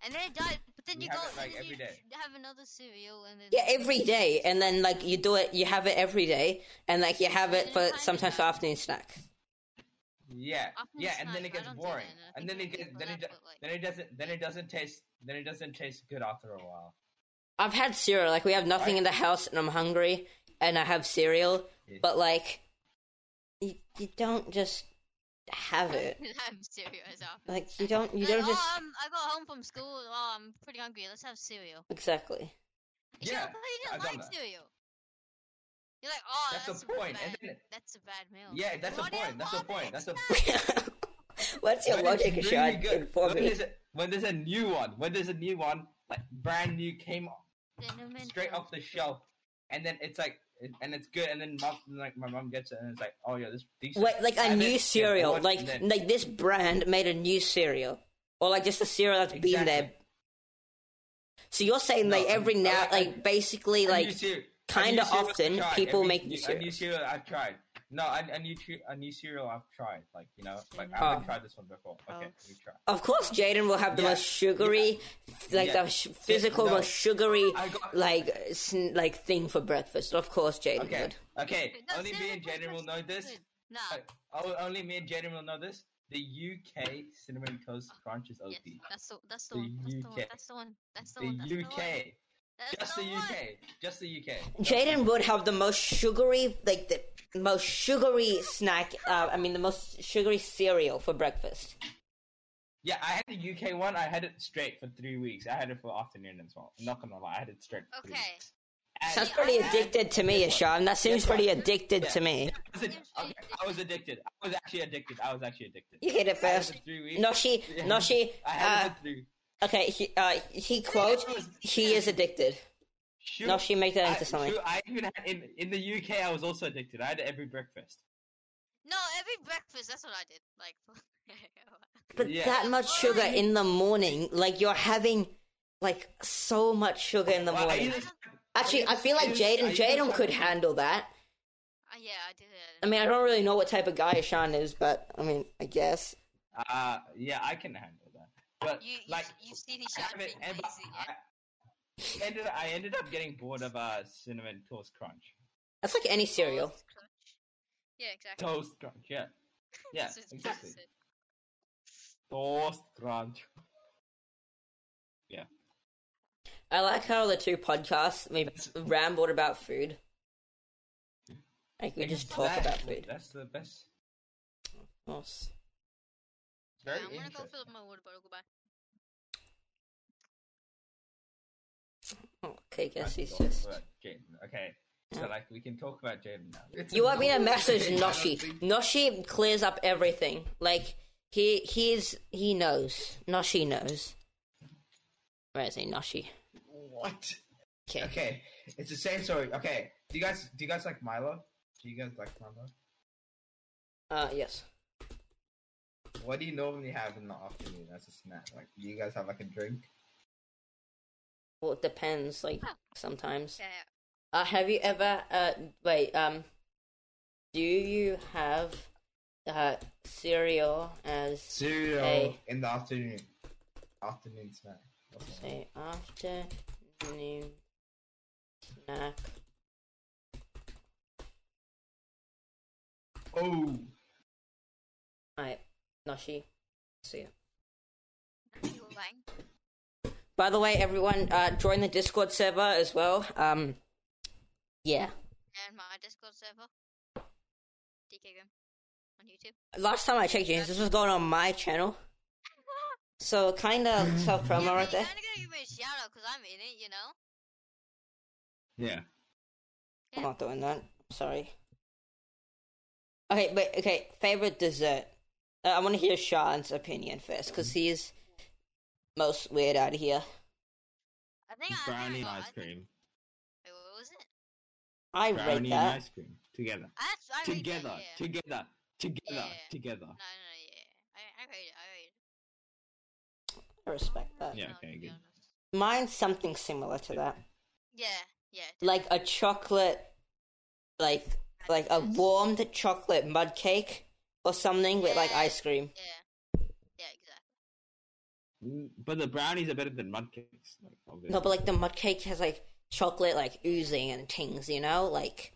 [SPEAKER 3] And then it died, but then
[SPEAKER 2] You
[SPEAKER 3] you,
[SPEAKER 2] have
[SPEAKER 3] go,
[SPEAKER 2] it, like,
[SPEAKER 3] and then
[SPEAKER 2] every
[SPEAKER 3] you
[SPEAKER 2] day.
[SPEAKER 3] have another cereal, and then.
[SPEAKER 1] Yeah, every day, and then like you do it, you have it every day, and like you have it for sometimes for afternoon snack.
[SPEAKER 2] yeah,
[SPEAKER 3] Afternoon
[SPEAKER 2] yeah, and
[SPEAKER 3] snack,
[SPEAKER 2] then it
[SPEAKER 3] I
[SPEAKER 2] gets
[SPEAKER 3] don't do
[SPEAKER 2] boring,
[SPEAKER 3] that, and I
[SPEAKER 2] and
[SPEAKER 3] think
[SPEAKER 2] then it
[SPEAKER 3] other
[SPEAKER 2] gets
[SPEAKER 3] people
[SPEAKER 2] then it
[SPEAKER 3] do,
[SPEAKER 2] do-
[SPEAKER 3] but, like-
[SPEAKER 2] then it doesn't then it doesn't taste then it doesn't taste good after a while.
[SPEAKER 1] I've had cereal, like we have nothing in the house, and I'm hungry, and I have cereal, but like you, you don't just have it.
[SPEAKER 3] I'm serious. after.
[SPEAKER 1] Like you don't, you
[SPEAKER 3] Like,
[SPEAKER 1] don't just
[SPEAKER 3] Oh, um, I got home from school. Oh, I'm pretty hungry. Let's have cereal.
[SPEAKER 1] exactly.
[SPEAKER 2] Yeah,
[SPEAKER 3] but you don't
[SPEAKER 2] I've done
[SPEAKER 3] like
[SPEAKER 2] that.
[SPEAKER 3] cereal. You're like, oh,
[SPEAKER 2] That's
[SPEAKER 3] that's,
[SPEAKER 2] the point,
[SPEAKER 3] Bad.
[SPEAKER 2] and then it-
[SPEAKER 3] That's a bad meal.
[SPEAKER 2] Yeah, that's the
[SPEAKER 3] Why do you
[SPEAKER 2] point. That's the
[SPEAKER 3] love
[SPEAKER 2] point.
[SPEAKER 3] it?
[SPEAKER 2] That's the
[SPEAKER 1] What's your
[SPEAKER 2] When it's
[SPEAKER 1] logic,
[SPEAKER 2] really
[SPEAKER 1] Sean?
[SPEAKER 2] good-
[SPEAKER 1] Inform
[SPEAKER 2] when
[SPEAKER 1] me.
[SPEAKER 2] there's, a, when there's a new one, when there's a new one, like brand new, came
[SPEAKER 3] Cinnamon
[SPEAKER 2] straight off the shelf, and then it's like, it- and it's good, and then mom, like my mom gets it, and it's like, oh yeah, this decent.
[SPEAKER 1] Wait, like a
[SPEAKER 2] And
[SPEAKER 1] new
[SPEAKER 2] then-
[SPEAKER 1] cereal,
[SPEAKER 2] and
[SPEAKER 1] like
[SPEAKER 2] then-
[SPEAKER 1] like this brand made a new cereal, or like just a cereal that's been there.
[SPEAKER 2] Exactly.
[SPEAKER 1] So you're saying
[SPEAKER 2] No,
[SPEAKER 1] like every
[SPEAKER 2] I-
[SPEAKER 1] now,
[SPEAKER 2] I-
[SPEAKER 1] like basically
[SPEAKER 2] a new
[SPEAKER 1] like
[SPEAKER 2] cere- a
[SPEAKER 1] kinda
[SPEAKER 2] new cereal I've
[SPEAKER 1] often
[SPEAKER 2] tried,
[SPEAKER 1] people
[SPEAKER 2] every-
[SPEAKER 1] make new
[SPEAKER 2] new a new
[SPEAKER 1] cereals.
[SPEAKER 2] cereal I've tried. No, a, a new tre- a new cereal I've tried. Like you know, like I
[SPEAKER 1] Oh.
[SPEAKER 2] haven't tried this one before. Okay,
[SPEAKER 3] Oh.
[SPEAKER 2] we try.
[SPEAKER 1] Of course, Jaden will have the
[SPEAKER 2] Yeah.
[SPEAKER 1] most sugary, like
[SPEAKER 2] Yeah.
[SPEAKER 1] the sh- physical
[SPEAKER 2] No.
[SPEAKER 1] most sugary,
[SPEAKER 2] I got-
[SPEAKER 1] like sn- like thing for breakfast. Of course, Jaden
[SPEAKER 2] Okay,
[SPEAKER 1] would.
[SPEAKER 2] okay.
[SPEAKER 3] No,
[SPEAKER 2] Only me
[SPEAKER 3] cinnamon
[SPEAKER 2] and Jaden will
[SPEAKER 3] toast
[SPEAKER 2] know
[SPEAKER 3] crunch is
[SPEAKER 2] this.
[SPEAKER 3] good. Nah,
[SPEAKER 2] Uh, Oh, only me and Jaden will know this. The UK cinnamon toast crunch is OP.
[SPEAKER 3] yes, that's the that's the,
[SPEAKER 2] The
[SPEAKER 3] one. That's the one.
[SPEAKER 2] UK.
[SPEAKER 3] That's the one. That's the
[SPEAKER 2] The
[SPEAKER 3] one. That's the one.
[SPEAKER 2] UK.
[SPEAKER 3] That's
[SPEAKER 2] Just
[SPEAKER 3] the,
[SPEAKER 2] the
[SPEAKER 3] one.
[SPEAKER 2] UK. Just the UK.
[SPEAKER 1] Jaden would have the most sugary, like the most sugary snack. Uh, I mean, the most sugary cereal for breakfast.
[SPEAKER 2] Yeah, I had the UK one. I had it straight for three weeks. I had it for afternoon as well. I'm not gonna lie, I had it straight for three
[SPEAKER 3] Okay.
[SPEAKER 2] weeks. And-
[SPEAKER 1] Sounds pretty
[SPEAKER 3] Yeah.
[SPEAKER 1] addicted to me, Sean. That seems pretty addicted to me.
[SPEAKER 2] I was, ad- okay, I was addicted. I was actually addicted. I was actually addicted.
[SPEAKER 1] You get it
[SPEAKER 2] I had
[SPEAKER 1] first.
[SPEAKER 2] for three weeks.
[SPEAKER 1] Noshi,
[SPEAKER 2] Yeah.
[SPEAKER 1] Noshi.
[SPEAKER 2] I had
[SPEAKER 1] Uh,
[SPEAKER 2] it for three.
[SPEAKER 1] okay, he, uh, he quote, he is addicted.
[SPEAKER 2] Shoot,
[SPEAKER 1] Noshi, make that
[SPEAKER 2] I-
[SPEAKER 1] into something.
[SPEAKER 2] shoot, I even had, in in the UK. I was also addicted. I had it every breakfast.
[SPEAKER 3] No, every breakfast. That's what I did. Like, uh,
[SPEAKER 1] But
[SPEAKER 2] Yeah.
[SPEAKER 1] that much sugar in the morning, like you're having like so much sugar in the
[SPEAKER 2] Well, I
[SPEAKER 1] morning.
[SPEAKER 2] either-
[SPEAKER 1] Actually, I feel like
[SPEAKER 2] I
[SPEAKER 1] Jaden
[SPEAKER 2] either-
[SPEAKER 1] Jaden could handle that.
[SPEAKER 3] uh, yeah, I did it.
[SPEAKER 1] I mean, I don't really know what type of guy Sean is, but I mean, I guess.
[SPEAKER 2] Uh, yeah, I can handle that. But
[SPEAKER 3] You, you,
[SPEAKER 2] like,
[SPEAKER 3] you see these
[SPEAKER 2] I
[SPEAKER 3] shots
[SPEAKER 2] haven't.
[SPEAKER 3] being
[SPEAKER 2] and- but
[SPEAKER 3] lazy. Yeah?
[SPEAKER 2] I, ended, I ended up getting bored of uh, cinnamon toast crunch.
[SPEAKER 1] That's like any cereal.
[SPEAKER 3] Toast crunch. Yeah, exactly.
[SPEAKER 2] Toast crunch, yeah, Oh, yeah,
[SPEAKER 3] That's what Jack
[SPEAKER 2] exactly.
[SPEAKER 3] said.
[SPEAKER 2] Toast crunch.
[SPEAKER 1] I like how the two podcasts we rambled about food. Like we just talk about
[SPEAKER 2] Exactly,
[SPEAKER 1] food.
[SPEAKER 2] That's the best.
[SPEAKER 1] Awesome.
[SPEAKER 3] Yeah,
[SPEAKER 2] Very
[SPEAKER 3] I'm gonna go
[SPEAKER 2] interesting.
[SPEAKER 3] fill up my water bottle. Goodbye.
[SPEAKER 1] oh, Okay, guess he's
[SPEAKER 2] Let's talk
[SPEAKER 1] just.
[SPEAKER 2] about Jaden. Okay, so
[SPEAKER 1] Yeah.
[SPEAKER 2] like we can talk about Jaden now.
[SPEAKER 1] You want me to message
[SPEAKER 2] I don't
[SPEAKER 1] Noshi? Noshi clears up everything. Like he he's he knows. Noshi knows. Where is he? Noshi.
[SPEAKER 2] What?
[SPEAKER 1] Okay.
[SPEAKER 2] Okay, it's the same story. Okay, do you guys do you guys like Milo? Do you guys like Milo?
[SPEAKER 1] Uh yes.
[SPEAKER 2] What do you normally have in the afternoon as a snack? Like, do you guys have like a drink?
[SPEAKER 1] Well, it depends. Like sometimes.
[SPEAKER 3] Yeah, yeah.
[SPEAKER 1] Uh, have you ever? Uh, wait. Um, do you have uh cereal as
[SPEAKER 2] Cereal
[SPEAKER 1] Hey.
[SPEAKER 2] in the afternoon. Afternoon snack. What's that?
[SPEAKER 1] say afternoon snack?
[SPEAKER 2] Oh,
[SPEAKER 1] Alright, Noshi. See ya.
[SPEAKER 3] Now you were lying.
[SPEAKER 1] By the way, everyone, uh, join the Discord server as well. Um, yeah.
[SPEAKER 3] And my Discord server. DK Grim. On YouTube.
[SPEAKER 1] Last time I checked, James, this was going on my channel, so kind of self promo right there.
[SPEAKER 3] I'm gonna give me a shout out because I'm in it, you know?
[SPEAKER 2] yeah.
[SPEAKER 1] I'm not doing that. Sorry. Okay, wait. Okay, favorite dessert. Uh, I want to hear Sean's opinion first because he's most weird out of here.
[SPEAKER 3] I think I- I. think I got- I think- Wait, what was it?
[SPEAKER 1] I rate that.
[SPEAKER 2] cream together.
[SPEAKER 3] I, I rate that, yeah.
[SPEAKER 2] together, together,
[SPEAKER 3] Yeah.
[SPEAKER 2] together.
[SPEAKER 3] No, no, no, yeah. I, I rate it, I rate it.
[SPEAKER 1] I respect that.
[SPEAKER 2] Yeah,
[SPEAKER 3] No,
[SPEAKER 2] okay,
[SPEAKER 3] to be
[SPEAKER 2] good.
[SPEAKER 3] honest.
[SPEAKER 1] Mine's something similar to that,
[SPEAKER 3] Yeah, yeah.
[SPEAKER 1] like a chocolate, like like a
[SPEAKER 3] Mm-hmm.
[SPEAKER 1] warmed chocolate mud cake or something with like
[SPEAKER 3] Yeah.
[SPEAKER 1] ice cream.
[SPEAKER 3] Yeah. Yeah, exactly.
[SPEAKER 2] Mm, But the brownies are better than mud cakes. Like, obviously.
[SPEAKER 1] No, but like the mud cake has like chocolate like oozing and tings. You know, like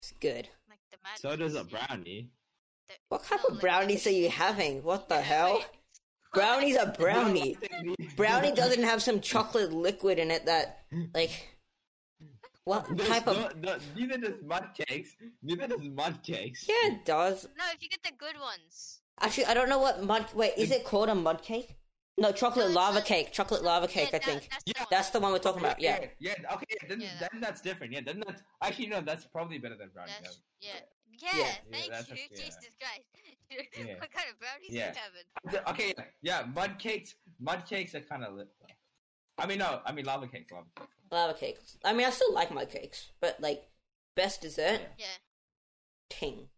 [SPEAKER 1] it's good.
[SPEAKER 3] Like the mad
[SPEAKER 2] brownie.
[SPEAKER 1] What
[SPEAKER 3] Oh
[SPEAKER 1] kind of brownies are you having? What the hell? Brownies are brownie. Brownie doesn't have some chocolate liquid in it that, like, what
[SPEAKER 2] There's
[SPEAKER 1] type of?
[SPEAKER 2] no- no- neither does mud cakes. Neither does mud cakes.
[SPEAKER 1] Yeah, it does.
[SPEAKER 3] No, if you get the good ones.
[SPEAKER 1] Actually, I don't know what mud. Wait, is it called a mud cake? No, chocolate
[SPEAKER 3] No, it's
[SPEAKER 1] lava
[SPEAKER 3] not-
[SPEAKER 1] cake. Chocolate lava cake.
[SPEAKER 3] Uh, yeah,
[SPEAKER 1] I think
[SPEAKER 3] That, that's
[SPEAKER 2] Yeah,
[SPEAKER 3] the
[SPEAKER 1] that's the one we're talking
[SPEAKER 2] Yeah,
[SPEAKER 1] about. Yeah.
[SPEAKER 2] yeah, yeah, Okay, yeah, then,
[SPEAKER 3] Yeah, that-
[SPEAKER 2] then that's different. Yeah, then that's actually no, that's probably better than brownie.
[SPEAKER 3] That's,
[SPEAKER 2] though.
[SPEAKER 3] yeah. Yeah,
[SPEAKER 1] Yeah,
[SPEAKER 3] thank
[SPEAKER 2] that's a-
[SPEAKER 3] you,
[SPEAKER 2] yeah.
[SPEAKER 3] Jesus Christ.
[SPEAKER 2] Yeah.
[SPEAKER 3] what kind of brownies
[SPEAKER 2] Yeah.
[SPEAKER 3] you having?
[SPEAKER 2] The- Okay, yeah, yeah, mud cakes, mud cakes are kind of lit. though. I mean, no, I mean lava cakes, lava cakes.
[SPEAKER 1] lava cake. I mean, I still like mud cakes, but like, best dessert
[SPEAKER 3] Yeah,
[SPEAKER 1] ting.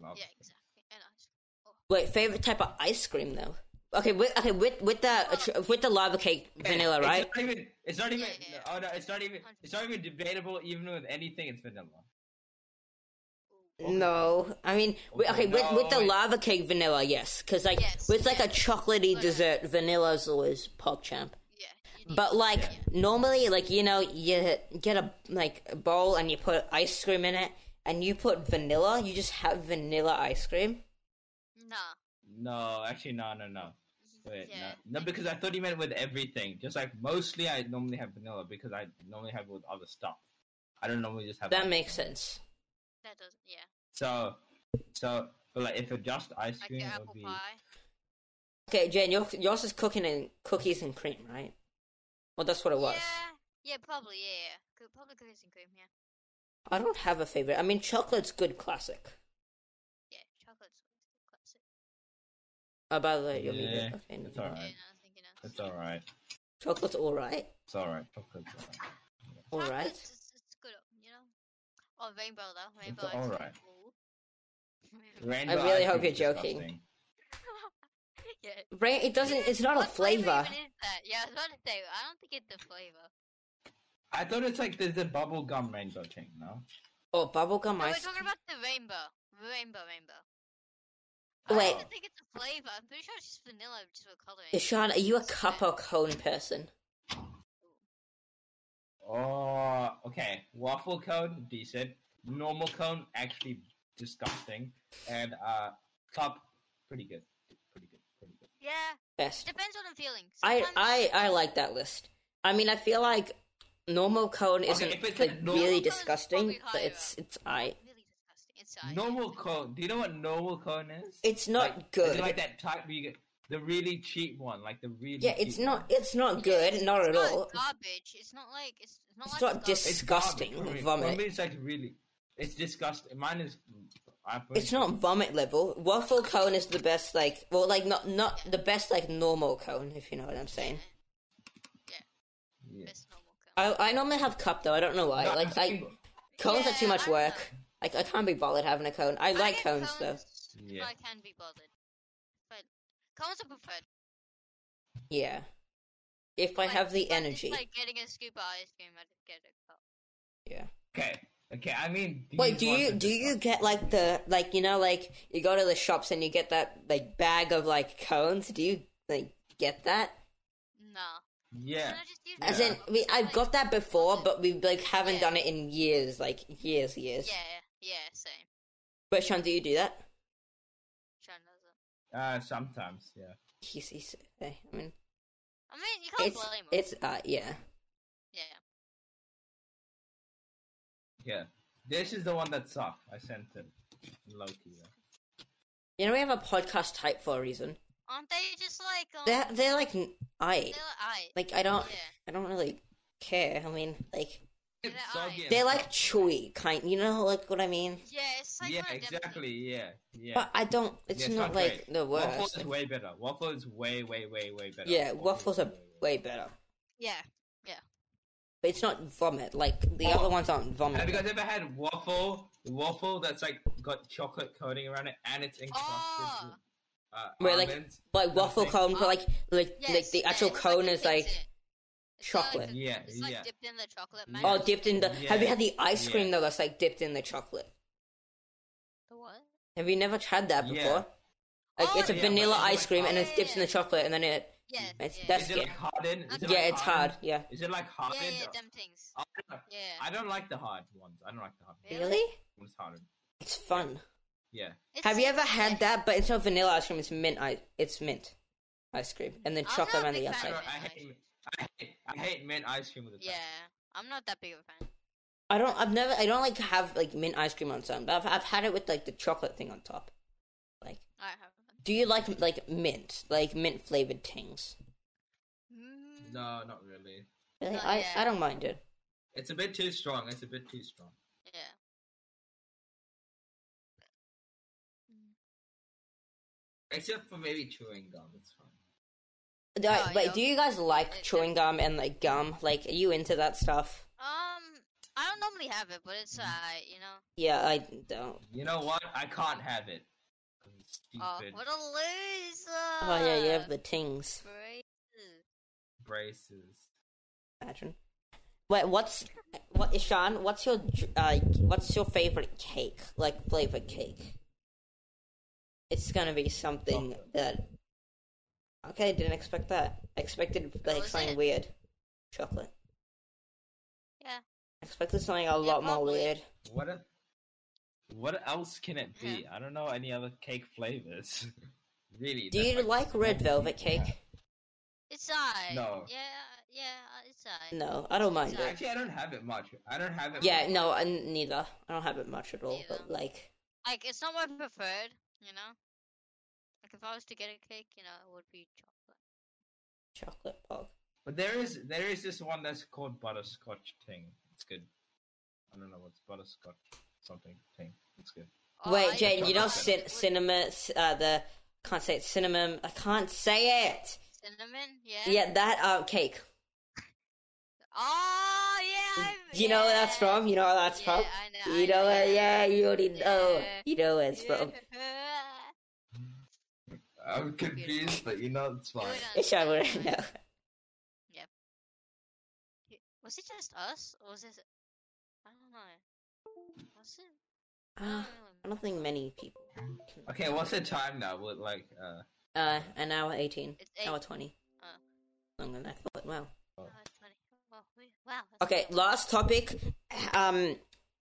[SPEAKER 2] Lava.
[SPEAKER 3] yeah, exactly. And ice.
[SPEAKER 1] Wait, favorite type of ice cream though. Okay, with okay with with the with the lava cake vanilla,
[SPEAKER 2] It's
[SPEAKER 1] right?
[SPEAKER 2] not even. It's not even.
[SPEAKER 3] Yeah, yeah.
[SPEAKER 2] Oh no, it's not even. It's not even debatable. Even with anything, it's vanilla.
[SPEAKER 1] No, I mean, wi-
[SPEAKER 2] Okay,
[SPEAKER 1] okay, with, with the
[SPEAKER 2] no, wait.
[SPEAKER 1] lava cake vanilla, yes, because like
[SPEAKER 3] Yes,
[SPEAKER 1] with like a
[SPEAKER 3] yes.
[SPEAKER 1] chocolatey
[SPEAKER 3] Okay.
[SPEAKER 1] dessert, vanilla's always pop champ.
[SPEAKER 3] Yeah. you need-
[SPEAKER 1] But like
[SPEAKER 3] Yeah.
[SPEAKER 1] normally, like you know, you get a like a bowl and you put ice cream in it, and you put vanilla. You just have vanilla ice cream.
[SPEAKER 3] Nah.
[SPEAKER 2] No, actually, no, no, no. Wait,
[SPEAKER 3] Yeah.
[SPEAKER 2] no, no, because I thought he meant with everything. Just like mostly, I normally have vanilla because I normally have it with other stuff. I don't normally just have
[SPEAKER 1] That
[SPEAKER 2] like-
[SPEAKER 1] makes sense.
[SPEAKER 3] That doesn't. Yeah.
[SPEAKER 2] so so. But like, if it just ice
[SPEAKER 3] Like
[SPEAKER 2] cream,
[SPEAKER 3] your
[SPEAKER 2] it
[SPEAKER 3] apple
[SPEAKER 2] would be
[SPEAKER 3] pie.
[SPEAKER 1] Okay, Jen, yours, yours is cooking and cookies and cream, right? Well, that's what it was.
[SPEAKER 3] Yeah. Yeah. Probably. Yeah. yeah. Could- Probably cookies and cream. Yeah.
[SPEAKER 1] I don't have a favorite. I mean, chocolate's good classic.
[SPEAKER 3] Yeah. Chocolate's classic.
[SPEAKER 1] Oh, by the way, you'll
[SPEAKER 2] Yeah,
[SPEAKER 1] be okay.
[SPEAKER 2] it's alright.
[SPEAKER 3] Yeah, no, I was thinking of.
[SPEAKER 2] it's all right.
[SPEAKER 1] Chocolate's all right.
[SPEAKER 2] It's all right. Chocolate's all right.
[SPEAKER 1] All right.
[SPEAKER 3] Chocolate's- It's, it's good. You know. Oh, rainbow though.
[SPEAKER 2] It's
[SPEAKER 3] Rainbow. ice cream.
[SPEAKER 2] alright.
[SPEAKER 3] Ooh.
[SPEAKER 2] Rainbow
[SPEAKER 1] really
[SPEAKER 2] ice
[SPEAKER 1] hope
[SPEAKER 2] cream is
[SPEAKER 1] you're joking.
[SPEAKER 2] disgusting.
[SPEAKER 3] yeah.
[SPEAKER 1] Rain, it doesn't. It's not a
[SPEAKER 3] What
[SPEAKER 1] flavor.
[SPEAKER 3] Even is that? Yeah, I was about to say. I don't think it's a flavor.
[SPEAKER 2] I thought it's like there's the bubble gum rainbow thing, no?
[SPEAKER 1] Oh, bubblegum
[SPEAKER 3] No, we're
[SPEAKER 1] ice.
[SPEAKER 3] talking about the rainbow. Rainbow, rainbow.
[SPEAKER 1] Wait.
[SPEAKER 3] I don't even think it's a flavor. I'm pretty sure it's just vanilla, just with coloring.
[SPEAKER 1] Ishan, are you a cup or cone person?
[SPEAKER 2] Oh, okay. Waffle cone, decent. Normal cone, actually disgusting. And uh, cup, pretty good. Pretty good. Pretty good.
[SPEAKER 3] Yeah,
[SPEAKER 1] Best.
[SPEAKER 3] depends on the feeling.
[SPEAKER 1] I,
[SPEAKER 3] Sometimes-
[SPEAKER 1] I, I like that list. I mean, I feel like normal cone
[SPEAKER 2] Okay,
[SPEAKER 1] isn't
[SPEAKER 2] if it's
[SPEAKER 1] like
[SPEAKER 2] like normal-
[SPEAKER 1] really
[SPEAKER 3] Normal cone's
[SPEAKER 1] disgusting,
[SPEAKER 3] probably
[SPEAKER 1] but
[SPEAKER 3] higher
[SPEAKER 1] it's it's I.
[SPEAKER 3] Really disgusting. It's uh,
[SPEAKER 2] Normal cone. Do you know what normal cone is?
[SPEAKER 1] It's not
[SPEAKER 2] Like-
[SPEAKER 1] good.
[SPEAKER 2] Is it like that type where you get the really cheap one, like the really.
[SPEAKER 1] yeah, it's
[SPEAKER 2] cheap
[SPEAKER 1] not
[SPEAKER 2] one?
[SPEAKER 1] it's not good,
[SPEAKER 3] It's-
[SPEAKER 1] not
[SPEAKER 3] it's
[SPEAKER 1] at all.
[SPEAKER 3] Garbage. It's not like it's, it's not
[SPEAKER 1] It's
[SPEAKER 3] like
[SPEAKER 1] not
[SPEAKER 3] garbage.
[SPEAKER 1] dis-
[SPEAKER 2] It's
[SPEAKER 1] disgusting
[SPEAKER 2] garbage. For me-
[SPEAKER 1] vomit.
[SPEAKER 2] For me, it's like really. It's disgusting. Mine is. I put-
[SPEAKER 1] It's not vomit level. Waffle cone is the best, like well, like not not the best like normal cone, if you know what I'm saying.
[SPEAKER 2] Yeah.
[SPEAKER 3] It's normal. Cone.
[SPEAKER 1] I I normally have cup though. I don't know why.
[SPEAKER 2] No,
[SPEAKER 1] like I
[SPEAKER 2] I'm-
[SPEAKER 1] cones are too
[SPEAKER 3] Yeah,
[SPEAKER 1] much
[SPEAKER 3] I
[SPEAKER 1] work.
[SPEAKER 3] know.
[SPEAKER 1] Like I can't be bothered having a cone. I like
[SPEAKER 3] get
[SPEAKER 1] cones, though.
[SPEAKER 3] cones if
[SPEAKER 2] Yeah.
[SPEAKER 3] I can be bothered, but cones are preferred.
[SPEAKER 1] Yeah. If I
[SPEAKER 3] Like,
[SPEAKER 1] have the
[SPEAKER 3] if I'm just,
[SPEAKER 1] energy.
[SPEAKER 3] like getting a scoop of ice cream, I just get a cup.
[SPEAKER 1] Yeah.
[SPEAKER 2] Okay. Okay. I mean. these
[SPEAKER 1] Wait, do
[SPEAKER 2] ones
[SPEAKER 1] you
[SPEAKER 2] are
[SPEAKER 1] do you
[SPEAKER 2] disgusting.
[SPEAKER 1] get like the like you know like you go to the shops and you get that like bag of like cones? Do you like get that?
[SPEAKER 3] No.
[SPEAKER 2] Yeah.
[SPEAKER 3] Can I just use
[SPEAKER 1] As
[SPEAKER 2] Yeah.
[SPEAKER 1] in, we, I've
[SPEAKER 3] Like-
[SPEAKER 1] got that before, but we like haven't
[SPEAKER 3] Yeah.
[SPEAKER 1] done it in years, like years, years.
[SPEAKER 3] Yeah, yeah, same.
[SPEAKER 1] But Sean, do you do that?
[SPEAKER 3] Sean doesn't.
[SPEAKER 2] Uh, sometimes, yeah.
[SPEAKER 1] He's, he's, I mean,
[SPEAKER 3] I mean, you can't
[SPEAKER 1] it's
[SPEAKER 3] blame him.
[SPEAKER 1] it's uh yeah.
[SPEAKER 3] Yeah.
[SPEAKER 2] Yeah. This is the one that sucked. I sent it. Loki. Yeah.
[SPEAKER 1] You know we have a podcast type for a reason.
[SPEAKER 3] Aren't they just like um,
[SPEAKER 1] They're they're like n- I
[SPEAKER 3] they're like I?
[SPEAKER 1] like I don't
[SPEAKER 3] Yeah.
[SPEAKER 1] I don't really care. I mean like
[SPEAKER 3] They're
[SPEAKER 2] It's soggy.
[SPEAKER 3] eyes.
[SPEAKER 2] and
[SPEAKER 1] they're
[SPEAKER 2] stuff.
[SPEAKER 1] like chewy kind. You know like what I mean?
[SPEAKER 3] Yeah, it's like
[SPEAKER 2] Yeah,
[SPEAKER 3] one of them-
[SPEAKER 2] exactly. Yeah. Yeah.
[SPEAKER 1] But I don't. It's
[SPEAKER 2] Yeah,
[SPEAKER 1] not
[SPEAKER 2] great.
[SPEAKER 1] like the
[SPEAKER 2] Waffle
[SPEAKER 1] worst.
[SPEAKER 2] is way better. Waffle is way, way, way, way better.
[SPEAKER 1] Yeah, waffles
[SPEAKER 2] is
[SPEAKER 1] are way better.
[SPEAKER 3] Yeah.
[SPEAKER 1] But it's not vomit. Like the
[SPEAKER 2] Oh.
[SPEAKER 1] other ones aren't
[SPEAKER 2] Have you
[SPEAKER 1] vomit.
[SPEAKER 2] guys ever had waffle? Waffle that's like got chocolate coating around it and it's encrusted.
[SPEAKER 3] Oh.
[SPEAKER 2] with, Uh,
[SPEAKER 1] Where, like-
[SPEAKER 2] almonds.
[SPEAKER 1] Like waffle
[SPEAKER 2] Nothing.
[SPEAKER 1] cone, but like like
[SPEAKER 3] Yes,
[SPEAKER 1] like the
[SPEAKER 3] yeah,
[SPEAKER 1] actual
[SPEAKER 3] it's
[SPEAKER 1] cone
[SPEAKER 3] a
[SPEAKER 1] is like
[SPEAKER 3] pizza. It's not
[SPEAKER 1] chocolate.
[SPEAKER 3] Like,
[SPEAKER 2] Yeah,
[SPEAKER 3] it's like
[SPEAKER 2] yeah.
[SPEAKER 3] dipped in the chocolate.
[SPEAKER 2] Yeah.
[SPEAKER 3] Man.
[SPEAKER 1] oh dipped in the. Have you
[SPEAKER 2] Yeah.
[SPEAKER 1] had the ice
[SPEAKER 2] Yeah.
[SPEAKER 1] cream though? That's like dipped in the chocolate.
[SPEAKER 3] The what?
[SPEAKER 1] Have you never tried that
[SPEAKER 2] Yeah.
[SPEAKER 1] before? Like
[SPEAKER 3] Oh,
[SPEAKER 1] it's a
[SPEAKER 2] yeah, but
[SPEAKER 1] vanilla
[SPEAKER 2] it's
[SPEAKER 1] ice
[SPEAKER 2] like
[SPEAKER 1] cream and
[SPEAKER 3] hard.
[SPEAKER 1] it's dipped in the chocolate and then it
[SPEAKER 3] Yeah.
[SPEAKER 1] It's-
[SPEAKER 3] yeah.
[SPEAKER 1] that's
[SPEAKER 2] Is it
[SPEAKER 1] good.
[SPEAKER 2] like hardened? Is it
[SPEAKER 1] yeah
[SPEAKER 2] like
[SPEAKER 1] it's hard yeah.
[SPEAKER 2] Is it like
[SPEAKER 3] yeah,
[SPEAKER 2] hardened? Oh,
[SPEAKER 3] yeah, them things.
[SPEAKER 2] I don't-
[SPEAKER 3] Yeah.
[SPEAKER 2] I don't like the hard ones. I don't like the hard ones.
[SPEAKER 3] Really?
[SPEAKER 1] Really?
[SPEAKER 2] It's hardened.
[SPEAKER 1] It's fun.
[SPEAKER 2] Yeah.
[SPEAKER 3] It's
[SPEAKER 1] Have you
[SPEAKER 3] like-
[SPEAKER 1] ever had that? But it's not vanilla ice cream. It's mint ice. It's mint ice cream and then
[SPEAKER 3] I'm
[SPEAKER 1] chocolate
[SPEAKER 3] not a
[SPEAKER 1] around the
[SPEAKER 3] big fan
[SPEAKER 1] outside.
[SPEAKER 3] of
[SPEAKER 2] I,
[SPEAKER 3] mint ice
[SPEAKER 2] hate, I hate, I hate mint ice cream with a
[SPEAKER 3] Yeah. I'm not that big of a fan.
[SPEAKER 1] I don't. I've never. I don't like have like mint ice cream on something. But I've I've had it with like the chocolate thing on top. Like,
[SPEAKER 3] I have.
[SPEAKER 1] do you like like mint like mint flavored things?
[SPEAKER 3] Mm,
[SPEAKER 2] No, not really.
[SPEAKER 1] Really?
[SPEAKER 3] Not
[SPEAKER 1] I
[SPEAKER 3] yet.
[SPEAKER 1] I don't mind it.
[SPEAKER 2] It's a bit too strong. It's a bit too strong.
[SPEAKER 3] Yeah.
[SPEAKER 2] Except for maybe chewing gum. It's fine.
[SPEAKER 1] Do I-
[SPEAKER 3] Oh,
[SPEAKER 1] but
[SPEAKER 3] yeah.
[SPEAKER 1] do you guys like
[SPEAKER 3] It-
[SPEAKER 1] chewing gum and like gum? Like, are you into that stuff?
[SPEAKER 3] Um, I don't normally have it, but it's
[SPEAKER 2] Mm.
[SPEAKER 3] alright, you know.
[SPEAKER 1] Yeah, I don't.
[SPEAKER 2] You know what? I can't have it. 'Cause it's
[SPEAKER 3] Oh,
[SPEAKER 2] Stupid
[SPEAKER 3] what a loser!
[SPEAKER 1] Oh yeah, you have the tings.
[SPEAKER 3] Crazy.
[SPEAKER 2] braces.
[SPEAKER 1] Imagine. Wait, what's what, Ishan? What's your dr- uh, what's your favorite cake? Like flavored cake? It's gonna be something
[SPEAKER 3] Oh.
[SPEAKER 2] Chocolate.
[SPEAKER 1] that. Okay, didn't expect that. I expected like
[SPEAKER 3] was
[SPEAKER 1] something
[SPEAKER 3] it?
[SPEAKER 1] weird. Chocolate.
[SPEAKER 3] Yeah.
[SPEAKER 1] I expected something a lot more
[SPEAKER 3] probably.
[SPEAKER 1] weird.
[SPEAKER 2] What a. What else can it be? I don't know any other cake flavors. Really?
[SPEAKER 1] Do
[SPEAKER 2] that's
[SPEAKER 1] you like red velvet cake?
[SPEAKER 3] It's alright.
[SPEAKER 2] No.
[SPEAKER 3] Yeah, yeah, it's alright.
[SPEAKER 1] No, I don't mind it.
[SPEAKER 2] Actually, I don't have it much. I don't have it.
[SPEAKER 1] Yeah,
[SPEAKER 2] much.
[SPEAKER 1] no, I, neither. I don't have it much at all. But
[SPEAKER 3] Neither.
[SPEAKER 1] like,
[SPEAKER 3] Like, it's not my preferred, you know? Like, if I was to get a cake, you know, it would be chocolate.
[SPEAKER 1] chocolate pog.
[SPEAKER 2] But there is there is this one that's called butterscotch ting. It's good. I don't know what's butterscotch something ting. It's good.
[SPEAKER 3] Oh, I
[SPEAKER 1] Wait,
[SPEAKER 3] eat
[SPEAKER 1] Jane, you know
[SPEAKER 2] don't
[SPEAKER 3] chocolate
[SPEAKER 1] cin-
[SPEAKER 3] with
[SPEAKER 1] cinema. Uh, the can't say it. Cinnamon. I can't say it.
[SPEAKER 3] Cinnamon? Yeah?
[SPEAKER 1] Yeah, that uh, cake.
[SPEAKER 3] Oh, yeah! i
[SPEAKER 1] Do you know where that's from? You know where that's
[SPEAKER 3] Yeah,
[SPEAKER 1] from?
[SPEAKER 3] I know, I
[SPEAKER 1] you know
[SPEAKER 3] know,
[SPEAKER 1] where? Yeah,
[SPEAKER 3] yeah.
[SPEAKER 1] you already know.
[SPEAKER 3] Yeah.
[SPEAKER 1] You know where it's from.
[SPEAKER 2] I'm confused, but you know it's fine.
[SPEAKER 3] uh,
[SPEAKER 1] It's I wouldn't know.
[SPEAKER 3] Was it just us? Or was it. I don't know. Was it? Um, I
[SPEAKER 1] Uh,
[SPEAKER 3] don't really
[SPEAKER 1] I don't think many people. Can...
[SPEAKER 2] Okay, what's the time now? What like uh
[SPEAKER 1] Uh, an hour eighteen.
[SPEAKER 3] It's eight.
[SPEAKER 1] Hour twenty.
[SPEAKER 3] Oh.
[SPEAKER 1] Longer than I thought. Wow.
[SPEAKER 3] Oh, it's funny. Wow, we- wow, that's
[SPEAKER 1] Okay,
[SPEAKER 3] a lot.
[SPEAKER 1] last topic. Um,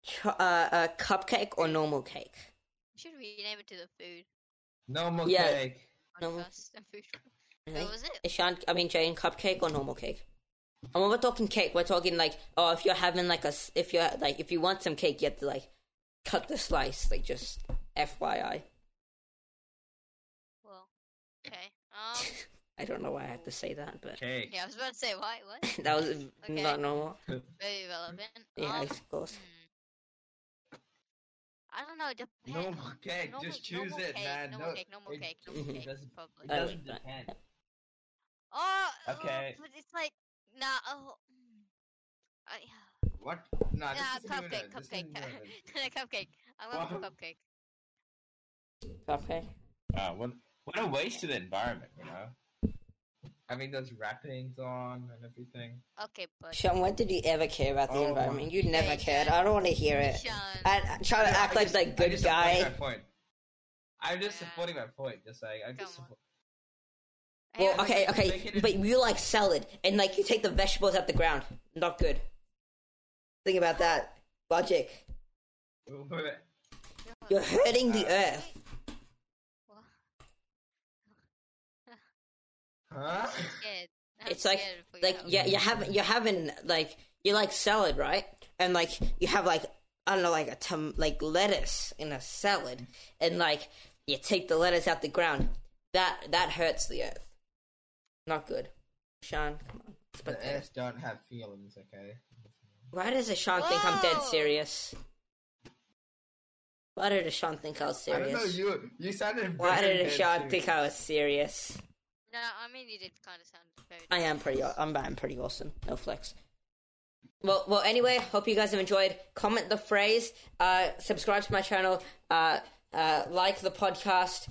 [SPEAKER 1] ch- uh, uh, cupcake or normal cake?
[SPEAKER 3] Should we name it to the food?
[SPEAKER 2] normal
[SPEAKER 1] Yeah.
[SPEAKER 2] cake?
[SPEAKER 1] No.
[SPEAKER 3] podcast and food.
[SPEAKER 1] Really?
[SPEAKER 3] What was it?
[SPEAKER 1] Ishan, I mean Jane, cupcake or normal cake? And when we're talking cake, we're talking like, oh, if you're having like a, s- if you're like, if you want some cake, you have to like cut the slice, like just FYI.
[SPEAKER 3] Well, okay. Um,
[SPEAKER 1] I don't know why I had to say that, but
[SPEAKER 2] Cake.
[SPEAKER 3] yeah, I was about to say why. What?
[SPEAKER 1] that was
[SPEAKER 3] Okay.
[SPEAKER 1] not normal.
[SPEAKER 3] Very relevant.
[SPEAKER 1] Mm, Yeah,
[SPEAKER 3] Um,
[SPEAKER 1] of course.
[SPEAKER 3] hmm. I don't know. It depends.
[SPEAKER 2] Normal cake.
[SPEAKER 3] Normal-
[SPEAKER 2] Just choose
[SPEAKER 3] normal
[SPEAKER 2] it,
[SPEAKER 3] cake,
[SPEAKER 2] man.
[SPEAKER 3] Normal
[SPEAKER 2] No-
[SPEAKER 3] cake. Normal
[SPEAKER 2] it-
[SPEAKER 3] cake. Normal
[SPEAKER 2] it
[SPEAKER 3] cake.
[SPEAKER 2] doesn't-
[SPEAKER 3] Probably.
[SPEAKER 2] It
[SPEAKER 1] Oh,
[SPEAKER 2] doesn't
[SPEAKER 1] right.
[SPEAKER 2] depend.
[SPEAKER 3] Oh, oh,
[SPEAKER 2] Okay.
[SPEAKER 3] But it's like nah. Oh, mm. I, yeah,
[SPEAKER 2] What? Nah, Ah, this isn't even a-
[SPEAKER 3] Ah, cupcake,
[SPEAKER 2] this
[SPEAKER 3] cupcake,
[SPEAKER 2] isn't even a-
[SPEAKER 3] cupcake. I'm going for
[SPEAKER 2] Wow.
[SPEAKER 3] cupcake.
[SPEAKER 1] Cupcake.
[SPEAKER 2] Wow, Ah, what what a waste of the environment, you know? Having those wrappings on and everything.
[SPEAKER 3] Okay, but
[SPEAKER 1] Sean, when did you ever care about the
[SPEAKER 2] Oh.
[SPEAKER 1] environment? You never
[SPEAKER 3] Yeah,
[SPEAKER 1] cared. I don't want to hear it.
[SPEAKER 3] Sean,
[SPEAKER 1] And trying to
[SPEAKER 2] Yeah,
[SPEAKER 1] act
[SPEAKER 2] I
[SPEAKER 1] like
[SPEAKER 2] just-
[SPEAKER 1] like
[SPEAKER 2] I
[SPEAKER 1] good
[SPEAKER 2] just
[SPEAKER 1] guy.
[SPEAKER 2] supported my point. I'm just
[SPEAKER 3] Yeah.
[SPEAKER 2] supporting my point. Just like I'm just
[SPEAKER 3] Come
[SPEAKER 2] support-
[SPEAKER 3] I
[SPEAKER 1] Well,
[SPEAKER 3] have-
[SPEAKER 1] okay,
[SPEAKER 2] Make
[SPEAKER 1] okay,
[SPEAKER 2] it
[SPEAKER 1] but you like salad, and like you take the vegetables out the ground. Not good. Think about that logic. You're hurting the earth.
[SPEAKER 3] Well,
[SPEAKER 2] Huh?
[SPEAKER 3] scared. I'm
[SPEAKER 1] It's like,
[SPEAKER 3] scared for your
[SPEAKER 1] like
[SPEAKER 3] health.
[SPEAKER 1] yeah, you have you having like you like salad, right? And like you have like I don't know, like a tom- like lettuce in a salad, and like you take the lettuce out the ground. That that hurts the earth. Not good. Sean, come on. It's
[SPEAKER 2] The
[SPEAKER 1] pathetic.
[SPEAKER 2] S don't have feelings, okay?
[SPEAKER 1] Why does Ashan think I'm dead
[SPEAKER 3] Whoa!
[SPEAKER 1] serious? Why did Ashan think I was
[SPEAKER 2] I don't know.
[SPEAKER 1] serious?
[SPEAKER 2] You you sounded.
[SPEAKER 1] Why
[SPEAKER 2] very
[SPEAKER 1] did Ashan
[SPEAKER 2] dead
[SPEAKER 1] think I was serious?
[SPEAKER 3] No, I mean you did kind of sound very.
[SPEAKER 1] I am pretty. aw- I'm, I'm pretty awesome. No flex. Well, well. Anyway, hope you guys have enjoyed. Comment the phrase. Uh, subscribe to my channel. Uh, uh, like the podcast.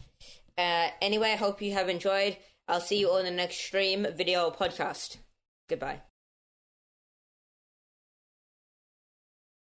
[SPEAKER 1] Uh, anyway, I hope you have enjoyed. I'll see you on the next stream, video, or podcast. Goodbye.